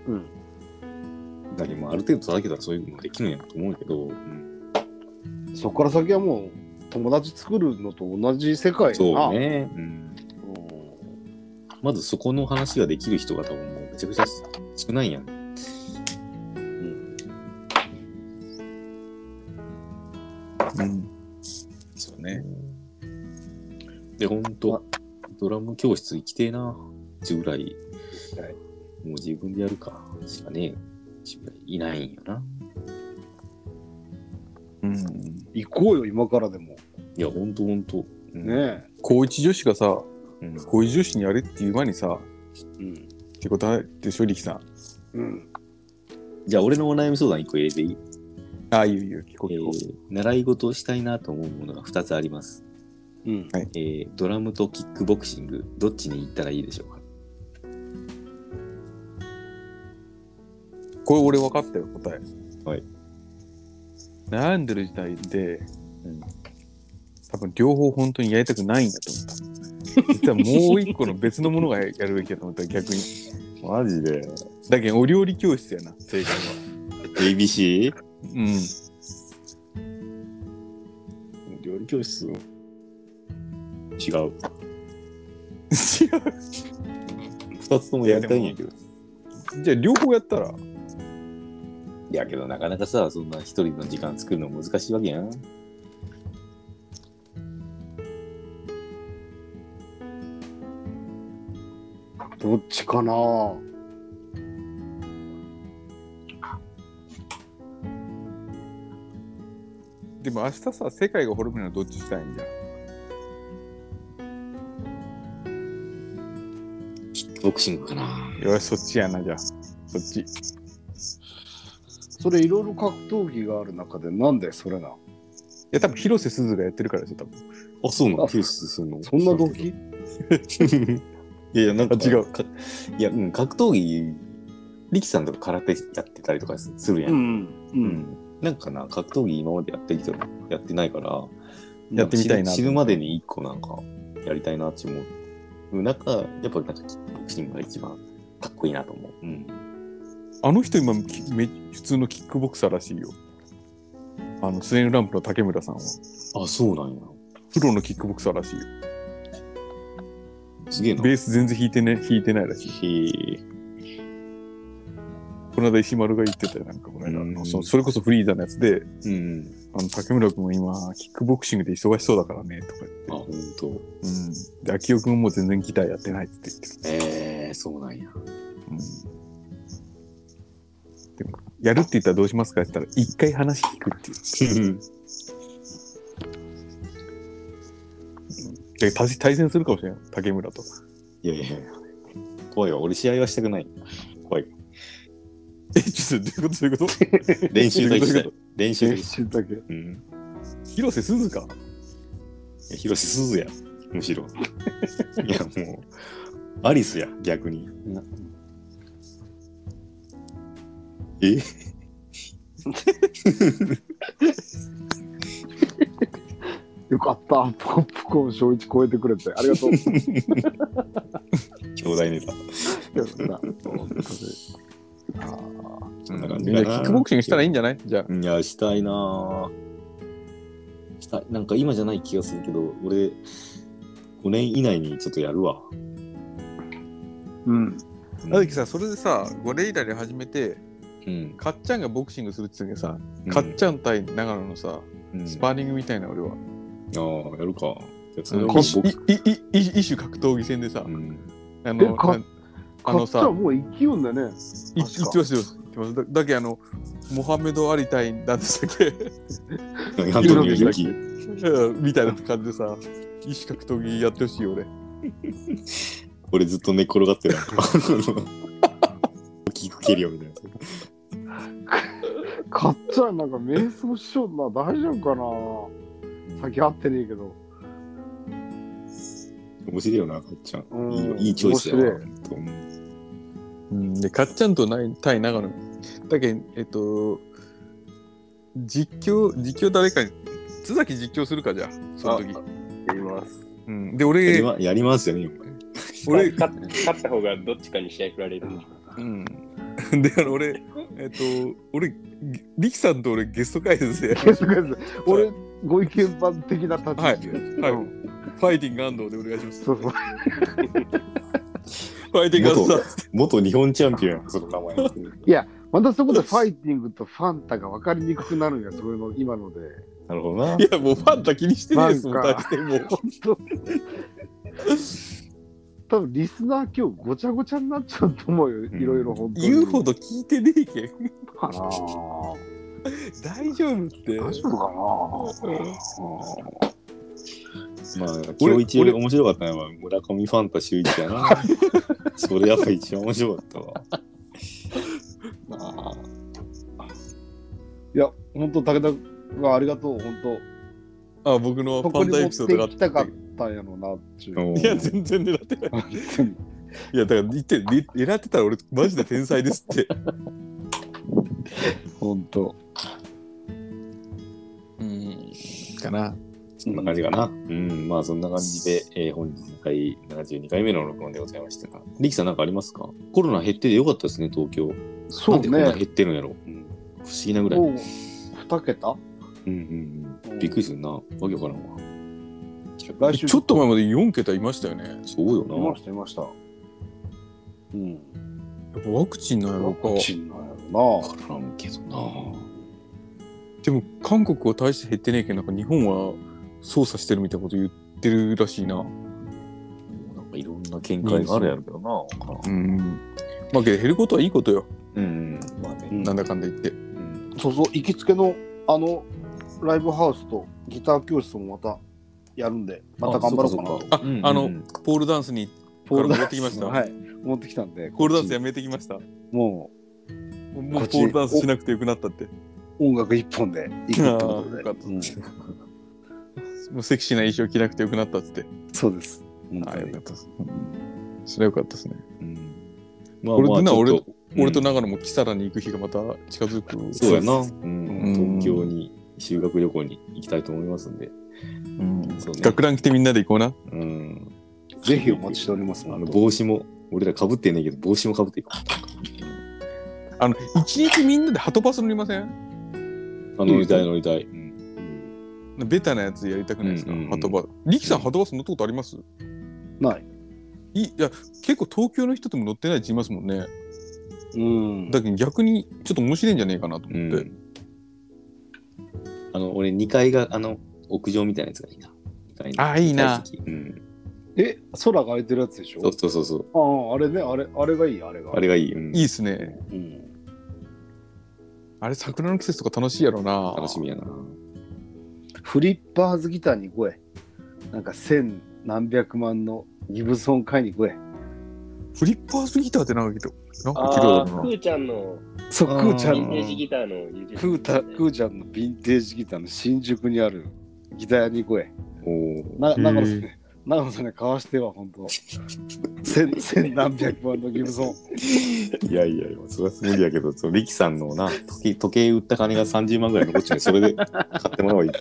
うん。
だけど、まあ、ある程度叩けたらそういうのできるんやと思うけど、
そこから先はもう友達作るのと同じ世界や
そ
な
うね、うん、まずそこの話ができる人が多分もうめちゃくちゃ少ないんやん
そうね。
で、ほんと、ドラム教室行きてえな、ってぐらい。もう自分でやるか、しかねえよ。しかいないんよな。
うん。
行こうよ今からでも
いや、ほんとほんと。うん、
ね
高一女子がさ、
うん
高一女子にやれっていう前にさ、ってことはでしょ、力さん。
うん
じゃあ、俺のお悩み相談1個入れていい、
ああ、いういう、聞こ
え
え聞こ
ー習い事をしたいなと思うものが2つあります。
うん
えードラムとキックボクシング、どっちに行ったらいいでしょうか
えこれ俺分かったよ、答え。
はい。
悩んでる時代で、多分両方本当にやりたくないんだと思った。実はもう一個の別のものがやるべきだと思った、逆に。
マジで
だけどお料理教室やな、正解は。
?ABC?
うん。
料理教室違う。
違う。
2つともやりたいんやけど。
じゃあ両方やった
い
ら
やけどなかなかさ、そんな一人の時間作るの難しいわけやん。
どっちかな
でも明日さ世界が滅びるのはどっちしたいんじゃん
ボクシングかな。
よしそっちやなじゃあそっち
それいろいろ格闘技がある中でなんでそれない
や多分広瀬すずがやってるからですよ多分
あ、そうな
の
ヒュースするの
そんな動機
いやいや、なんか
あ違う
かいや、うん、格闘技、力さんとか空手やってたりとかするやん。
ん
う
う
んなんかな、格闘技今までやってきてもやってないから、
やってみたいな
死ぬ死ぬまでに一個なんかやりたいなって思う。なんか、やっぱなんかキックボクシングが一番かっこいいなと思う。うん。
あの人今きめ普通のキックボクサーらしいよあのスネイルランプの竹村さんは
あ、そうなんや。
プロのキックボクサーらしいよ
すげえな。
ベース全然弾いてね弾いてないらしい
へえ
この間石丸が言ってたよなんかこの間あの
うん
そそれこそフリーザのやつで
うん。
あの竹村君も今キックボクシングで忙しそうだからねとか
あ、ほんと。
言ってうんで秋代君も全然ギターやってないって言ってる
ええそうなん や。
でもやるって言ったらどうしますかって言ったら一回話聞くっていうで対対戦するかもしれない竹村と
いやいやいや。怖いわ。俺試合はしたくない。怖い。
えちょっとどういうことどういうこと
練習だけしたい
ど。
練習だ
練
けし
習だけ
たい。うん。
広瀬すずか
いや広瀬すずや。むしろ。 いや、もう、アリスや、逆に。え
よかったポップコーン小一超えてくれてありがとう
兄弟ネタ。
やった
そんな感
キ
じかな。
ックボクシングしたらいいんじゃないじゃあ
いや、したいなぁしたい。なんか今じゃない気がするけど、俺、5年以内にちょっとやるわ。
うん
うん
あずきさそれでさ5年以来で始めて
うん。
かっちゃんがボクシングするって言ってたけどさ、かっちゃん対長野のさ
うん
スパーリングみたいな俺は、
ああ、やるか。じゃあそ
あ
れ
の
も
一
僕、
いいいい一種格闘技戦でさ、
うん。
あ
え
の
か
ああのさ
買ったらもう生きようんだね
い
確か
言ってますよ。言ってますだだけあの、モハメド・アリ対なんでしたっけ
ア ントニオ猪木。
うんみたいな感じでさ、異種格闘技やってほしいよ、俺。
俺ずっと寝転がってる。大きく蹴るよみたいな。
買っちゃんなんか瞑想しような大丈夫かな先合ってねえけど
面白いよな、かっちゃん。
う ん
いいいいチョイスだ
面
よ
白
な。
うん、で、かっちゃんとない対長野。だけどえっと、実況、実況誰かに、津崎実況するかじゃあ、その時。
やります。
うん、
やり
で、俺、
まやりますよね。
俺、
勝勝った方がどっちかに試合振られるんでしょ
うん。 で、あの俺、えっと、俺、力さんと俺ゲスト解説でやる、
ケースケース俺、ご意見番的な立ち
はい、は
位置
い、フ
で
ァイティング安藤でお願いします。
そうそう。
ファイティング安藤さ
元日本チャンピオンやその名前。
またそこでファイティングとファンタが分かりにくくなるんや、それの今ので。
なるほどな。
ん。いや、もうファンタ気にしてないですもん、
なん
大
か
してもう。
多分リスナー今日ごちゃごちゃになっちゃうと思うよ、
ん
いろいろ本当に。
言うほど聞いてねえけん。
かなぁ
大丈夫って。
大丈夫かなぁ
まあ、今日一番面白かったのは村上ファンタ周一やな。それやっぱ一番面白かったわ。
いや、本当武田がありがとう、本当
あ、僕のフ
ここ
ァン
に
タ
持
エ
っ
ピソードがあ
て
っ
きたか
た
っ。たんやろなっていう。
うん
いや、全然狙ってない。
本当に
いや、だから言って、ね狙ってたら俺、マジで天才ですって。
本当。
うん。かな。
そんな感じかな。うん、まあそんな感じで、えー本日回72回目の録音でございましたが。リキさんなんかありますかコロナ減っててよかったですね、東京。
そ
な
うん
でこんな
ね。
減ってるんやろ。うん不思議なぐらい。うん
もう2桁
うんうん。びっくりするな。わけわからんわ。
来週
ちょっと前まで4桁いましたよね。
そうよ
いま
な。
した、いました。うん。
やっぱワクチンなんやろ
ワ
うか。
クチンなんやろ
わからんけどな。
でも、韓国は大して減ってねえけど、なんか日本は操作してるみたいなこと言ってるらしいな。
なんかいろんな見解があるやろうけどな。わからん
うん。まあ、けど減ることはいいことよ。
うん、うん、まあね。
なんだかんだ言って。
うん
な。そうそう、行きつけのあのライブハウスとギター教室もまたやるんで、また頑張ろうかなと。
あ、あ
う
の
ん、
ポールダンスに、
ポールダンス
持ってきました
はい。持ってきたんで。
ポールダンスやめてきました。も
も
うポールダンスしなくてよくなったって。
う音楽一本で行くってこと
あーよ
で
か。った
うん
もうセクシーな衣装着なくてよくなったっつって。
そうです。本
あ
当
あ、よ
に
かったです。それはよかったですね。
うんまあ
これでな
ちょっとうん
俺と長野も木更に行く日がまた近づく。
そうやな、う
うん
ん、東京に修学旅行に行きたいと思いますんで、そうね
学ラン来てみんなで行こうな。
うん、
ぜひお待ちしております。
あ
本
の
当
帽子も俺らかぶってねえけど帽子もかぶっていこ
あの、一日みんなでハトバス乗りません
うあ乗りたい乗りたい、うん
ベタなやつやりたくないですか、
うんうんうん
ハトバス。リキさん、ハトバス乗ったことあります
ない。
いいや、結構東京の人でも乗ってないって言いますもんね。
うん。
だけど逆にちょっと面白いんじゃねえかなと
う
思
ん
って。
あの俺2階があの屋上みたいなやつがいいな2階の
あいいな
二階席うん、
え、空が空いてるやつでしょ
そうそうそうそう
ああ、あれね、あれ、あれがいい、あれが。
あれがいい、うん
いいっすね。
うん。
あれ、桜の季節とか楽しいやろな。
楽しみやな
フリッパーズギターに来い。なんか千何百万のギブソン買いに来い。
フリッパーズギターってなんかけど、なんか
あ
綺麗
あ、
だな
く。ーちゃんの
そう、ク
あー
ーちゃ
ヴィ
ん
ンテージ
の、
ギターの YouTube
クータ、クーちゃんのヴィンテージギターの新宿にあるギター屋に来い。
おお
な、長野さんね、長野さんね、かわしては、本当。千、千何百万のギブソン。
いやいやいやそれは無理やけどそうリキさんのな時時計売った金が30万ぐらい残っちゃうそれで買ってもらおう一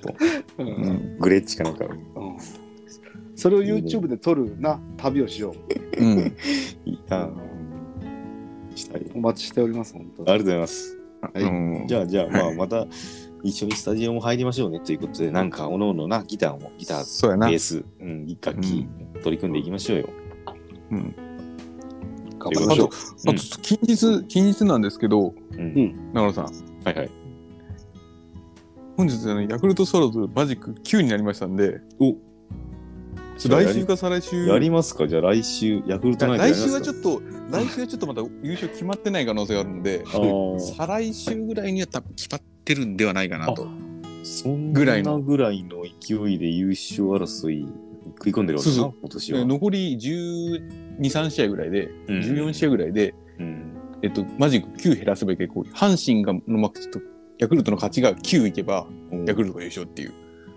本
うん
うんグレッチかなんか。
うんそれを YouTube で撮るな、旅をしよう。
うん。
いいな。したい。あり
お待ちしております、本当。
がとうございます。
はい
うん
じゃあ、じゃあ、ま
は
あ、また一緒にスタジオも入りましょうねということで、なんか、おのおのな、ギターも、ギター、
そうやな
ベー。ス、うん、一楽器、取り組んでいきましょうよ。
うん
という
あ
こと
と、
うん
あと近日、近日なんですけど、
で、うん
長野さん、
はいはい。
本日あの、ヤクルトスワローズマジック9になりましたんで、
お
ちょ来週か再来週、
やりますかじゃあ、来週、ヤクルトナイトやり
来
ます
週
か
はちょっと、来週はちょっとまだ優勝決まってない可能性があるので、
あー
再来週ぐらいには多分決まってるんではないかなと。
そん
ぐらい
な
の
ぐらいの勢いで優勝争い食い込んでるわけ
そう
な
そう
今年は
で。残り12、3試合ぐらいで、
うん
14試合ぐらいで、
うん
えっと、マジック9減らすべきこう阪神がのマックスとヤクルトの勝ちが9いけば、ヤクルトが優勝っていう、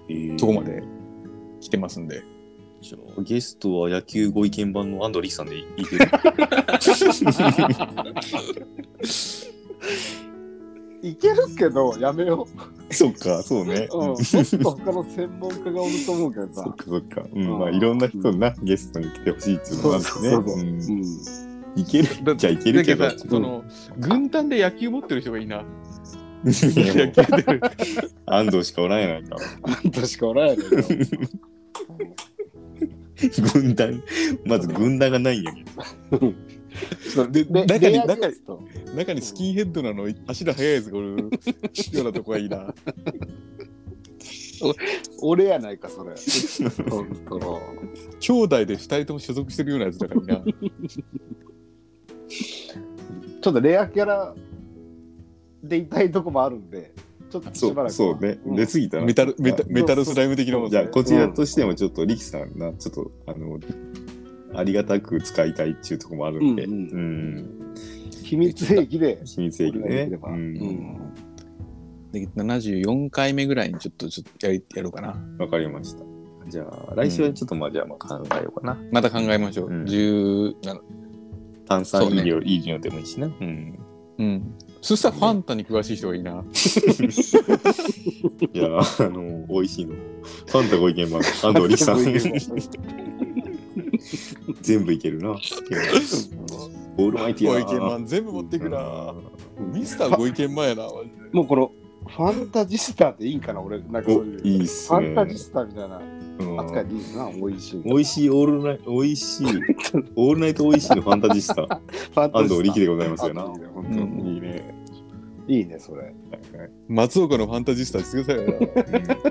えー
そこまで来てますんで。
じゃあゲストは野球ご意見版の安藤力さんでいい けど
いけるけど、やめよ
そっか、そうね。
う。うん。もっと他の専門家がおると思うけど
そっ
さ。
かそっか。うん、まあいろんな人な、ゲストに来てほしいっていうのはあるね。
そうそうそう
う
うんん。
いけるじゃあいけるけど
だ。けどさその軍団で野球持ってる人がいいな。
いや
野球出る。
安藤しかおらんやないか。
確かおらんやねんけど。
軍団、まず軍団がないんやけど。
で中
レ
に
ア
中
ゲ
に
スト
中にスキンヘッドなの足の速いやつがおるようなとこがいい な。
俺やないか、それ。本当の。
兄弟で二人とも所属してるようなやつだからいいな。
ちょっとレアキャラでいたいとこもあるんで、ちょっとしば
そ
ら
う、
く。
そうね。
うん
出過ぎたな
メ。タルメタメタルスライム的なもん
じゃあ、
ね。
こちらとしてもちょっと力さんな、ちょっと、あの、ありがたく使いたいっていうところもあるんで、
う
うんん、
う秘密兵器で。
秘密兵器でね
俺ができれ。ば
うん、
で74回目ぐらいにちょっとちょっとやりやろうかな。
わかりました。じゃあ、来週はちょっとまあ、じゃあ、まあ考えようかな。
また考えましょう。
うん
17。
炭酸
そう
飲
ね
料、いいのでもいいしな。うん。
うん。そしたらファンタに詳しい人がいいな。
いや、あの、美味しいの。ファンタご意見番、安藤力 さん。全部いけるな。オールマイティ
ご
ー
意
な。
見マン全部持ってくな。ミスターご意見マンやな。マジで
もうこの、ファンタジスターでいいんかな、俺。なんかそう
お
いう。
いいっす
ファ
ね
ン。タジスターみたいな
うん
扱いでいいな、美味しい。
美味しいオールナイト、美味しい、オールナイト美味しいのファンタジスタ、
ファンタ
安
ジスタ
藤力でございますよな
あいい。ね本当
う
に
ん
いいね。
いいね、それ。
松岡のファンタジスタしてくださいよ。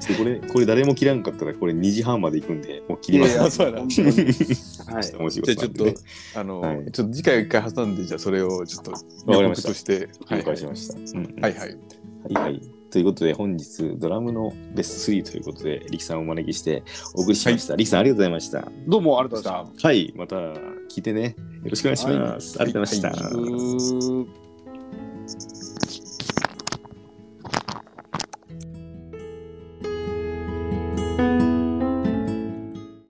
ちょっとこれ、これ誰も切らんかったら、これ2時半まで行くんで、もう切り
い
ま
や
す。
い
あ そうや
や、
な
本当にはい。
面白
じゃ
い
あ
こ
ち
と
ょ
な
っ
んで
と
ね、
あの、
はい
ちょっと次回一回挟んで、じゃあそれをちょっと、
わかりました
予告として、
了
はいはい
解しました。うん
はいはい。
はいはい。ということで、本日、ドラムのベスト3ということで、リキさんをお招きしてお送りしました。リキさん、ありがとうございました。
どうもありがとうございまし
はい、また聞いてね。よろしくお願いします。ありがとうございました。
た。